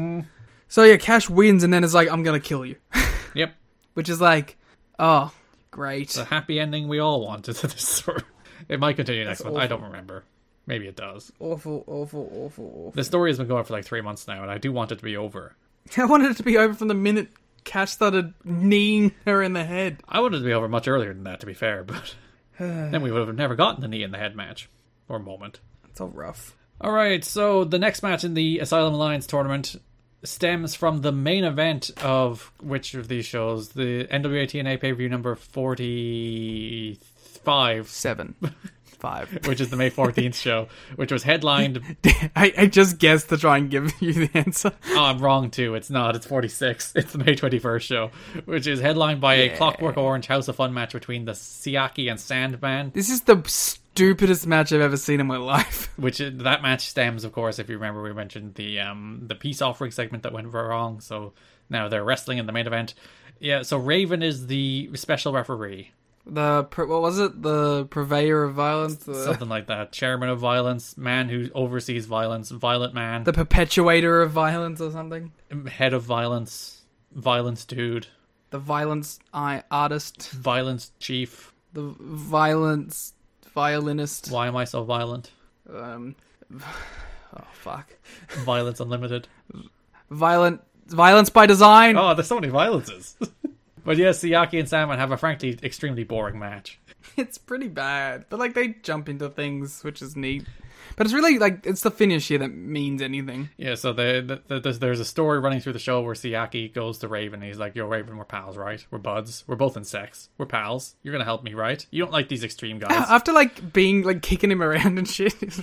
S1: So yeah, Cash wins and then is like, I'm gonna kill you.
S4: Yep.
S1: Which is like, oh, great.
S4: The happy ending we all wanted to this story. It might continue next month. I don't remember. Maybe it does.
S1: Awful, awful, awful,
S4: The story has been going for like three months now, and I do want it to be over.
S1: awful. I wanted it to be over from the minute Cash started kneeing her in the head.
S4: I wanted it to be over much earlier than that, to be fair, but then we would have never gotten the knee in the head match or moment.
S1: It's all rough.
S4: All right, so the next match in the Asylum Alliance tournament stems from the main event of which of these shows? The NWA TNA pay per view number 45,
S1: Seven. Five.
S4: which is the May 14th show, which was headlined.
S1: I, I just guessed to try and give you the answer.
S4: Oh, I'm wrong too. It's not. It's 46. It's the May 21st show, which is headlined by a Clockwork Orange House of Fun match between the Siaki and Sandman.
S1: This is the stupidest match I've ever seen in my life.
S4: which is, that match stems, of course, if you remember, we mentioned the um the peace offering segment that went wrong. So now they're wrestling in the main event. Yeah, so Raven is the special referee,
S1: The pr- what was it? The purveyor of violence, the,
S4: something like that. Chairman of violence, man who oversees violence, violent man,
S1: the perpetuator of violence, or something.
S4: head of violence, violence dude,
S1: The violence I artist,
S4: violence chief.
S1: the violence violinist.
S4: Why am I so violent?
S1: um oh fuck
S4: Violence unlimited.
S1: violent violence by design
S4: Oh, there's so many violences. But yes, Siaki and Salmon have a frankly extremely boring match.
S1: It's pretty bad, but like they jump into things, which is neat. But it's really like it's the finish here that means anything.
S4: Yeah, so the, the, there's, there's a story running through the show where Siaki goes to Raven. And he's like, Yo, Raven, we're pals, right? We're buds. We're both in sex. We're pals. You're going to help me, right? You don't like these extreme guys.
S1: After like being like kicking him around and shit, it's,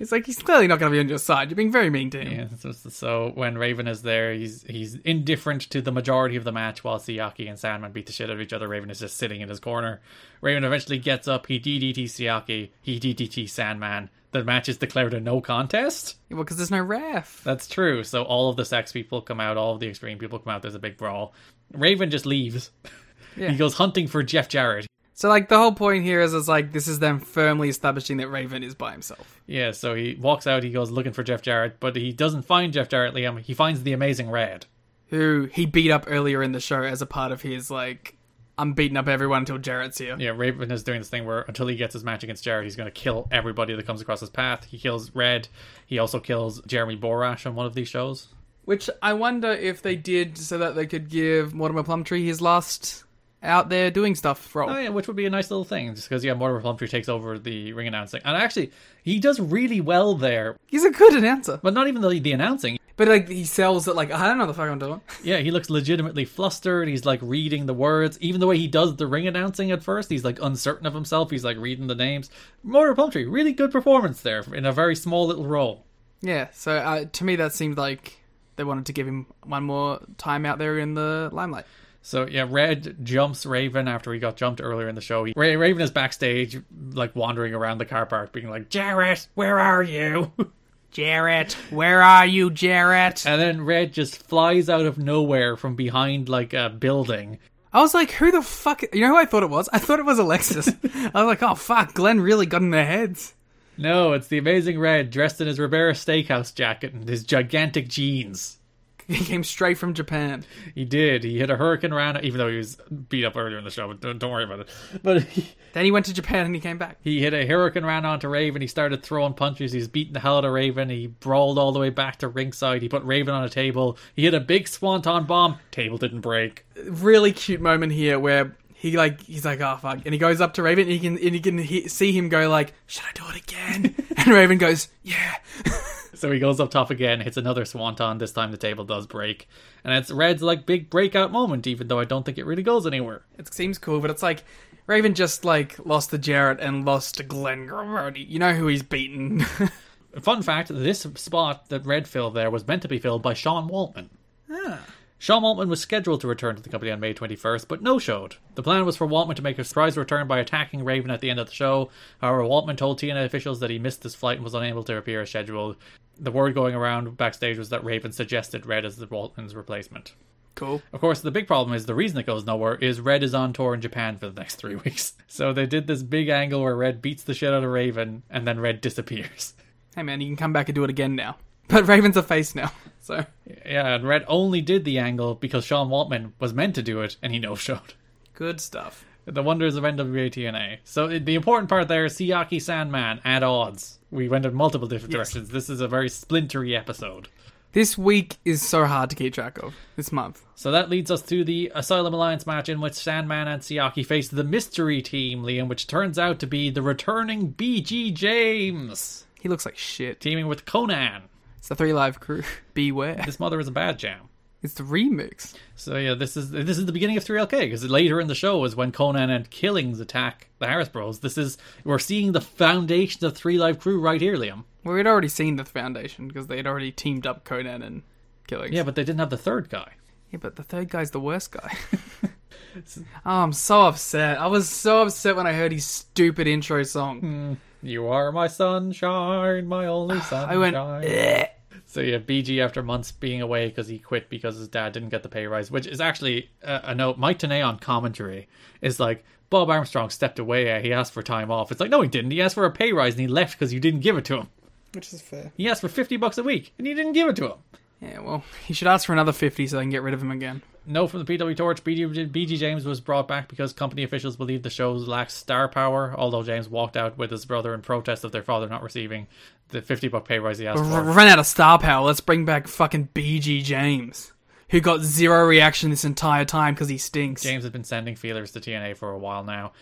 S1: it's like he's clearly not going to be on your side. You're being very mean to him.
S4: Yeah, so, so when Raven is there, he's he's indifferent to the majority of the match while Siaki and Sandman beat the shit out of each other. Raven is just sitting in his corner. Raven eventually gets up. He DDT Siaki. He DDT Sandman. The match is declared a no contest.
S1: Well, because there's no ref.
S4: That's true. So all of the sex people come out. All of the extreme people come out. There's a big brawl. Raven just leaves.
S1: Yeah.
S4: He goes hunting for Jeff Jarrett.
S1: So like the whole point here is, it's like this is them firmly establishing that Raven is by himself.
S4: Yeah, so he walks out. He goes looking for Jeff Jarrett, but he doesn't find Jeff Jarrett, Liam. He finds the Amazing Red.
S1: Who he beat up earlier in the show as a part of his like, I'm beating up everyone until Jarrett's here.
S4: Yeah, Raven is doing this thing where until he gets his match against Jared, he's going to kill everybody that comes across his path. He kills Red. He also kills Jeremy Borash on one of these shows.
S1: Which I wonder if they did so that they could give Mortimer Plumtree his last out there doing stuff role.
S4: Oh yeah, which would be a nice little thing, just because yeah, Mortimer Plumtree takes over the ring announcing, and actually he does really well there.
S1: He's a good announcer,
S4: But not even the, the announcing.
S1: but like he sells it like I don't know the fuck I'm doing.
S4: Yeah, he looks legitimately flustered. He's like reading the words. Even the way he does the ring announcing at first, he's like uncertain of himself. He's like reading the names. Motor Plumtree, really good performance there in a very small little role.
S1: Yeah, so uh, to me that seemed like they wanted to give him one more time out there in the limelight.
S4: So yeah, Red jumps Raven after he got jumped earlier in the show. He, Ra- Raven is backstage, like wandering around the car park, being like, "Jarrett, where are you?"
S1: Jarrett, where are you, Jarrett?
S4: And then Red just flies out of nowhere from behind like a building.
S1: I was like, who the fuck? You know who I thought it was? I thought it was Alexis. I was like, oh fuck, Glenn really got in their heads.
S4: No, it's the Amazing Red dressed in his Ribera Steakhouse jacket and his gigantic jeans.
S1: He came straight from Japan.
S4: He did. He hit a hurricane round, even though he was beat up earlier in the show. But don't, don't worry about it. But he,
S1: Then he went to Japan and he came back.
S4: he hit a hurricane round onto Raven. He started throwing punches. He's beating the hell out of Raven. He brawled all the way back to ringside. He put Raven on a table. He hit a big swanton bomb. Table didn't break.
S1: really cute moment here where he like he's like oh fuck and he goes up to Raven and he can and you can he- see him go like should I do it again and Raven goes yeah
S4: So he goes up top again, hits another swanton. This time the table does break, and it's Red's like big breakout moment. Even though I don't think it really goes anywhere.
S1: it seems cool but it's like Raven just like lost to Jarrett and lost to Glenn Grody you know who he's beaten
S4: Fun fact: this spot that Red filled there was meant to be filled by Sean Waltman. Sean Waltman was scheduled to return to the company on May 21st, but no showed. The plan was for Waltman to make a surprise return by attacking Raven at the end of the show. However, Waltman told TNA officials that he missed his flight and was unable to appear as scheduled. The word going around backstage was that Raven suggested Red as the Waltman's replacement.
S1: cool
S4: Of course, the big problem is the reason it goes nowhere is Red is on tour in Japan for the next three weeks. So they did this big angle where Red beats the shit out of Raven and then Red disappears.
S1: hey man you can come back and do it again now but Raven's a face now so
S4: Yeah, and Red only did the angle because Sean Waltman was meant to do it and he no showed.
S1: good stuff
S4: The Wonders of NWA TNA. So it- the important part there is Siaki Sandman at odds. We went in multiple different directions. This is a very splintery episode.
S1: this week is so hard to keep track of this month
S4: So that leads us to the Asylum Alliance match in which Sandman and Siaki face the mystery team, Liam, which turns out to be the returning BG James,
S1: he looks like shit
S4: teaming with Conan.
S1: it's the Three Live Crew beware
S4: This mother is a bad jam.
S1: it's the remix
S4: So yeah, this is this is the beginning of 3LK because later in the show is when Conan and Killings attack the Harris Bros. This is we're seeing the foundation of Three Live Crew right here, Liam.
S1: well we'd already seen the Foundation because they had already teamed up Conan and Killings
S4: Yeah, but they didn't have the third guy.
S1: Yeah, but the third guy's the worst guy. oh, I'm so upset. I was so upset when I heard his stupid intro song.
S4: Hmm, You are my sunshine, my only sunshine.
S1: I went,
S4: So yeah, BG after months being away because he quit because his dad didn't get the pay rise, which is actually uh, a note. Mike Tenay on commentary is like, Bob Armstrong stepped away. uh, He asked for time off. It's like, no, he didn't. He asked for a pay rise and he left because you didn't give it to him.
S1: Which is fair.
S4: He asked for fifty bucks a week and you didn't give it to him.
S1: Yeah, well, he should ask for another 50 so they can get rid of him again.
S4: No from the PW Torch. BG, BG James was brought back because company officials believe the shows lacks star power. Although James walked out with his brother in protest of their father not receiving the fifty buck pay rise he asked
S1: R-
S4: for.
S1: run out of star power. Let's bring back fucking BG James. who got zero reaction this entire time because he stinks.
S4: James has been sending feelers to TNA for a while now.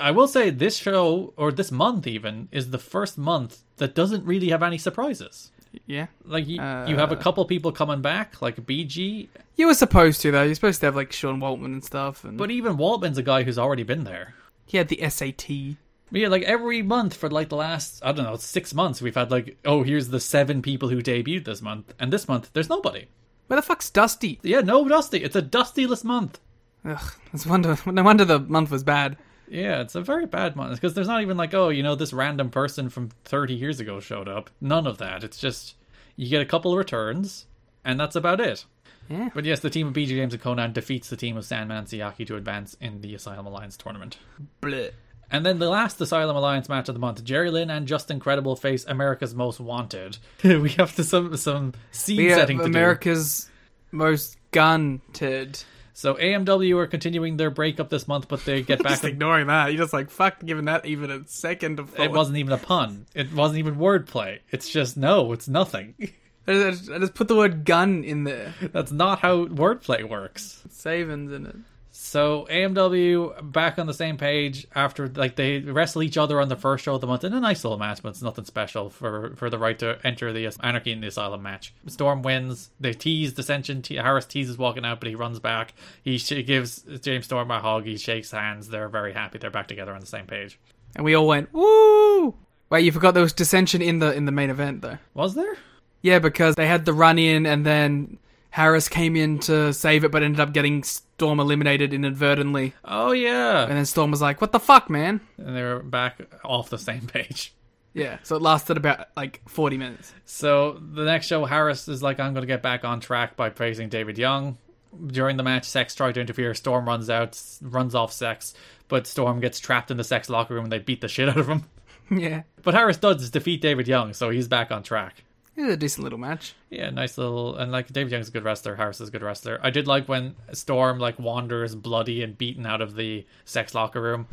S4: I will say this show, or this month even, is the first month that doesn't really have any surprises.
S1: Yeah.
S4: Like you, you have a couple people coming back, like BG,
S1: You were supposed to, though. You're supposed to have, like, Sean Waltman and stuff. And
S4: but even Waltman's a guy who's already been there.
S1: he had the SAT.
S4: But yeah, like every month for like the last I don't know six months, we've had like oh here's the seven people who debuted this month, and this month there's nobody.
S1: Where the fuck's Dusty?
S4: Yeah, no Dusty. It's a Dustyless month.
S1: Ugh, it's wonder, no wonder the month was bad.
S4: Yeah, it's a very bad month because there's not even like, oh, you know, this random person from 30 years ago showed up. None of that. It's just you get a couple of returns, and that's about it.
S1: Yeah.
S4: But yes, the team of BG James and Conan defeats the team of Sandman and Siaki to advance in the Asylum Alliance tournament.
S1: Bleh.
S4: And then the last Asylum Alliance match of the month, Jerry Lynn and Justin Credible face America's Most Wanted. we have to some some seed
S1: We have
S4: setting to do.
S1: America's most gunted.
S4: So AMW are continuing their breakup this month, but they get back.
S1: Just ignoring that. You're just like, fuck, giving that even a second of thought.
S4: it wasn't even a pun. It wasn't even wordplay. It's just no. It's nothing.
S1: I just, I just put the word gun in there.
S4: That's not how wordplay works.
S1: Savings in it.
S4: So AMW back on the same page after like they wrestle each other on the first show of the month in a nice little match, but it's nothing special for for the right to enter the Anarchy in the Asylum match. Storm wins. They tease dissension. Te- Harris teases walking out, but he runs back. He sh- gives James Storm a hug. He shakes hands. They're very happy. They're back together on the same page.
S1: And we all went, woo! Wait, you forgot there was dissension in the in the main event, though.
S4: Was there?
S1: Yeah, because they had the run in and then Harris came in to save it but ended up getting Storm eliminated inadvertently.
S4: Oh yeah.
S1: And then Storm was like, what the fuck, man?
S4: And they're back off the same page.
S1: Yeah, so it lasted about like 40 minutes.
S4: So the next show, Harris is like, I'm going to get back on track by praising David Young. During the match, Sex tried to interfere. Storm runs out, runs off Sex, but Storm gets trapped in the Sex locker room and they beat the shit out of him.
S1: yeah.
S4: But Harris does defeat David Young, so he's back on track.
S1: It was a decent little match.
S4: Yeah, nice little and like David Young's a good wrestler, Harris is a good wrestler. I did like when Storm like wanders bloody and beaten out of the sex locker room.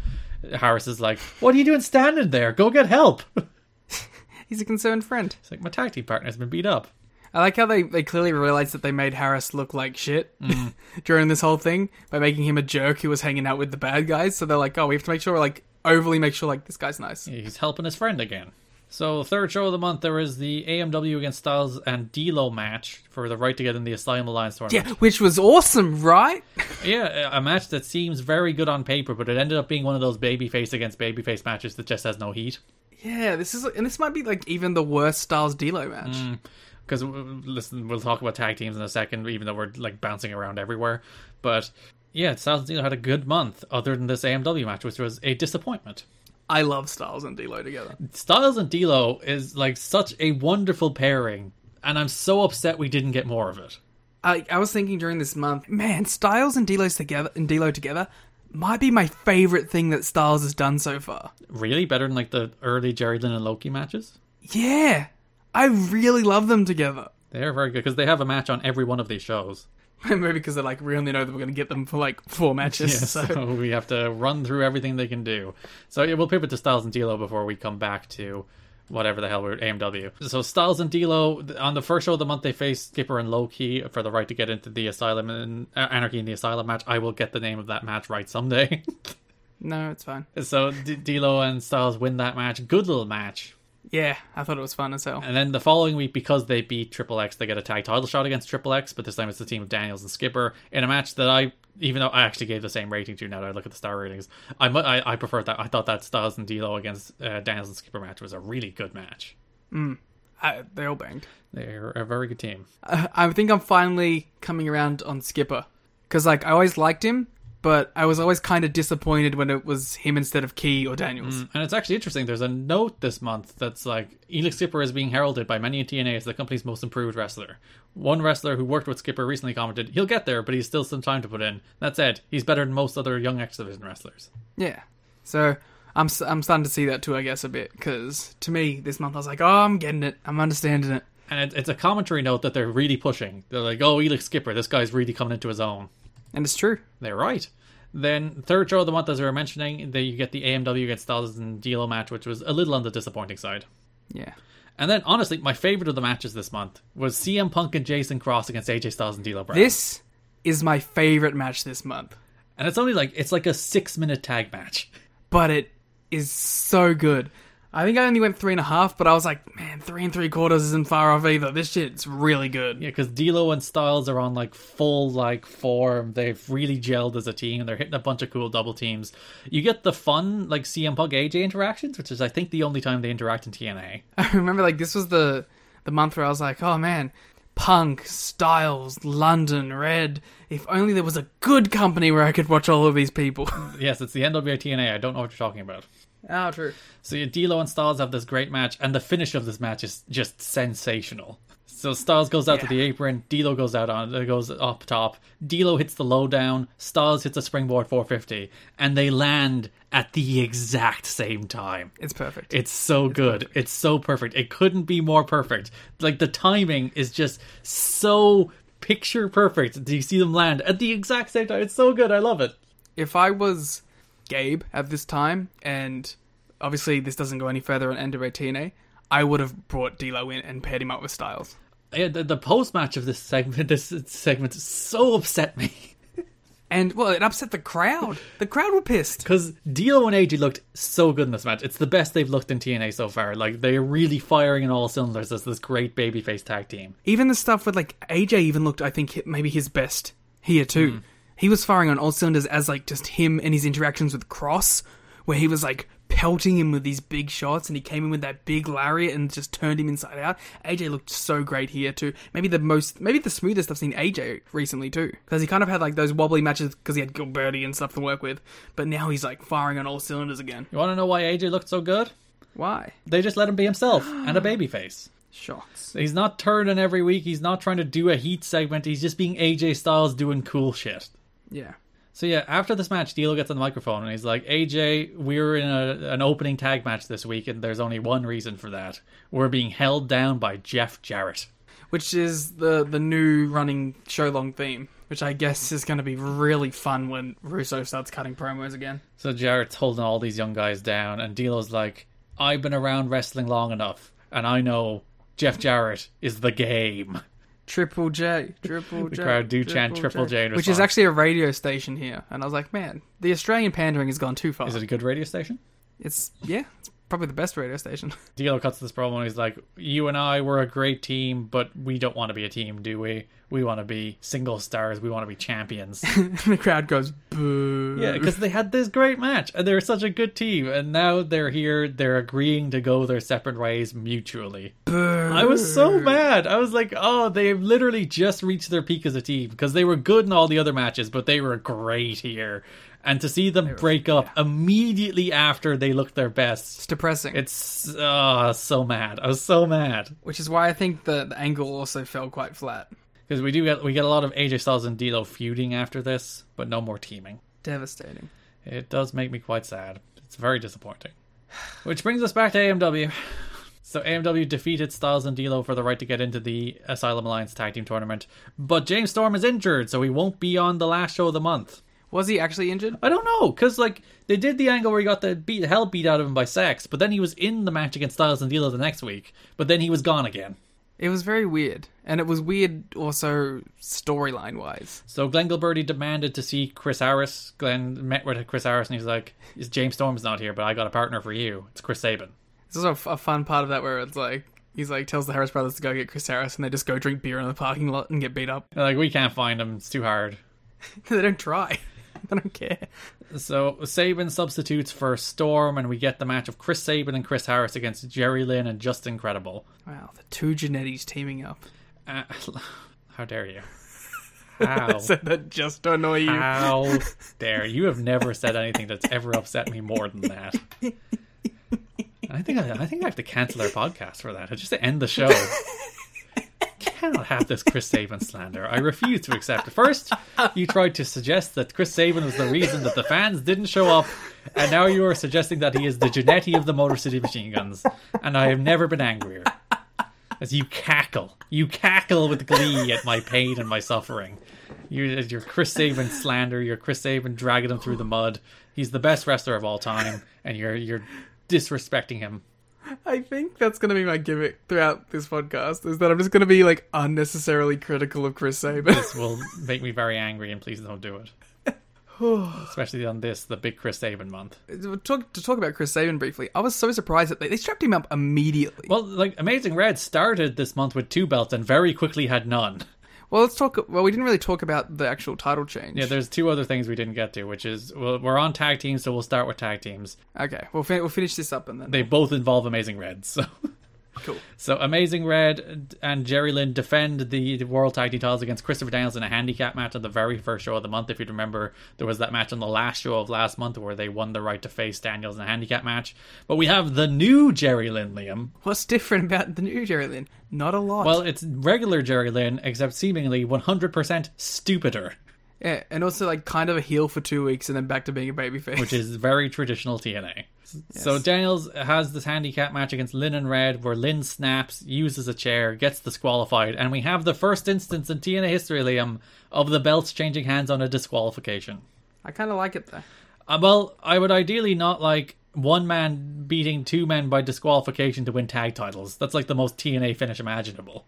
S4: Harris is like, "What are you doing standing there? Go get help." It's
S1: He's a concerned friend.
S4: like my tag team partner's been beat up.
S1: I like how they, they clearly realized that they made Harris look like shit during this whole thing by making him a jerk who was hanging out with the bad guys. So they're like, oh, we have to make sure, like, overly make sure, like, this guy's nice.
S4: He's helping his friend again. So third show of the month, there is the AMW against Styles and D'Lo match for the right to get in the Asylum Alliance
S1: Yeah,
S4: tournament.
S1: which was awesome, right?
S4: Yeah, a match that seems very good on paper, but it ended up being one of those babyface against babyface matches that just has no heat.
S1: Yeah, this is, and this might be, like, even the worst Styles D'Lo match.
S4: Because listen, we'll talk about tag teams in a second, even though we're like bouncing around everywhere. But yeah, Styles and D'Lo had a good month, other than this AMW match, which was a disappointment.
S1: I love Styles and D'Lo together.
S4: Styles and D'Lo is like such a wonderful pairing, and I'm so upset we didn't get more of it.
S1: I, I was thinking during this month, man, Styles and D'Lo's together and D'Lo together might be my favorite thing that Styles has done so far.
S4: Really? Better than like the early Jerry Lynn and Loki matches?
S1: Yeah, I really love them together.
S4: They are very good because they have a match on every one of these shows.
S1: Maybe because they like we only know that we're going to get them for like four matches.
S4: so.
S1: So
S4: we have to run through everything they can do. So yeah, we'll pivot to Styles and D'Lo before we come back to whatever the hell we're AMW. So Styles and D'Lo th- on the first show of the month they face Skipper and Loki for the right to get into the Asylum and uh, Anarchy in the Asylum match. I will get the name of that match right someday.
S1: no, it's fine.
S4: so D- D'Lo and Styles win that match. Good little match.
S1: Yeah, I thought it was fun as hell.
S4: And then the following week, because they beat Triple X, they get a tag title shot against Triple X, but this time it's the team of Daniels and Skipper in a match that I, even though I actually gave the same rating to now that I look at the star ratings, I, mu- I, I prefer that. I thought that Styles and D'Lo against uh, Daniels and Skipper match was a really good match.
S1: I, they all banged. Uh,
S4: They're a very good team.
S1: I think I'm finally coming around on Skipper because like I always liked him, but I was always kind of disappointed when it was him instead of Key or Daniels.
S4: And it's actually interesting. There's a note this month that's like Elix Skipper is being heralded by many in TNA as the company's most improved wrestler. One wrestler who worked with Skipper recently commented, "He'll get there, but he's still some time to put in." That said, he's better than most other young X Division wrestlers.
S1: Yeah. So I'm s- I'm starting to see that too, I guess, a bit. Because to me, this month I was like, oh, I'm getting it. I'm understanding it.
S4: And it, it's a commentary note that they're really pushing. They're like, oh, Elix Skipper, this guy's really coming into his own.
S1: And it's true.
S4: They're right. Then, third show of the month, as we were mentioning, they, you get the AMW against Styles and D'Lo match, which was a little on the disappointing side.
S1: Yeah.
S4: And then, honestly, my favorite of the matches this month was CM Punk and Jason Cross against AJ Styles and D'Lo Brown.
S1: This is my favorite match this month,
S4: and it's only like it's like a six minute tag match.
S1: but it is so good. I think I only went three and a half, but I was like, man, three and three quarters isn't far off either. This shit's really good.
S4: Yeah, because D'Lo and Styles are on like full like form. They've really gelled as a team. and They're hitting a bunch of cool double teams. You get the fun like CM Punk AJ interactions, which is I think the only time they interact in TNA.
S1: I remember like this was the the month where I was like, oh man, Punk, Styles, London, Red. If only there was a good company where I could watch all of these people.
S4: yes, it's the NWA TNA. I don't know what you're talking about.
S1: Ah, true.
S4: So yeah, D'Lo and Styles have this great match, and the finish of this match is just sensational. So Styles goes out to the apron, D'Lo goes out on, uh, goes up top. D'Lo hits the low down, Styles hits a springboard 450, and they land at the exact same time.
S1: It's perfect.
S4: It's so good. It's so perfect. It couldn't be more perfect. Like the timing is just so picture perfect. Do you see them land at the exact same time? It's so good. I love it.
S1: if I was Gabe at this time, and obviously this doesn't go any further on NWA TNA, I would have brought D'Lo in and paired him up with Styles.
S4: Yeah, the, the post match of this segment, this segment, so upset me.
S1: And well, it upset the crowd. The crowd were pissed.
S4: Because D'Lo and AJ looked so good in this match. It's the best they've looked in TNA so far. Like they're really firing in all cylinders as this great babyface tag team.
S1: Even the stuff with like AJ even looked, I think, hi- maybe his best here too. He was firing on all cylinders as like just him and his interactions with Cross, where he was like pelting him with these big shots and he came in with that big lariat and just turned him inside out. AJ looked so great here too. Maybe the most, maybe the smoothest I've seen AJ recently too. Because he kind of had like those wobbly matches because he had Gilberti and stuff to work with, but now he's like firing on all cylinders again.
S4: You want to know why AJ looked so good?
S1: Why?
S4: They just let him be himself and a babyface.
S1: Shots.
S4: He's not turning every week. He's not trying to do a heat segment. He's just being AJ Styles doing cool shit.
S1: Yeah.
S4: So yeah, after this match, D'Lo gets on the microphone and he's like, "AJ, we're in a, an opening tag match this week, and there's only one reason for that. We're being held down by Jeff Jarrett."
S1: which is the the new running show long theme, which I guess is going to be really fun when Russo starts cutting promos again.
S4: So Jarrett's holding all these young guys down, and D'Lo's like, "I've been around wrestling long enough, and I know Jeff Jarrett is the game."
S1: Triple J, Triple J.
S4: crowd do chant Triple J in
S1: which is
S4: response.
S1: actually a radio station here. And I was like, man, the Australian pandering has gone too far.
S4: Is it a good radio station?
S1: It's yeah, it's probably the best radio station.
S4: D'Lo cuts this promo, and he's like, "You and I were a great team, but we don't want to be a team, do we? We want to be single stars. We want to be champions."
S1: the crowd goes boo.
S4: Yeah, because they had this great match and they were such a good team, and now they're here. They're agreeing to go their separate ways mutually. I was so mad. I was like, oh, they've literally just reached their peak as a team because they were good in all the other matches, but they were great here. And to see them break up immediately after they looked their
S1: it's
S4: best,
S1: depressing.
S4: it's uh, so mad. I was so mad
S1: which is why I think the, the angle also fell quite flat.
S4: because we do get we get a lot of AJ Styles and D'Lo feuding after this, but no more teaming.
S1: Devastating.
S4: It does make me quite sad. It's very disappointing. Which brings us back to AMW. So AMW defeated Styles and D'Lo for the right to get into the Asylum Alliance Tag Team Tournament, but James Storm is injured, so he won't be on the last show of the month.
S1: Was he actually injured?
S4: I don't know, cause like they did the angle where he got the beat hell beat out of him by Sex, but then he was in the match against Styles and D'Lo the next week, but then he was gone again.
S1: It was very weird, and it was weird also storyline wise.
S4: So Glenn Gilberti demanded to see Chris Harris. Glenn met with Chris Harris and he's like, "James Storm's not here, but I got a partner for you. It's Chris Sabin."
S1: There's also a fun part of that where it's like he's like tells the Harris brothers to go get Chris Harris, and they just go drink beer in the parking lot and get beat up.
S4: They're like, we can't find him. It's too hard.
S1: they don't try. they don't care.
S4: So Saban substitutes for Storm, and we get the match of Chris Saban and Chris Harris against Jerry Lynn and Just Incredible.
S1: Wow, the two Genettis teaming up.
S4: Uh, how dare you? How?
S1: So that just to annoy you.
S4: how dare you? Have never said anything that's ever upset me more than that. I think I, I think I have to cancel our podcast for that. Just to end the show. cannot have this Chris Saban slander. I refuse to accept it. First, you tried to suggest that Chris Saban was the reason that the fans didn't show up, and now you are suggesting that he is the Genetti of the Motor City Machine Guns. And I have never been angrier. As you cackle, you cackle with glee at my pain and my suffering. You, your Chris Saban slander, your Chris Saban dragging him through the mud. He's the best wrestler of all time, and you're you're disrespecting him.
S1: I think that's going to be my gimmick throughout this podcast is that I'm just going to be like unnecessarily critical of Chris Saber.
S4: This will make me very angry, and please don't do it. Especially on this, the big Chris Saban month.
S1: to, talk, to talk about Chris Saban briefly, I was so surprised that they, they strapped him up immediately.
S4: Well, like Amazing Red started this month with two belts and very quickly had none.
S1: Well, let's talk. Well, we didn't really talk about the actual title change.
S4: Yeah, there's two other things we didn't get to, which is well, we're on tag teams, so we'll start with tag teams.
S1: okay, we'll, fin- we'll finish this up and then.
S4: They both involve Amazing Red, so.
S1: cool.
S4: So Amazing Red and Jerry Lynn defend the World Tag Team titles against Christopher Daniels in a handicap match on the very first show of the month. If you'd remember, there was that match on the last show of last month where they won the right to face Daniels in a handicap match. But we have the new Jerry Lynn, Liam.
S1: What's different about the new Jerry Lynn? Not a lot.
S4: Well, it's regular Jerry Lynn, except seemingly 100% stupider,
S1: yeah, and also like kind of a heel for two weeks and then back to being a babyface.
S4: which is very traditional TNA. So Daniels has this handicap match against Lynn and Red, where Lynn snaps, uses a chair, gets disqualified, and we have the first instance in TNA history, Liam, of the belts changing hands on a disqualification.
S1: I kind of like it though.
S4: Uh, well, I would ideally not like one man beating two men by disqualification to win tag titles. That's like the most TNA finish imaginable.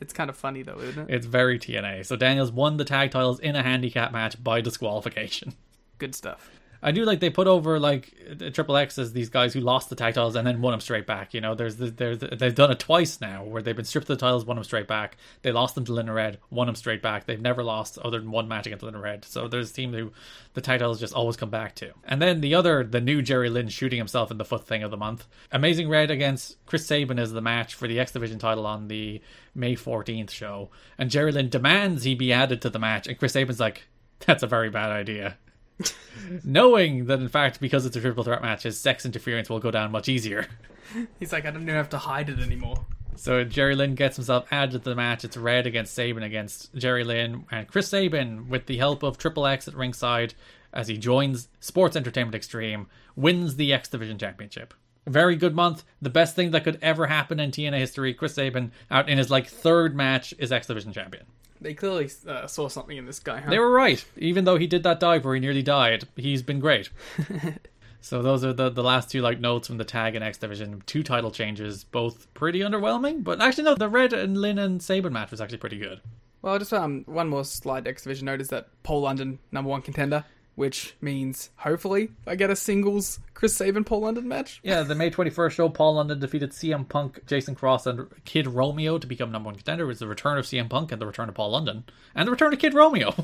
S1: It's kind of funny though, isn't it?
S4: It's very TNA. So Daniels won the tag titles in a handicap match by disqualification.
S1: Good stuff.
S4: I do like they put over like the Triple X as these guys who lost the tag titles and then won them straight back. You know, there's the, there's the, they've done it twice now where they've been stripped of the titles, won them straight back. They lost them to Lynn and Red, won them straight back. They've never lost other than one match against Lynn and Red. So there's a team who the titles just always come back to. And then the other, the new Jerry Lynn shooting himself in the foot thing of the month. Amazing Red against Chris Sabin is the match for the X Division title on the May 14th show. And Jerry Lynn demands he be added to the match, and Chris Sabin's like, "That's a very bad idea." knowing that in fact because it's a triple threat match his sex interference will go down much easier
S1: He's like, I don't even have to hide it anymore.
S4: so jerry lynn gets himself added to the match it's red against sabin against jerry lynn and chris sabin with the help of triple x at ringside as he joins sports entertainment extreme wins the x division championship very good month the best thing that could ever happen in tna history chris sabin out in his like third match is x division champion
S1: They clearly uh, saw something in this guy, huh?
S4: they were right. Even though he did that dive where he nearly died, he's been great. so those are the, the last two like notes from the tag and X division. Two title changes, both pretty underwhelming. But actually, no, the Red and Lynn and Saban match was actually pretty good.
S1: Well, just um, one more slide X Division note is that Paul London, number one contender, which means hopefully I get a singles Chris Saban Paul London match.
S4: Yeah, the May twenty first show, Paul London defeated CM Punk, Jason Cross, and Kid Romeo to become number one contender. It was the return of CM Punk and the return of Paul London and the return of Kid Romeo.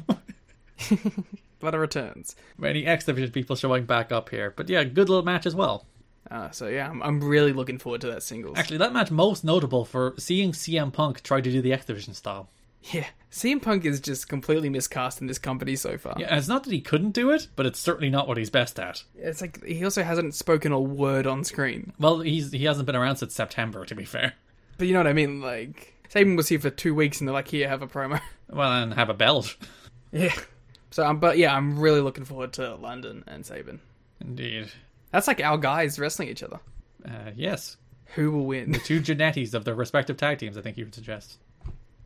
S1: But it returns.
S4: Many X division people showing back up here, but yeah, good little match as well.
S1: Uh, so yeah, I'm, I'm really looking forward to that singles.
S4: Actually, that match most notable for seeing CM Punk try to do the X division style.
S1: yeah, CM Punk is just completely miscast in this company so far.
S4: Yeah, and it's not that he couldn't do it, but it's certainly not what he's best at.
S1: It's like he also hasn't spoken a word on screen.
S4: Well, he's he hasn't been around since September, to be fair.
S1: But you know what I mean? Like Saban was here for two weeks, and they're like, "Here, have a promo."
S4: Well, and have a belt,
S1: yeah. So, um, but yeah, I'm really looking forward to London and Saban.
S4: indeed.
S1: That's like our guys wrestling each other.
S4: Uh, yes,
S1: Who will win?
S4: two Genettis of their respective tag teams. I think you would suggest.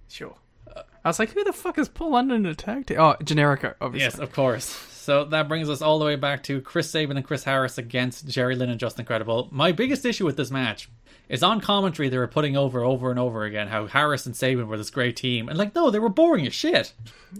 S1: Sure. I was like, who the fuck is Paul London in a tag team? Oh, Generico, obviously.
S4: Yes, of course. So that brings us all the way back to Chris Sabin and Chris Harris against Jerry Lynn and Justin Credible. My biggest issue with this match is on commentary they were putting over over and over again how Harris and Sabin were this great team, and like no, they were boring as shit.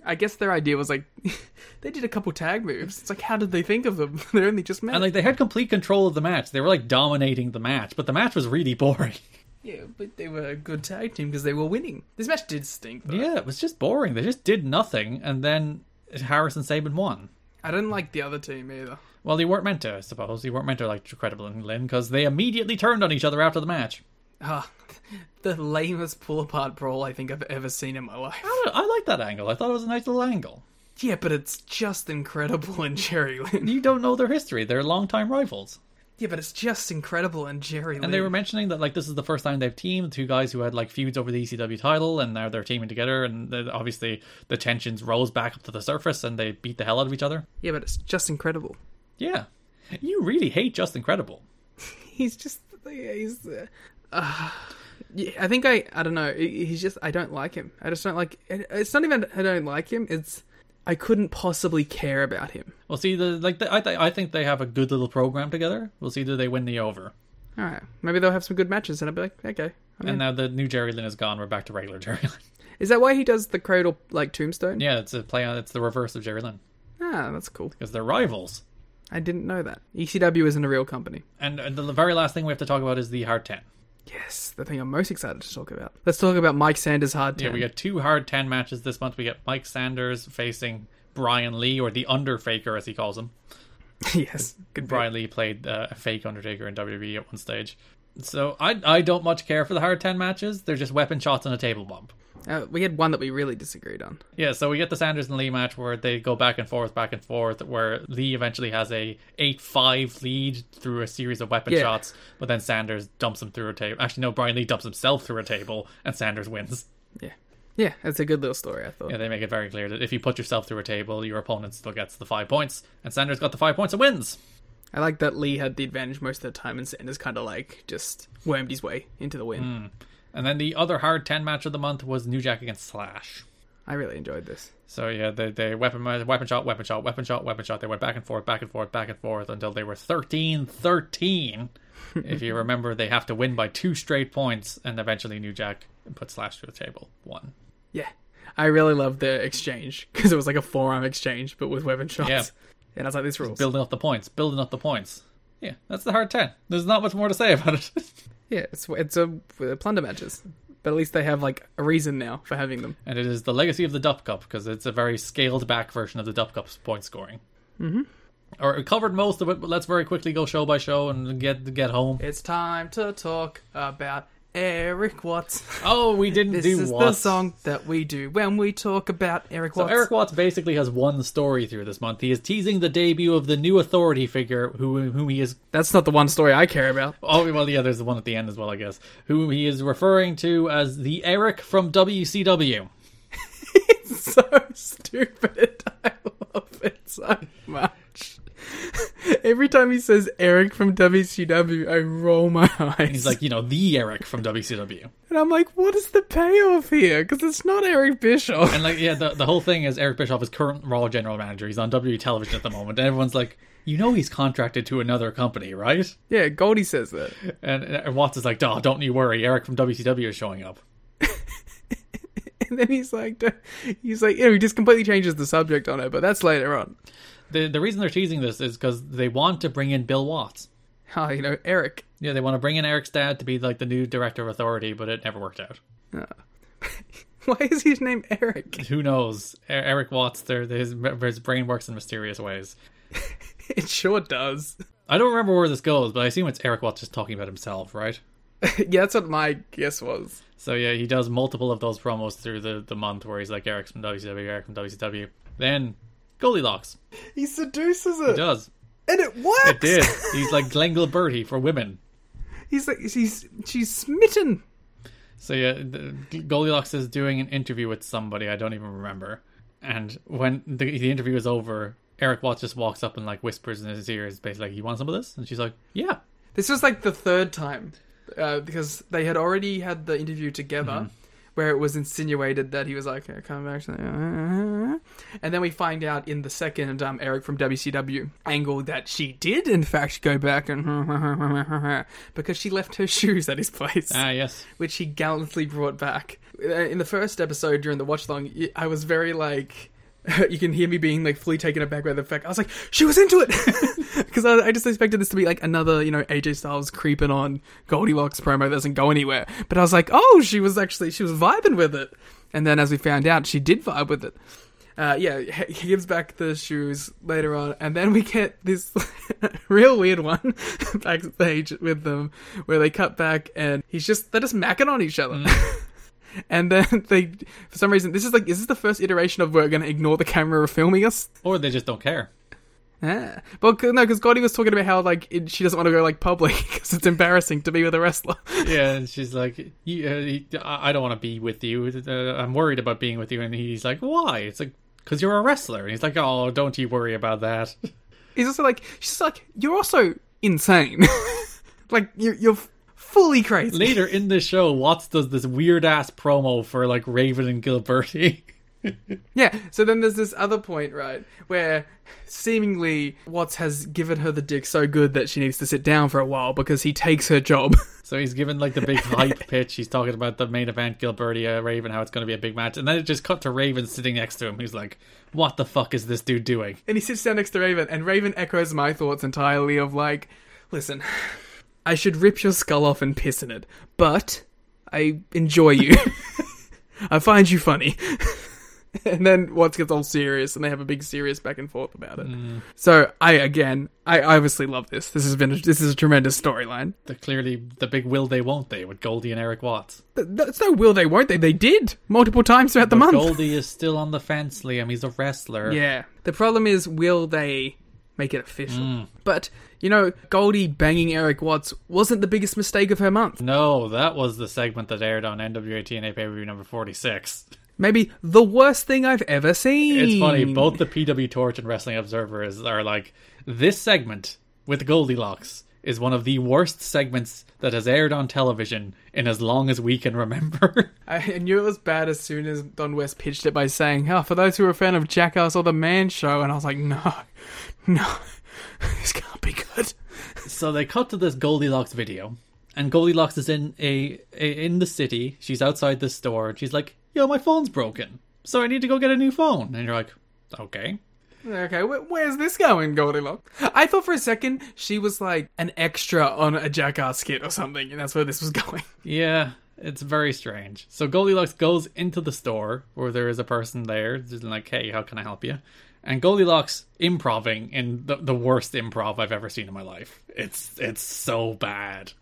S1: I guess their idea was like, they did a couple tag moves. It's like, how did they think of them? they only just met.
S4: And like they had complete control of the match. They were like dominating the match, but the match was really boring.
S1: yeah, but they were a good tag team because they were winning. This match did stink, though.
S4: Yeah, it was just boring. They just did nothing, and then Harris and Saban won.
S1: I didn't like the other team either.
S4: Well, they weren't meant to, I suppose. They weren't meant to like Credible and Lynn because they immediately turned on each other after the match.
S1: Ah, the lamest pull apart brawl I think I've ever seen in my life.
S4: I, I like that angle. I thought it was a nice little angle.
S1: Yeah, but it's just incredible and Jerry Lynn.
S4: You don't know their history. They're longtime rivals.
S1: Yeah, but it's just incredible and Jerry Lynn.
S4: And they were mentioning that like this is the first time they've teamed two guys who had like feuds over the ECW title, and now they're teaming together. And then, obviously the tensions rose back up to the surface, and they beat the hell out of each other.
S1: yeah, but it's just incredible.
S4: Yeah. You really hate Justin Credible.
S1: he's just he's uh, yeah, I think I I don't know he- he's just I don't like him I just don't like it- it's not even I don't like him it's I couldn't possibly care about him
S4: We'll see the like the, I th- I think they have a good little program together. We'll see do they win the over.
S1: All right, maybe they'll have some good matches, and I'll be like, okay. I'm in.
S4: And now the new Jerry Lynn is gone. We're back to regular Jerry Lynn.
S1: Is that why he does the cradle like tombstone?
S4: Yeah, it's a play on. It's the reverse of Jerry Lynn
S1: Ah, that's cool.
S4: because they're rivals.
S1: I didn't know that. ECW isn't a real company.
S4: And uh, the very last thing we have to talk about is the hard ten.
S1: Yes, the thing I'm most excited to talk about. Let's talk about Mike Sanders' hard
S4: Yeah,
S1: ten.
S4: we got two hard ten matches this month. We get Mike Sanders facing Brian Lee or the Underfaker as he calls him.
S1: yes, good
S4: Brian Lee played uh, a fake Undertaker in WWE at one stage. So I I don't much care for the hard ten matches. They're just weapon shots and a table bump.
S1: Uh, we had one that we really disagreed on.
S4: Yeah, so we get the Sanders and Lee match where they go back and forth, back and forth, where Lee eventually has a eight five lead through a series of weapon
S1: Yeah.
S4: shots, but then Sanders dumps him through a table. Actually, no, Brian Lee dumps himself through a table, and Sanders wins.
S1: Yeah, yeah, that's a good little story. I thought.
S4: Yeah, they make it very clear that if you put yourself through a table, your opponent still gets the five points, and Sanders got the five points and wins.
S1: I like that Lee had the advantage most of the time, and Sanders kind of like just wormed his way into the win.
S4: Mm. And then the other hard ten match of the month was New Jack against Slash.
S1: I really enjoyed this.
S4: So yeah, they they weapon weapon shot, weapon shot, weapon shot, weapon shot. They went back and forth, back and forth, back and forth until they were 13-13. if you remember, they have to win by two straight points, and eventually New Jack put Slash to the table. One.
S1: Yeah, I really loved the exchange because it was like a forearm exchange, but with weapon shots.
S4: Yeah.
S1: And I was like, this rules.
S4: Building up the points, building up the points. Yeah, that's the hard ten. There's not much more to say about it.
S1: Yeah, it's it's a uh, plunder matches, but at least they have like a reason now for having them.
S4: and it is the legacy of the Dup Cup because it's a very scaled back version of the Dup Cup's point scoring. Mm-hmm. Or it covered most of it, but let's very quickly go show by show and get get home.
S1: It's time to talk about Eric Watts.
S4: Oh, we didn't
S1: This
S4: do
S1: is the
S4: Watts.
S1: song that we do when we talk about Eric
S4: So
S1: Watts.
S4: Eric Watts basically has one story through this month. He is teasing the debut of the new authority figure, who whom he is.
S1: That's not the one story I care about.
S4: Oh well, yeah, there's the one at the end as well, I guess. Who he is referring to as the Eric from WCW.
S1: so stupid. I love it so much. Every time he says Eric from WCW, I roll my eyes.
S4: He's like, you know, the Eric from WCW,
S1: and I'm like, what is the payoff here? Because it's not Eric Bischoff.
S4: and like, yeah, the the whole thing is Eric Bischoff is current Raw general manager. He's on W television at the moment, and everyone's like, you know, he's contracted to another company, right?
S1: yeah, Goldie says that.
S4: And, and Watts is like, "Duh, don't you worry, Eric from WCW is showing up."
S1: And then he's like, he's like, you know, he just completely changes the subject on it, but that's later on.
S4: The the reason they're teasing this is because they want to bring in Bill Watts.
S1: Oh, you know, Eric.
S4: Yeah, they want to bring in Eric's dad to be like the new director of authority, but it never worked out.
S1: Why is his name Eric?
S4: Who knows? E- Eric Watts, there, his, his brain works in mysterious ways.
S1: It sure does.
S4: I don't remember where this goes, but I assume it's Eric Watts just talking about himself, right?
S1: yeah, that's what my guess was.
S4: So yeah, he does multiple of those promos through the, the month where he's like Eric's from WCW, Eric from WCW. Then Goldilocks
S5: He seduces it,
S4: does.
S5: and it works.
S4: It did. He's like Glengle Birdie for women.
S1: He's like, she's she's smitten.
S4: So yeah, the, Goldilocks is doing an interview with somebody I don't even remember, and when the, the interview is over, Eric Watts just walks up and like whispers in his ears, basically, like, "You want some of this?" And she's like, "Yeah."
S1: This was like the third time uh, because they had already had the interview together. Where it was insinuated that he was like, "Yeah, come back to the-" And then we find out in the second um, Eric from WCW angle that she did, in fact, go back and. because she left her shoes at his place,
S4: Ah, yes.
S1: which he gallantly brought back. Uh, In the first episode during the watch long, I was very like. You can hear me being like fully taken aback by the fact I was like, she was into it because I, I just expected this to be like another you know AJ Styles creeping on Goldilocks promo that doesn't go anywhere. But I was like, oh, she was actually she was vibing with it, and then as we found out, she did vibe with it. Uh, yeah, he he gives back the shoes later on, and then we get this real weird one backstage with them where they cut back and he's just they're just macking on each other. And then they, for some reason, this is like, is this the first iteration of we're going to ignore the camera filming us?
S4: Or they just don't care.
S1: Ah. Well, c- no, because Gotti was talking about how, like, it, she doesn't want to go, like, public because it's embarrassing to be with a wrestler.
S4: Yeah, and she's like, "You- uh, you- "I I don't want to be with you. Uh, I'm worried about being with you." And he's like, "Why?" It's like, "Cause you're a wrestler." And he's like, "Oh, don't you worry about that."
S1: He's also like, she's like, you're also insane. like, you're, you're f- fully crazy.
S4: Later in the show, Watts does this weird ass promo for like Raven and Gilberti.
S1: Yeah. So then there's this other point, right, where seemingly Watts has given her the dick so good that she needs to sit down for a while because he takes her job.
S4: So he's given like the big hype pitch. He's talking about the main event, Gilbertia Raven, how it's going to be a big match, and then it just cut to Raven sitting next to him. He's like, "What the fuck is this dude doing?"
S1: and he sits down next to Raven, and Raven echoes my thoughts entirely of like, listen, I should rip your skull off and piss in it, but I enjoy you. I find you funny. and then Watts gets all serious, and they have a big serious back and forth about it. So I again, I obviously love this. This has been a, this is a tremendous storyline.
S4: The, clearly, the big will they won't they with Goldie and Eric Watts.
S1: Th- That's no will they won't they. They did multiple times throughout the
S4: But
S1: month.
S4: Goldie is still on the fence, Liam. He's a wrestler.
S1: Yeah. The problem is, will they make it official?
S4: Mm.
S1: But, you know, Goldie banging Eric Watts wasn't the biggest mistake of her month.
S4: No, that was the segment that aired on NWA TNA pay per view number 46.
S1: Maybe the worst thing I've ever seen.
S4: It's funny, both the PW Torch and Wrestling Observer is, are like, this segment with Goldilocks is one of the worst segments that has aired on television in as long as we can remember.
S1: I I knew it was bad as soon as Don West pitched it by saying, oh, for those who are a fan of Jackass or The Man Show. And I was like, no, no, this can't be good.
S4: so they cut to this Goldilocks video, and Goldilocks is in a, a in the city. She's outside this store, and she's like, "Yo, my phone's broken, so I need to go get a new phone." And you're like, "Okay."
S1: Okay, wh- where's this going, Goldilocks? I thought for a second she was like an extra on a Jackass skit or something, and that's where this was going.
S4: Yeah, it's very strange. So Goldilocks goes into the store where there is a person there, just like, hey, how can I help you? And Goldilocks improving in the, the worst improv I've ever seen in my life. It's it's so bad.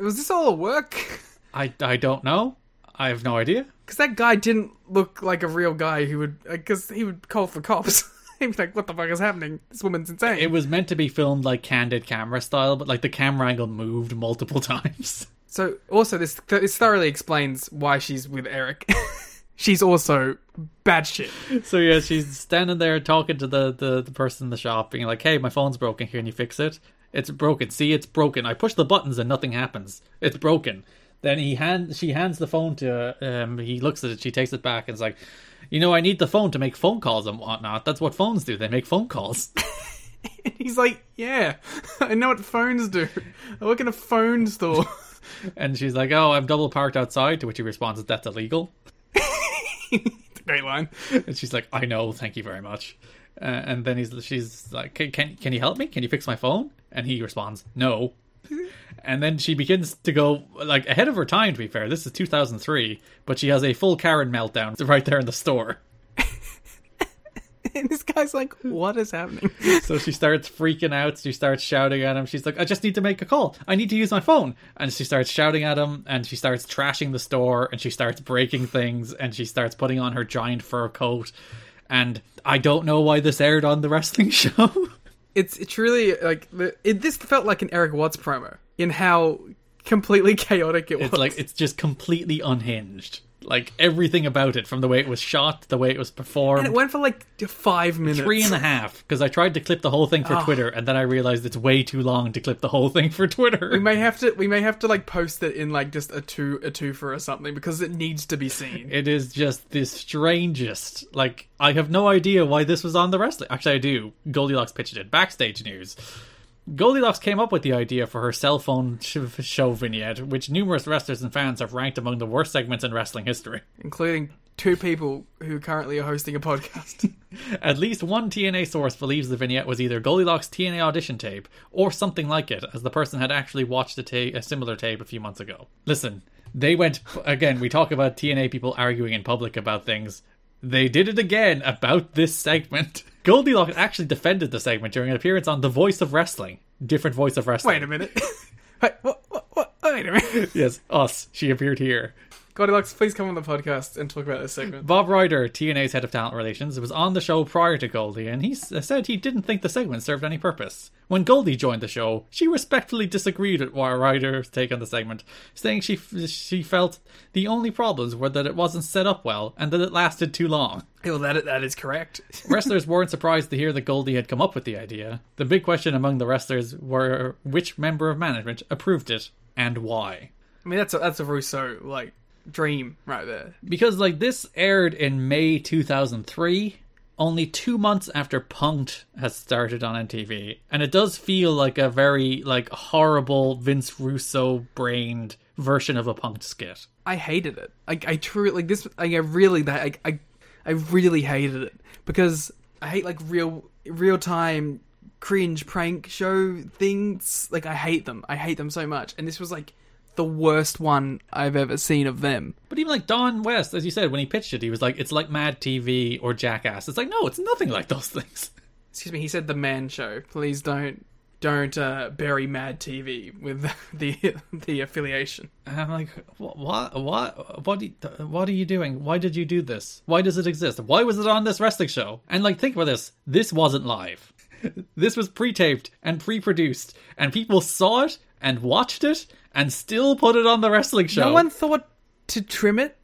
S1: Was this all a work?
S4: I, I don't know. I have no idea.
S1: Because that guy didn't look like a real guy who would, because he would call for cops. He'd be like, "What the fuck is happening? This woman's insane."
S4: It was meant to be filmed like candid camera style, but like the camera angle moved multiple times.
S1: so, also, this this thoroughly explains why she's with Eric. she's also bad shit.
S4: so yeah, she's standing there talking to the, the the person in the shop, being like, "Hey, my phone's broken. Can you fix it? It's broken. See, it's broken. I push the buttons and nothing happens. It's broken." Then he hand she hands the phone to um. He looks at it. She takes it back and is like, "You know, I need the phone to make phone calls and whatnot. That's what phones do. They make phone calls."
S1: He's like, "Yeah, I know what phones do. I work in a phone store."
S4: and she's like, "Oh, I'm double parked outside." To which he responds, "That's illegal."
S1: Great line.
S4: And she's like, "I know, thank you very much." Uh, and then he's she's like, can, "Can can you help me? Can you fix my phone?" And he responds, "No." and then she begins to go like ahead of her time. To be fair, this is 2003, but she has a full Karen meltdown right there in the store.
S1: And this guy's like, "What is happening?"
S4: So she starts freaking out. She starts shouting at him. She's like, "I just need to make a call. I need to use my phone." And she starts shouting at him. And she starts trashing the store. And she starts breaking things. And she starts putting on her giant fur coat. And I don't know why this aired on the wrestling show.
S1: It's it's really like the- it, this felt like an Eric Watts promo in how completely chaotic it was.
S4: It's like it's just completely unhinged. Like everything about it, from the way it was shot, the way it was performed.
S1: and it went for like five minutes.
S4: three and a half because I tried to clip the whole thing
S1: Ah.
S4: for Twitter, and then I realized it's way too long to clip the whole thing for Twitter.
S1: We may have to we may have to like post it in like just a two a twofer or something because it needs to be seen.
S4: It is just the strangest. Like I have no idea why this was on the wrestling. Actually, I do. Goldilocks pitched it. Backstage news. Goldilocks came up with the idea for her cell phone sh- show vignette, which numerous wrestlers and fans have ranked among the worst segments in wrestling history.
S1: including two people who currently are hosting a podcast.
S4: At least one TNA source believes the vignette was either Goldilocks' TNA audition tape or something like it, as the person had actually watched a, ta- a similar tape a few months ago. Listen, they went again. We talk about TNA people arguing in public about things. They did it again about this segment. Goldilocks actually defended the segment during an appearance on The Voice of Wrestling. Different Voice of Wrestling.
S1: Wait a minute. Wait, what, what, what, wait a minute.
S4: Yes, us. She appeared here.
S1: Goldilocks, please come on the podcast and talk about this segment.
S4: Bob Ryder, TNA's head of talent relations, was on the show prior to Goldie, and he s- uh, said he didn't think the segment served any purpose. When Goldie joined the show, she respectfully disagreed with Ryder's take on the segment, saying she f- she felt the only problems were that it wasn't set up well and that it lasted too long.
S1: Well, that that is correct.
S4: Wrestlers weren't surprised to hear that Goldie had come up with the idea. The big question among the wrestlers were which member of management approved it and why.
S1: I mean, that's a, that's a Russo like dream right there.
S4: Because like this aired in May 2003, only 2 months after Punked has started on MTV, and it does feel like a very like horrible Vince Russo brained version of a Punked skit.
S1: I hated it. Like I truly like this. Like, I really like I I really hated it because I hate like real real time cringe prank show things. Like I hate them. I hate them so much. And this was like the worst one I've ever seen of them.
S4: But even like Don West, as you said, when he pitched it, he was like, "It's like Mad TV or Jackass." It's like, no, it's nothing like those things.
S1: Excuse me. He said the man show. Please don't don't uh, bury Mad TV with the the affiliation.
S4: And I'm like, what, what, what, what, do you- what are you doing? Why did you do this? Why does it exist? Why was it on this wrestling show? And like, think about this. This wasn't live. this was pre-taped and pre-produced, and people saw it and watched it and still put it on the wrestling show.
S1: No one thought to trim it.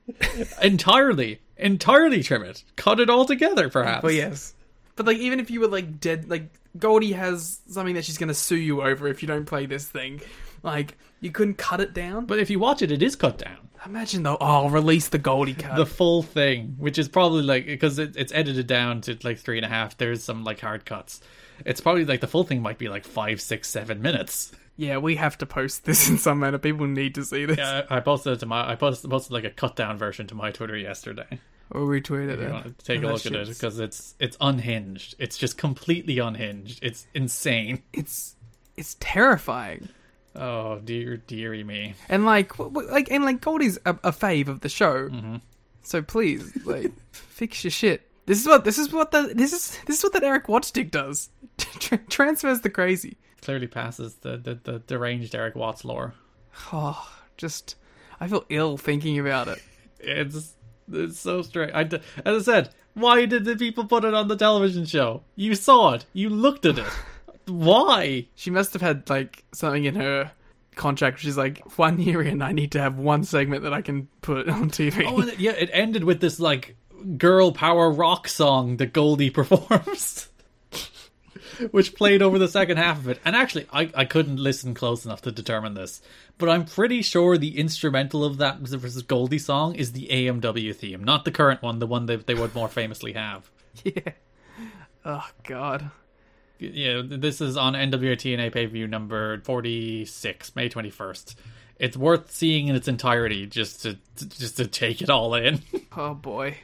S4: entirely, entirely trim it, cut it all together, perhaps.
S1: But yes. But like even if you were like dead like Goldie has something that she's gonna sue you over if you don't play this thing. Like you couldn't cut it down. But
S4: But if you watch it, it is cut down.
S1: imagine though, oh I'll release the Goldie cut.
S4: the full thing, which is probably like because it, it's edited down to like three and a half. There's some like hard cuts. It's probably like the full thing might be like five, six, seven minutes.
S1: yeah, we have to post this in some manner. People need to see this.
S4: Uh, I posted it to my I posted, posted like a cut down version to my Twitter yesterday.
S1: Or retweet it.
S4: If you
S1: then.
S4: want to take a
S1: That
S4: look at it
S1: shit's-
S4: because it's it's unhinged. It's just completely unhinged. It's insane.
S1: It's it's terrifying.
S4: Oh dear, dearie me.
S1: And like w- w- like and like Goldie's a, a fave of the show.
S4: Mm-hmm.
S1: So please, like fix your shit. This is what this is what the this is this is what that Eric Watchstick does. Tr- transfers the crazy.
S4: Clearly passes the the, the deranged Eric Watts lore.
S1: Oh, just I feel ill thinking about it.
S4: It's it's so strange. I d as I said, why did the people put it on the television show? You saw it. You looked at it. why?
S1: She must have had like something in her contract. She's like, one year in, I need to have one segment that I can put on TV.
S4: Oh, and it, yeah, it ended with this like girl power rock song that Goldie performs. Which played over the second half of it. And actually, I, I couldn't listen close enough to determine this. But I'm pretty sure the instrumental of that versus Goldie song is the AMW theme, not the current one, the one that they would more famously have.
S1: yeah. Oh God.
S4: yeah, this is on NWTNA pay per view number 46, May 21st. It's worth seeing in its entirety just to just to take it all in.
S1: Oh boy.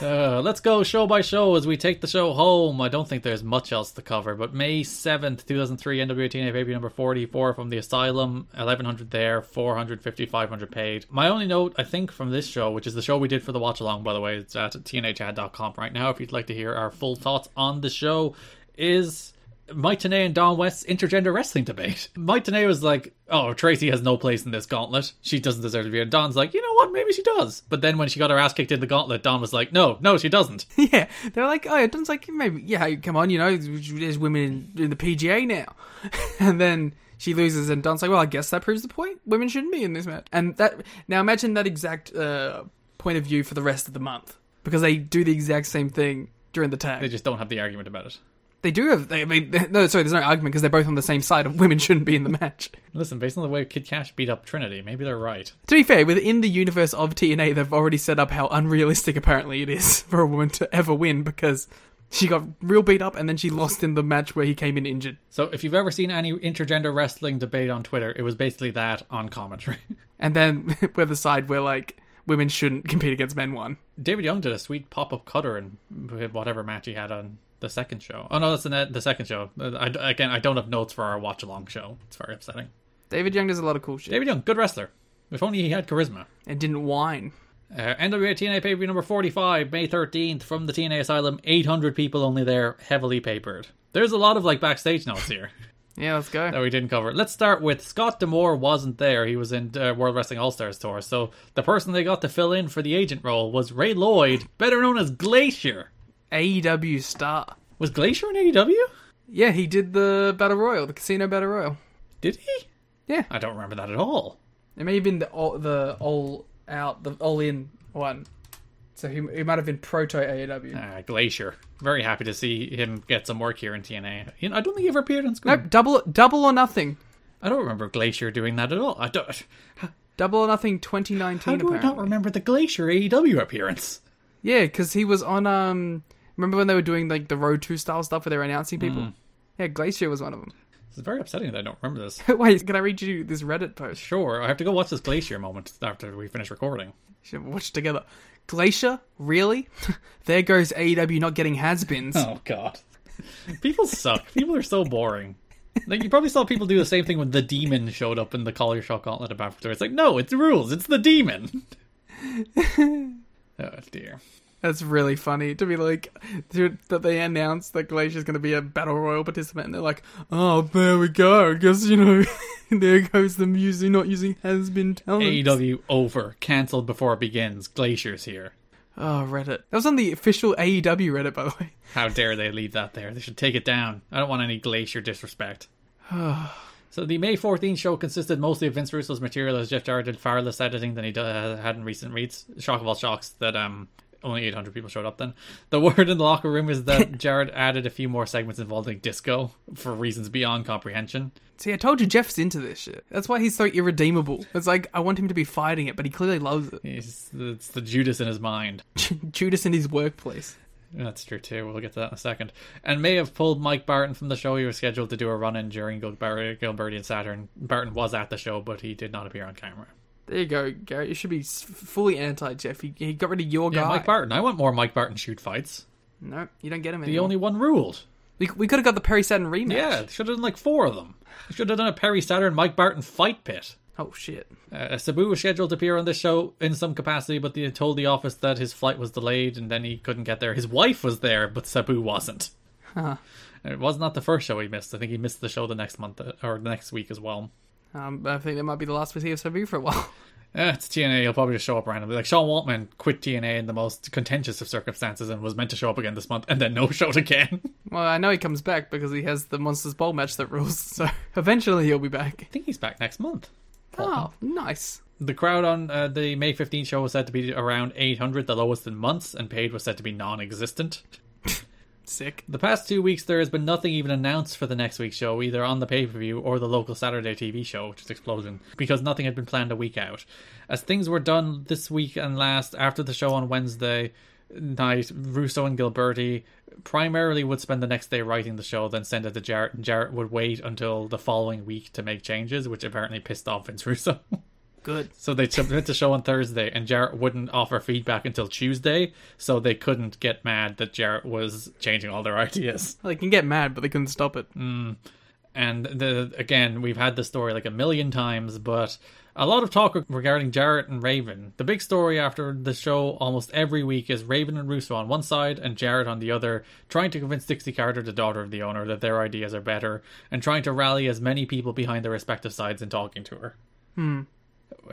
S4: Uh, let's go show by show as we take the show home. I don't think there's much else to cover, but May 7th, 2003, NWTNA pay per view number 44 from the Asylum, 1100 there, 450, 500 paid. My only note, I think, from this show, which is the show we did for the watch along, by the way, it's at tnhad.com right now if you'd like to hear our full thoughts on the show, is Mike Tenay and Don West's intergender wrestling debate. Mike Tenay was like, "Oh, Tracy has no place in this gauntlet. She doesn't deserve to be." here." And Don's like, "You know what? Maybe she does." But then when she got her ass kicked in the gauntlet, Don was like, "No, no, she doesn't."
S1: Yeah, they're like, oh, it doesn't like maybe. Yeah, come on, you know, there's women in, in the PGA now, and then she loses, and Don's like, well, I guess that proves the point. Women shouldn't be in this match, and that now imagine that exact uh, point of view for the rest of the month because they do the exact same thing during the tag.
S4: they just don't have the argument about it.
S1: They do have. They, I mean, they- no, sorry, there's no argument because they're both on the same side of women shouldn't be in the match.
S4: Listen, based on the way Kid Cash beat up Trinity, maybe they're right.
S1: To be fair, within the universe of TNA, they've already set up how unrealistic apparently it is for a woman to ever win because she got real beat up and then she lost in the match where he came in injured.
S4: So if you've ever seen any intergender wrestling debate on Twitter, it was basically that on commentary.
S1: And then we're the side where like women shouldn't compete against men won.
S4: David Young did a sweet pop up cutter in whatever match he had on the second show. Oh no, that's the, the second show. Uh, I, again, I don't have notes for our watch along show. It's very upsetting.
S1: David Young does a lot of cool shit
S4: David Young, good wrestler. If only he had charisma.
S1: and didn't whine.
S4: Uh, NWA TNA pay per view number 45, May 13th, from the TNA Asylum. 800 people only there, heavily papered. There's a lot of like backstage notes here
S1: Yeah, let's go.
S4: that we didn't cover. Let's start with Scott Demore wasn't there. He was in uh, World Wrestling All Stars tour. So the person they got to fill in for the agent role was Ray Lloyd, better known as Glacier.
S1: AEW E star.
S4: Was Glacier in E AEW?
S1: Yeah, he did the Battle Royal, the Casino Battle Royal.
S4: Did he?
S1: Yeah.
S4: I don't remember that at all.
S1: It may have been the all, the all out, the all in one. So he, he might have been proto AEW.
S4: Uh, Glacier. Very happy to see him get some work here in TNA. You know, I don't think he ever appeared on screen.
S1: Nope, double double or nothing.
S4: I don't remember Glacier doing that at all. I don't.
S1: Double or Nothing 2019.
S4: How do I
S1: apparently.
S4: not remember the Glacier AEW appearance?
S1: Yeah, because he was on. Um, remember when they were doing like the Road Two style stuff where they were announcing people? Yeah, Glacier was one of them.
S4: It's very upsetting that I don't remember this.
S1: Wait, can I read you this Reddit post?
S4: Sure, I have to go watch this Glacier moment after we finish recording.
S1: Should watch it together. Glacier, really? there goes AEW not getting has-beens.
S4: Oh god. People suck. People are so boring. Like you probably saw people do the same thing when the demon showed up in the collar shot gauntlet of after. It's like, no, it's the rules, it's the demon. oh dear.
S1: That's really funny to be like to, that they announced that Glacier's going to be a battle royal participant, and they're like, "Oh, there we go. Guess you know, there goes them using not using has-been talent."
S4: AEW E over. Cancelled before it begins. Glacier's here.
S1: Oh, Reddit. That was on the official AEW Reddit, by the way.
S4: How dare they leave that there? They should take it down. I don't want any glacier disrespect. so the May 14th show consisted mostly of Vince Russo's material as Jeff Jarrett did far less editing than he do- uh, had in recent reads. Shock of all shocks that um only 800 people showed up then. The word in the locker room is that Jarrett added a few more segments involving disco for reasons beyond comprehension.
S1: See, I told you Jeff's into this shit. That's why he's so irredeemable. It's like I want him to be fighting it, but he clearly loves it.
S4: It's, it's the Judas in his mind.
S1: Judas in his workplace.
S4: That's true too. We'll get to that in a second. And may have pulled Mike Barton from the show. He was scheduled to do a run in during Gilbert- Gilbertian Saturn. Barton was at the show, but he did not appear on camera.
S1: There you go, Gary. You should be s- fully anti Jeff. He, he got rid of your
S4: Yeah,
S1: guy.
S4: Mike Barton. I want more Mike Barton shoot fights.
S1: no, you don't get him
S4: The
S1: anymore.
S4: only one ruled.
S1: We, we could have got the Perry Saturn rematch.
S4: Yeah, should have done like four of them. Should have done a Perry Saturn Mike Barton fight pit.
S1: Oh shit.
S4: Uh, Sabu was scheduled to appear on this show in some capacity, but they told the office that his flight was delayed and then he couldn't get there. His wife was there, but Sabu wasn't. And It was not the first show he missed. I think he missed the show the next month uh, or the next week as well.
S1: Um, I think that might be the last we see of Sabu for a while.
S4: Eh, it's TNA. He'll probably just show up randomly. Like Sean Waltman quit TNA in the most contentious of circumstances and was meant to show up again this month, and then no showed again. I
S1: well, I know he comes back because he has the Monsters Bowl match that rules. So eventually he'll be back.
S4: think he's back next month.
S1: Oh, nice.
S4: The crowd on uh, the May 15th show was said to be around 800, the lowest in months, and paid was said to be non-existent.
S1: Sick.
S4: The past two weeks, there has been nothing even announced for the next week's show, either on the pay per view or the local Saturday TV show, which is Explosion, because nothing had been planned a week out. As things were done this week and last, after the show on Wednesday night, Russo and Gilberti primarily would spend the next day writing the show, then send it to Jarrett, and Jarrett would wait until the following week to make changes, which apparently pissed off Vince Russo.
S1: Good.
S4: So they submit the show on Thursday, and Jarrett wouldn't offer feedback until Tuesday, so they couldn't get mad that Jarrett was changing all their ideas.
S1: They can get mad, but they couldn't stop it.
S4: Mm. And the again, we've had this story like a million times, but a lot of talk re- regarding Jarrett and Raven. The big story after the show almost every week is Raven and Russo on one side and Jarrett on the other, trying to convince Dixie Carter, the daughter of the owner, that their ideas are better, and trying to rally as many people behind their respective sides in talking to her.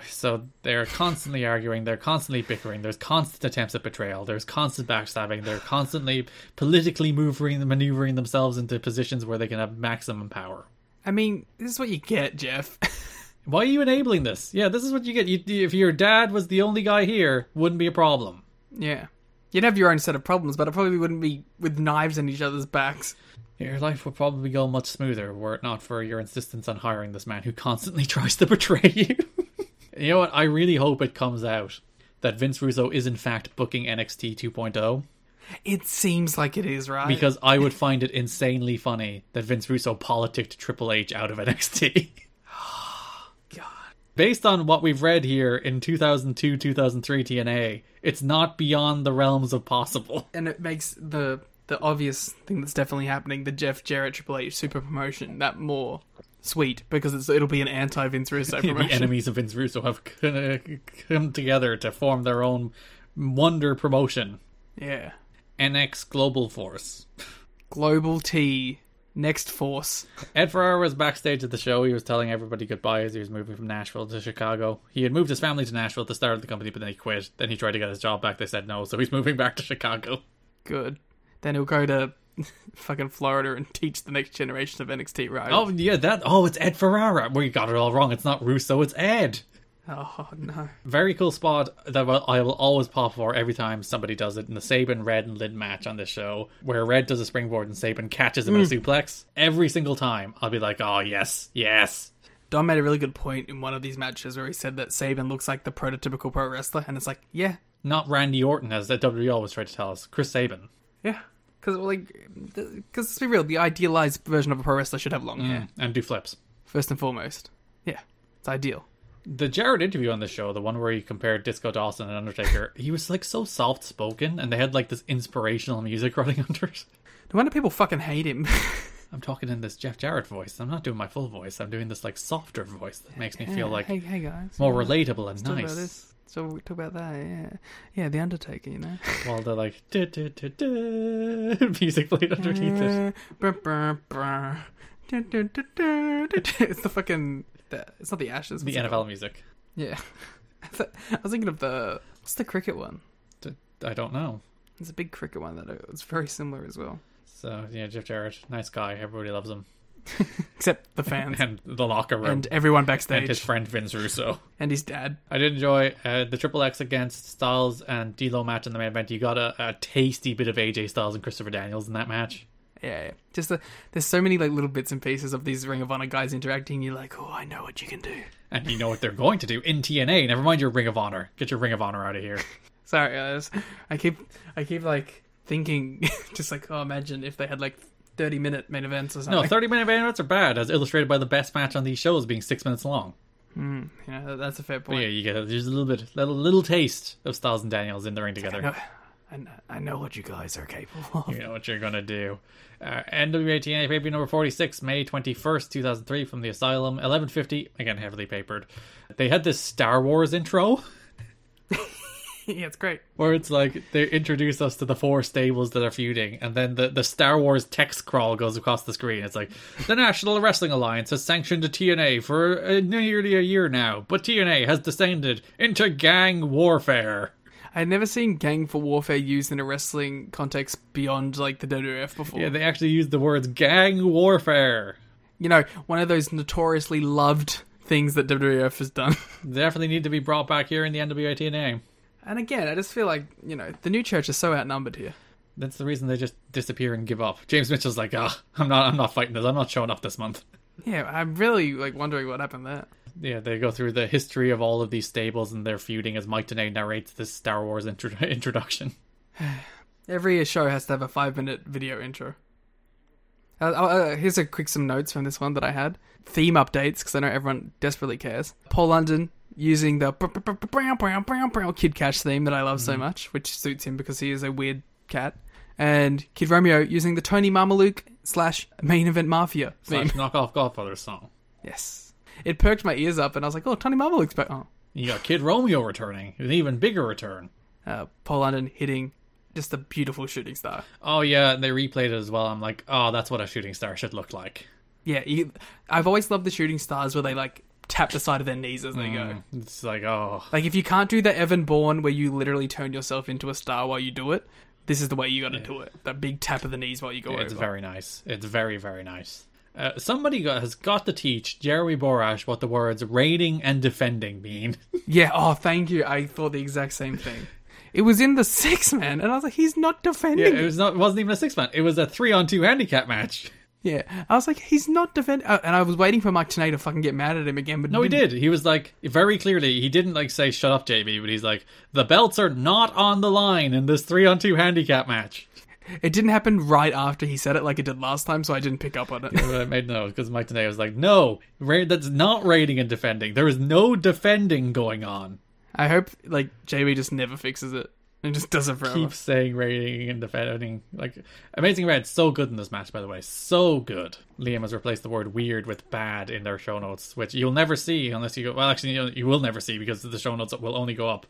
S4: So they're constantly arguing, they're constantly bickering, there's constant attempts at betrayal, there's constant backstabbing, they're constantly politically maneuvering, maneuvering themselves into positions where they can have maximum power.
S1: I mean, this is what you get, Jeff.
S4: Why are you enabling this? Yeah, this is what you get. You, if your dad was the only guy here, wouldn't be a problem.
S1: yeah. You'd have your own set of problems, but it probably wouldn't be with knives in each other's backs.
S4: Your life would probably go much smoother were it not for your insistence on hiring this man who constantly tries to betray you. you know what? I really hope it comes out that Vince Russo is in fact booking NXT 2.0.
S1: It seems like it is, right?
S4: because I would find it insanely funny that Vince Russo politicked Triple H out of NXT.
S1: God.
S4: Based on what we've read here in 2002 2003 TNA, it's not beyond the realms of possible.
S1: and it makes the the obvious thing that's definitely happening, the Jeff Jarrett Triple H super promotion, that more sweet because it's it'll be an anti Vince Russo
S4: the
S1: promotion.
S4: enemies of Vince Russo have come together to form their own wonder promotion,
S1: Yeah.
S4: NX Global Force.
S1: Global T next force.
S4: Ed Ferrara was backstage at the show. He was telling everybody goodbye as he was moving from Nashville to Chicago. He had moved his family to Nashville at the start of the company, but then he quit. Then he tried to get his job back. They said no, so he's moving back to Chicago.
S1: Good. Then he'll go to fucking Florida and teach the next generation of NXT right.
S4: Oh yeah, that. Oh, it's Ed Ferrara. We got it all wrong. It's not Russo. It's Ed.
S1: Oh, no.
S4: Very cool spot that will- I will always pop for every time somebody does it in the Saban Red and Lid match on this show, where Red does a springboard and Saban catches him in a suplex. Every single time, I'll be like, "Oh yes, yes."
S1: Don made a really good point in one of these matches where he said that Saban looks like the prototypical pro wrestler, and it's like, yeah,
S4: Not Randy Orton, as the WWE always tried to tell us. Chris Saban.
S1: yeah, because like, because let's be real, the idealized version of a pro wrestler should have
S4: Mm.
S1: long hair
S4: And do flips.
S1: first and foremost. Yeah, it's ideal.
S4: The Jared interview on the show, the one where he compared Disco Dawson and Undertaker, he was like so soft spoken and they had like this inspirational music running under it.
S1: No wonder people fucking hate him.
S4: I'm talking in this Jeff Jarrett voice. I'm not doing my full voice. I'm doing this like softer voice that makes me feel like
S1: hey, hey guys,
S4: more
S1: yeah,
S4: relatable and
S1: let's talk about
S4: nice.
S1: this. So we talk about that, yeah, yeah, the Undertaker, you know.
S4: While they're like "Du, du, du, du," music played underneath
S1: Uh, Eh,
S4: it.
S1: it's the fucking. The, it's not the Ashes.
S4: The
S1: what's it
S4: NFL music.
S1: Yeah. I was thinking of the what's the cricket one?
S4: D- I don't know.
S1: There's a big cricket one that it's very similar as well.
S4: So yeah, Jeff Jarrett, nice guy. Everybody loves him.
S1: Except the fans
S4: And the locker room.
S1: and everyone
S4: and his
S1: backstage
S4: friend Vince Russo.
S1: and his dad.
S4: I did enjoy uh, the Triple X against Styles and D'Lo match in the main event. You got a, a tasty bit of AJ Styles and Christopher Daniels in that match.
S1: Yeah, yeah. Just the, there's so many like little bits and pieces of these Ring of Honor guys interacting. You're like, oh, I know what you can do.
S4: And you know what they're going to do in TNA. Never mind your Ring of Honor. Get your Ring of Honor out of here.
S1: Sorry, guys. I keep I keep like thinking, just like oh, imagine if they had like 30 minute main events or something.
S4: No, 30 minute main events are bad, as illustrated by the best match on these shows being six minutes long.
S1: you know, that's a fair
S4: But
S1: point.
S4: yeah, you get a, there's a little bit, little, little taste of Styles and Daniels in the ring together.
S1: No, I, kn- I know what you guys are capable of.
S4: You know what you're gonna do. Uh, NWA TNA pay number 46, May 21st, 2003, from the Asylum, 11:50. Again, heavily papered. They had this Star Wars intro
S1: yeah, it's great.
S4: where it's like they introduce us to the four stables that are feuding, and then the, the Star Wars text crawl goes across the screen. It's like the National Wrestling Alliance has sanctioned TNA for uh, nearly a year now, but TNA has descended into gang warfare.
S1: I had never seen Gang for Warfare used in a wrestling context beyond like the WWF before.
S4: Yeah, they actually used the words gang warfare.
S1: You know, one of those notoriously loved things that WWF has done.
S4: They definitely need to be brought back here in the NWA TNA.
S1: and again, I just feel like, you know, the new church is so outnumbered here.
S4: That's the reason they just disappear and give up. James Mitchell's like, ah, I'm not, I'm not fighting this. I'm not showing up this month.
S1: Yeah, I'm really like wondering what happened there.
S4: Yeah, they go through the history of all of these stables and their feuding as Mike Tenay narrates this Star Wars intro- introduction.
S1: Every show has to have a five minute video intro. Uh, uh, uh, here's a quick some notes from this one that I had. Theme updates, because I know everyone desperately cares. Paul London using the brown, brown, brown, brown Kid Cash theme that I love so much, which suits him because he is a weird cat. And Kid Romeo using the Tony Marmaluke slash main event mafia theme.
S4: Slash knockoff Godfather song.
S1: yes. It perked my ears up, and I was like, oh, Tony Marmaluke's back. Oh.
S4: You got Kid Romeo returning, an even bigger return.
S1: Uh, Paul London hitting just a beautiful shooting star.
S4: Oh yeah, and they replayed it as well. I'm like, oh, that's what a shooting star should look like.
S1: Yeah, you, I've always loved the shooting stars where they like tap the side of their knees as they go.
S4: It's like, oh,
S1: Like if you can't do the Evan Bourne where you literally turn yourself into a star while you do it, this is the way you got to do it. That big tap of the knees while you go
S4: It's
S1: over.
S4: very nice. It's very, very nice. Uh, somebody got, has got to teach Jeremy Borash what the words raiding and defending mean.
S1: yeah. Oh, thank you. I thought the exact same thing. It was in the six man, and I was like, he's not defending.
S4: it was not, it wasn't even a six man. It was a three on two handicap match.
S1: Yeah, I was like, he's not defending. Uh, and I was waiting for Mike Tenay to fucking get mad at him again, but
S4: No, he did. He was like very clearly. He didn't like say "shut up, JB," but he's like the belts are not on the line in this three on two handicap match.
S1: It didn't happen right after he said it, like it did last time, so I didn't pick up on it.
S4: But I made no because Mike today was like, "No, ra- that's not raiding and defending. There is no defending going on."
S1: I hope like JB just never fixes it and just does it forever.
S4: Keep saying raiding and defending. Like Amazing Red, so good in this match, by the way, so good. Liam has replaced the word weird with bad in their show notes, which you'll never see unless you go. Well, actually, you, you will never see because the show notes will only go up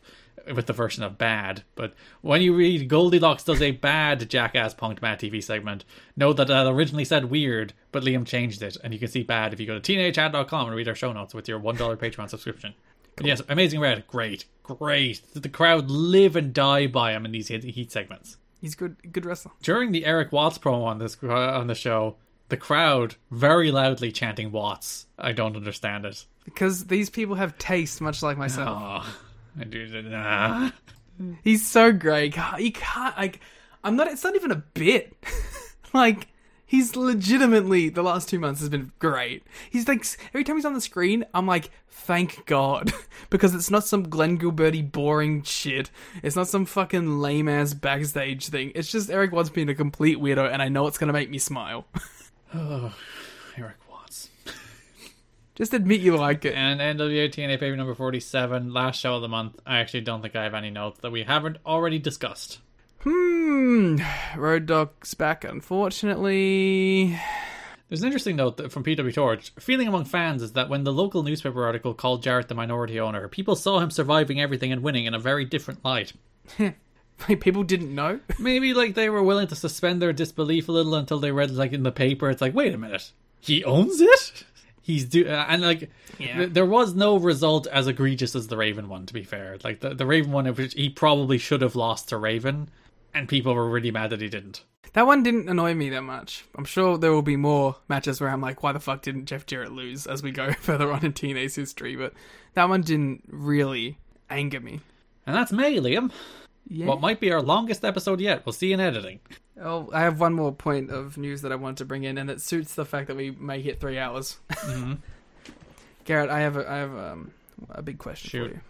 S4: with the version of bad. But when you read Goldilocks does a bad jackass punked Matt TV segment, know that that originally said weird, but Liam changed it, and you can see bad if you go to teenagehad.com and read our show notes with your one dollar Patreon subscription. But Yes, Amazing Red, great, great. The crowd live and die by him in these heat heat segments.
S1: He's good, good wrestler.
S4: During the Eric Watts promo on this uh, on the show, the crowd very loudly chanting Watts. I don't understand it.
S1: Because these people have taste, much like myself.
S4: Oh, I do. Nah.
S1: He's so great. God, He can't. Like, I'm not. It's not even a bit. like, He's legitimately the last two months has been great. He's like s- every time he's on the screen, I'm like, thank God, because it's not some Glenn Gilberty boring shit. It's not some fucking lame ass backstage thing. It's just Eric Watts being a complete weirdo, and I know it's gonna make me smile.
S4: Eric Watts.
S1: just admit you like it.
S4: And NWA TNA paper number 47, last show of the month. I actually don't think I have any notes that we haven't already discussed.
S1: Hmm. Road Dog's back, unfortunately.
S4: There's an interesting note that- from PW Torch. Feeling among fans is that when the local newspaper article called Jarrett the minority owner, people saw him surviving everything and winning in a very different light.
S1: People didn't know.
S4: Maybe like they were willing to suspend their disbelief a little until they read like in the paper. It's like, wait a minute, he owns it. He's do uh, and like th- there was no result as egregious as the Raven one. To be fair, like the the Raven one, which he probably should have lost to Raven, and people were really mad that he didn't.
S1: That one didn't annoy me that much. I'm sure there will be more matches where I'm like, why the fuck didn't Jeff Jarrett lose as we go further on in TNA's history? But that one didn't really anger me.
S4: And that's May, Liam.
S1: Yeah.
S4: What might be our longest episode yet. We'll see you in editing.
S1: oh, I have one more point of news that I wanted to bring in, and it suits the fact that we may hit three hours.
S4: Mm-hmm.
S1: Garrett, I have a, I have um, a big question
S4: Shoot.
S1: for you.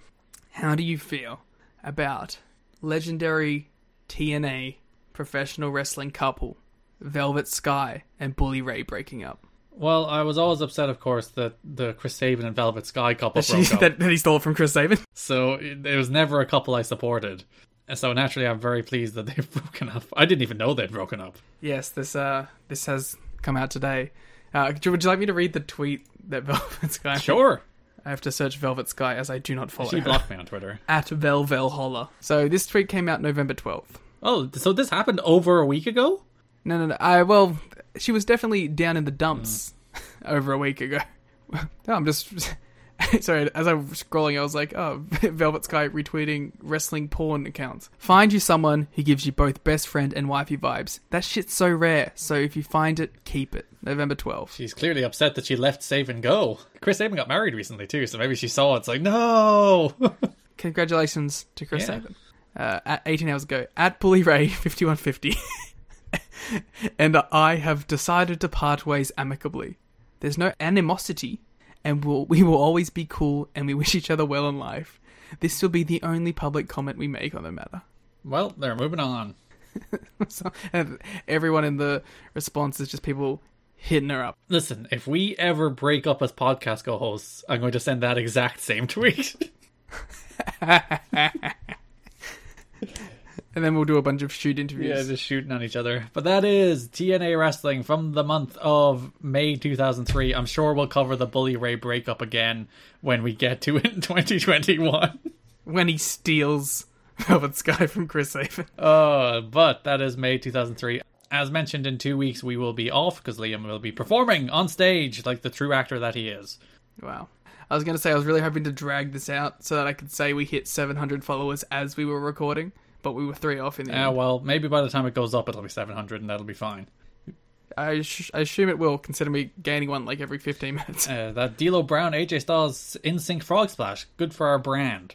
S1: How do you feel about legendary TNA professional wrestling couple Velvet Sky and Bully Ray breaking up?
S4: Well, I was always upset, of course, that the Chris Saban and Velvet Sky couple
S1: that, she,
S4: broke up.
S1: that, that he stole from Chris Saban.
S4: So it, it was never a couple I supported. And So naturally, I'm very pleased that they've broken up. I didn't even know they'd broken up.
S1: Yes, this uh, this has come out today. Uh, do- would you like me to read the tweet that Velvet Sky?
S4: Sure.
S1: I have to search Velvet Sky as I do not follow
S4: She
S1: her.
S4: blocked me on Twitter.
S1: at Velvel Holler. So this tweet came out November twelfth.
S4: Oh, so this happened over a week ago?
S1: No, no, no. I well, she was definitely down in the dumps over a week ago. no, I'm just sorry. As I was scrolling, I was like, oh, Velvet Sky retweeting wrestling porn accounts. Find you someone who gives you both best friend and wifey vibes. That shit's so rare. So if you find it, keep it. November 12th.
S4: She's clearly upset that she left Saban go. Chris Saban got married recently, too, so maybe she saw it. It's like, no!
S1: Congratulations to Chris
S4: Yeah.
S1: Saban. Uh, at 18 hours ago, at Bully Ray 5150. and I have decided to part ways amicably. There's no animosity, and we'll, we will always be cool, and we wish each other well in life. This will be the only public comment we make on the matter.
S4: well, they're moving on.
S1: So, and everyone in the response is just people hitting her up.
S4: Listen, if we ever break up as podcast co hosts, I'm going to send that exact same tweet.
S1: And then we'll do a bunch of shoot interviews.
S4: yeah, just shooting on each other. But that is TNA Wrestling from the month of May 2003. I'm sure we'll cover the Bully Ray breakup again when we get to it in 2021.
S1: when he steals Velvet Sky from Chris Haven.
S4: Uh, but that is May 2003. As mentioned, in two weeks we will be off because Liam will be performing on stage like the true actor that he is.
S1: Wow. I was going to say, I was really hoping to drag this out so that I could say we hit 700 followers as we were recording, but we were three off in the
S4: Uh,
S1: end.
S4: well, maybe by the time it goes up, it'll be 700 and that'll be fine.
S1: I, sh- I assume it will, considering we gaining one like every 15 minutes.
S4: Uh, that D'Lo Brown, AJ Styles, in sync frog splash. Good for our brand.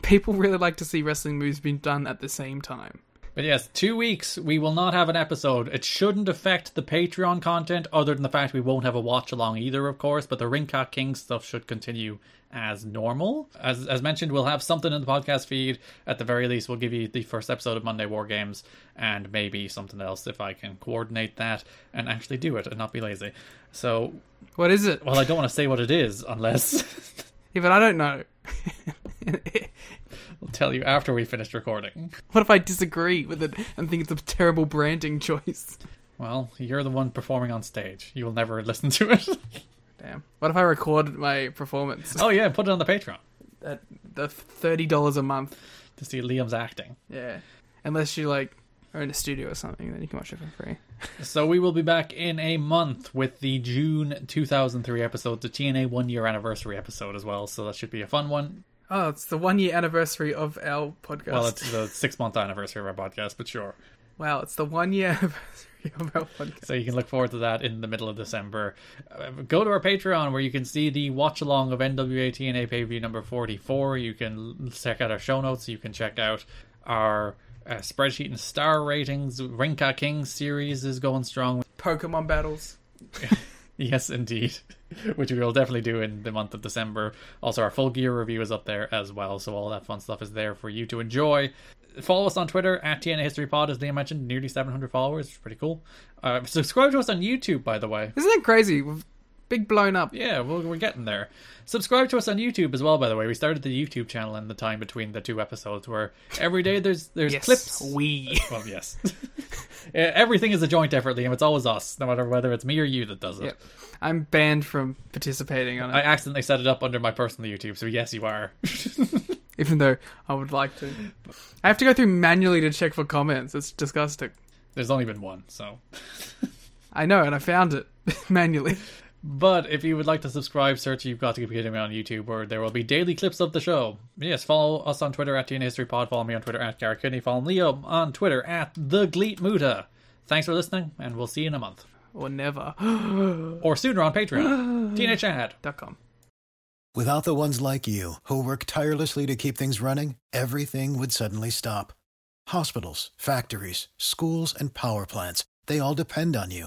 S1: People really like to see wrestling moves being done at the same time.
S4: But yes, two weeks we will not have an episode. It shouldn't affect the Patreon content, other than the fact we won't have a watch along either, of course. But the Ringcock King stuff should continue as normal. As as mentioned, we'll have something in the podcast feed. At the very least, we'll give you the first episode of Monday War Games, and maybe something else if I can coordinate that and actually do it and not be lazy. So,
S1: What is it?
S4: well, I don't want to say what it is unless
S1: Even I don't know.
S4: I'll tell you after we finish recording.
S1: what if I disagree with it and think it's a terrible branding choice?
S4: Well, you're the one performing on stage. You will never listen to it.
S1: Damn. What if I record my performance
S4: oh yeah, put it on the Patreon.
S1: at the $30 a month?
S4: to see Liam's acting.
S1: Yeah. Unless you like are in a studio or something, then you can watch it for free.
S4: So we will be back in a month with the June 2003 episode, the TNA one year anniversary episode as well. So that should be a fun one.
S1: Oh, it's the one year anniversary of our podcast.
S4: Well, it's the six month anniversary of our podcast, but sure.
S1: wow, it's the one year anniversary of our podcast.
S4: So you can look forward to that in the middle of December. Uh, Go to our Patreon where you can see the watch along of NWA TNA pay per view number 44. You can l- check out our show notes. You can check out our uh, spreadsheet and star ratings. Rinka King series is going strong.
S1: Pokemon battles.
S4: Yes, indeed. Which we will definitely do in the month of December. Also, our full gear review is up there as well, so all that fun stuff is there for you to enjoy. Follow us on Twitter at TNA History Pod, as Liam mentioned, nearly 700 followers. It's pretty cool. Uh, subscribe to us on YouTube, by the way.
S1: Isn't that crazy? We've big blown up.
S4: Yeah, well, we're getting there. Subscribe to us on YouTube as well, by the way. We started the YouTube channel in the time between the two episodes, where every day there's there's clips.
S1: we.
S4: Well, yes. Uh, Everything is a joint effort, Liam. It's always us, no matter whether it's me or you that does it.
S1: Yep. I'm banned from participating on it,
S4: I accidentally set it up under my personal YouTube, so yes, you are.
S1: even though I would like to. I have to go through manually to check for comments. It's disgusting.
S4: There's only been one, so.
S1: I know, and I found it manually.
S4: But if you would like to subscribe, search You've Got to Keep Kidding Me on YouTube, where there will be daily clips of the show. Yes, follow us on Twitter at TN History Pod, follow me on Twitter at Garrett Kidney, follow Liam on Twitter at The Gleet Muta. Thanks for listening, and we'll see you in a month.
S1: Or never.
S4: Or sooner on Patreon. Teenage Ad.
S1: Dot com.
S7: Without the ones like you, who work tirelessly to keep things running, everything would suddenly stop. Hospitals, factories, schools, and power plants, they all depend on you.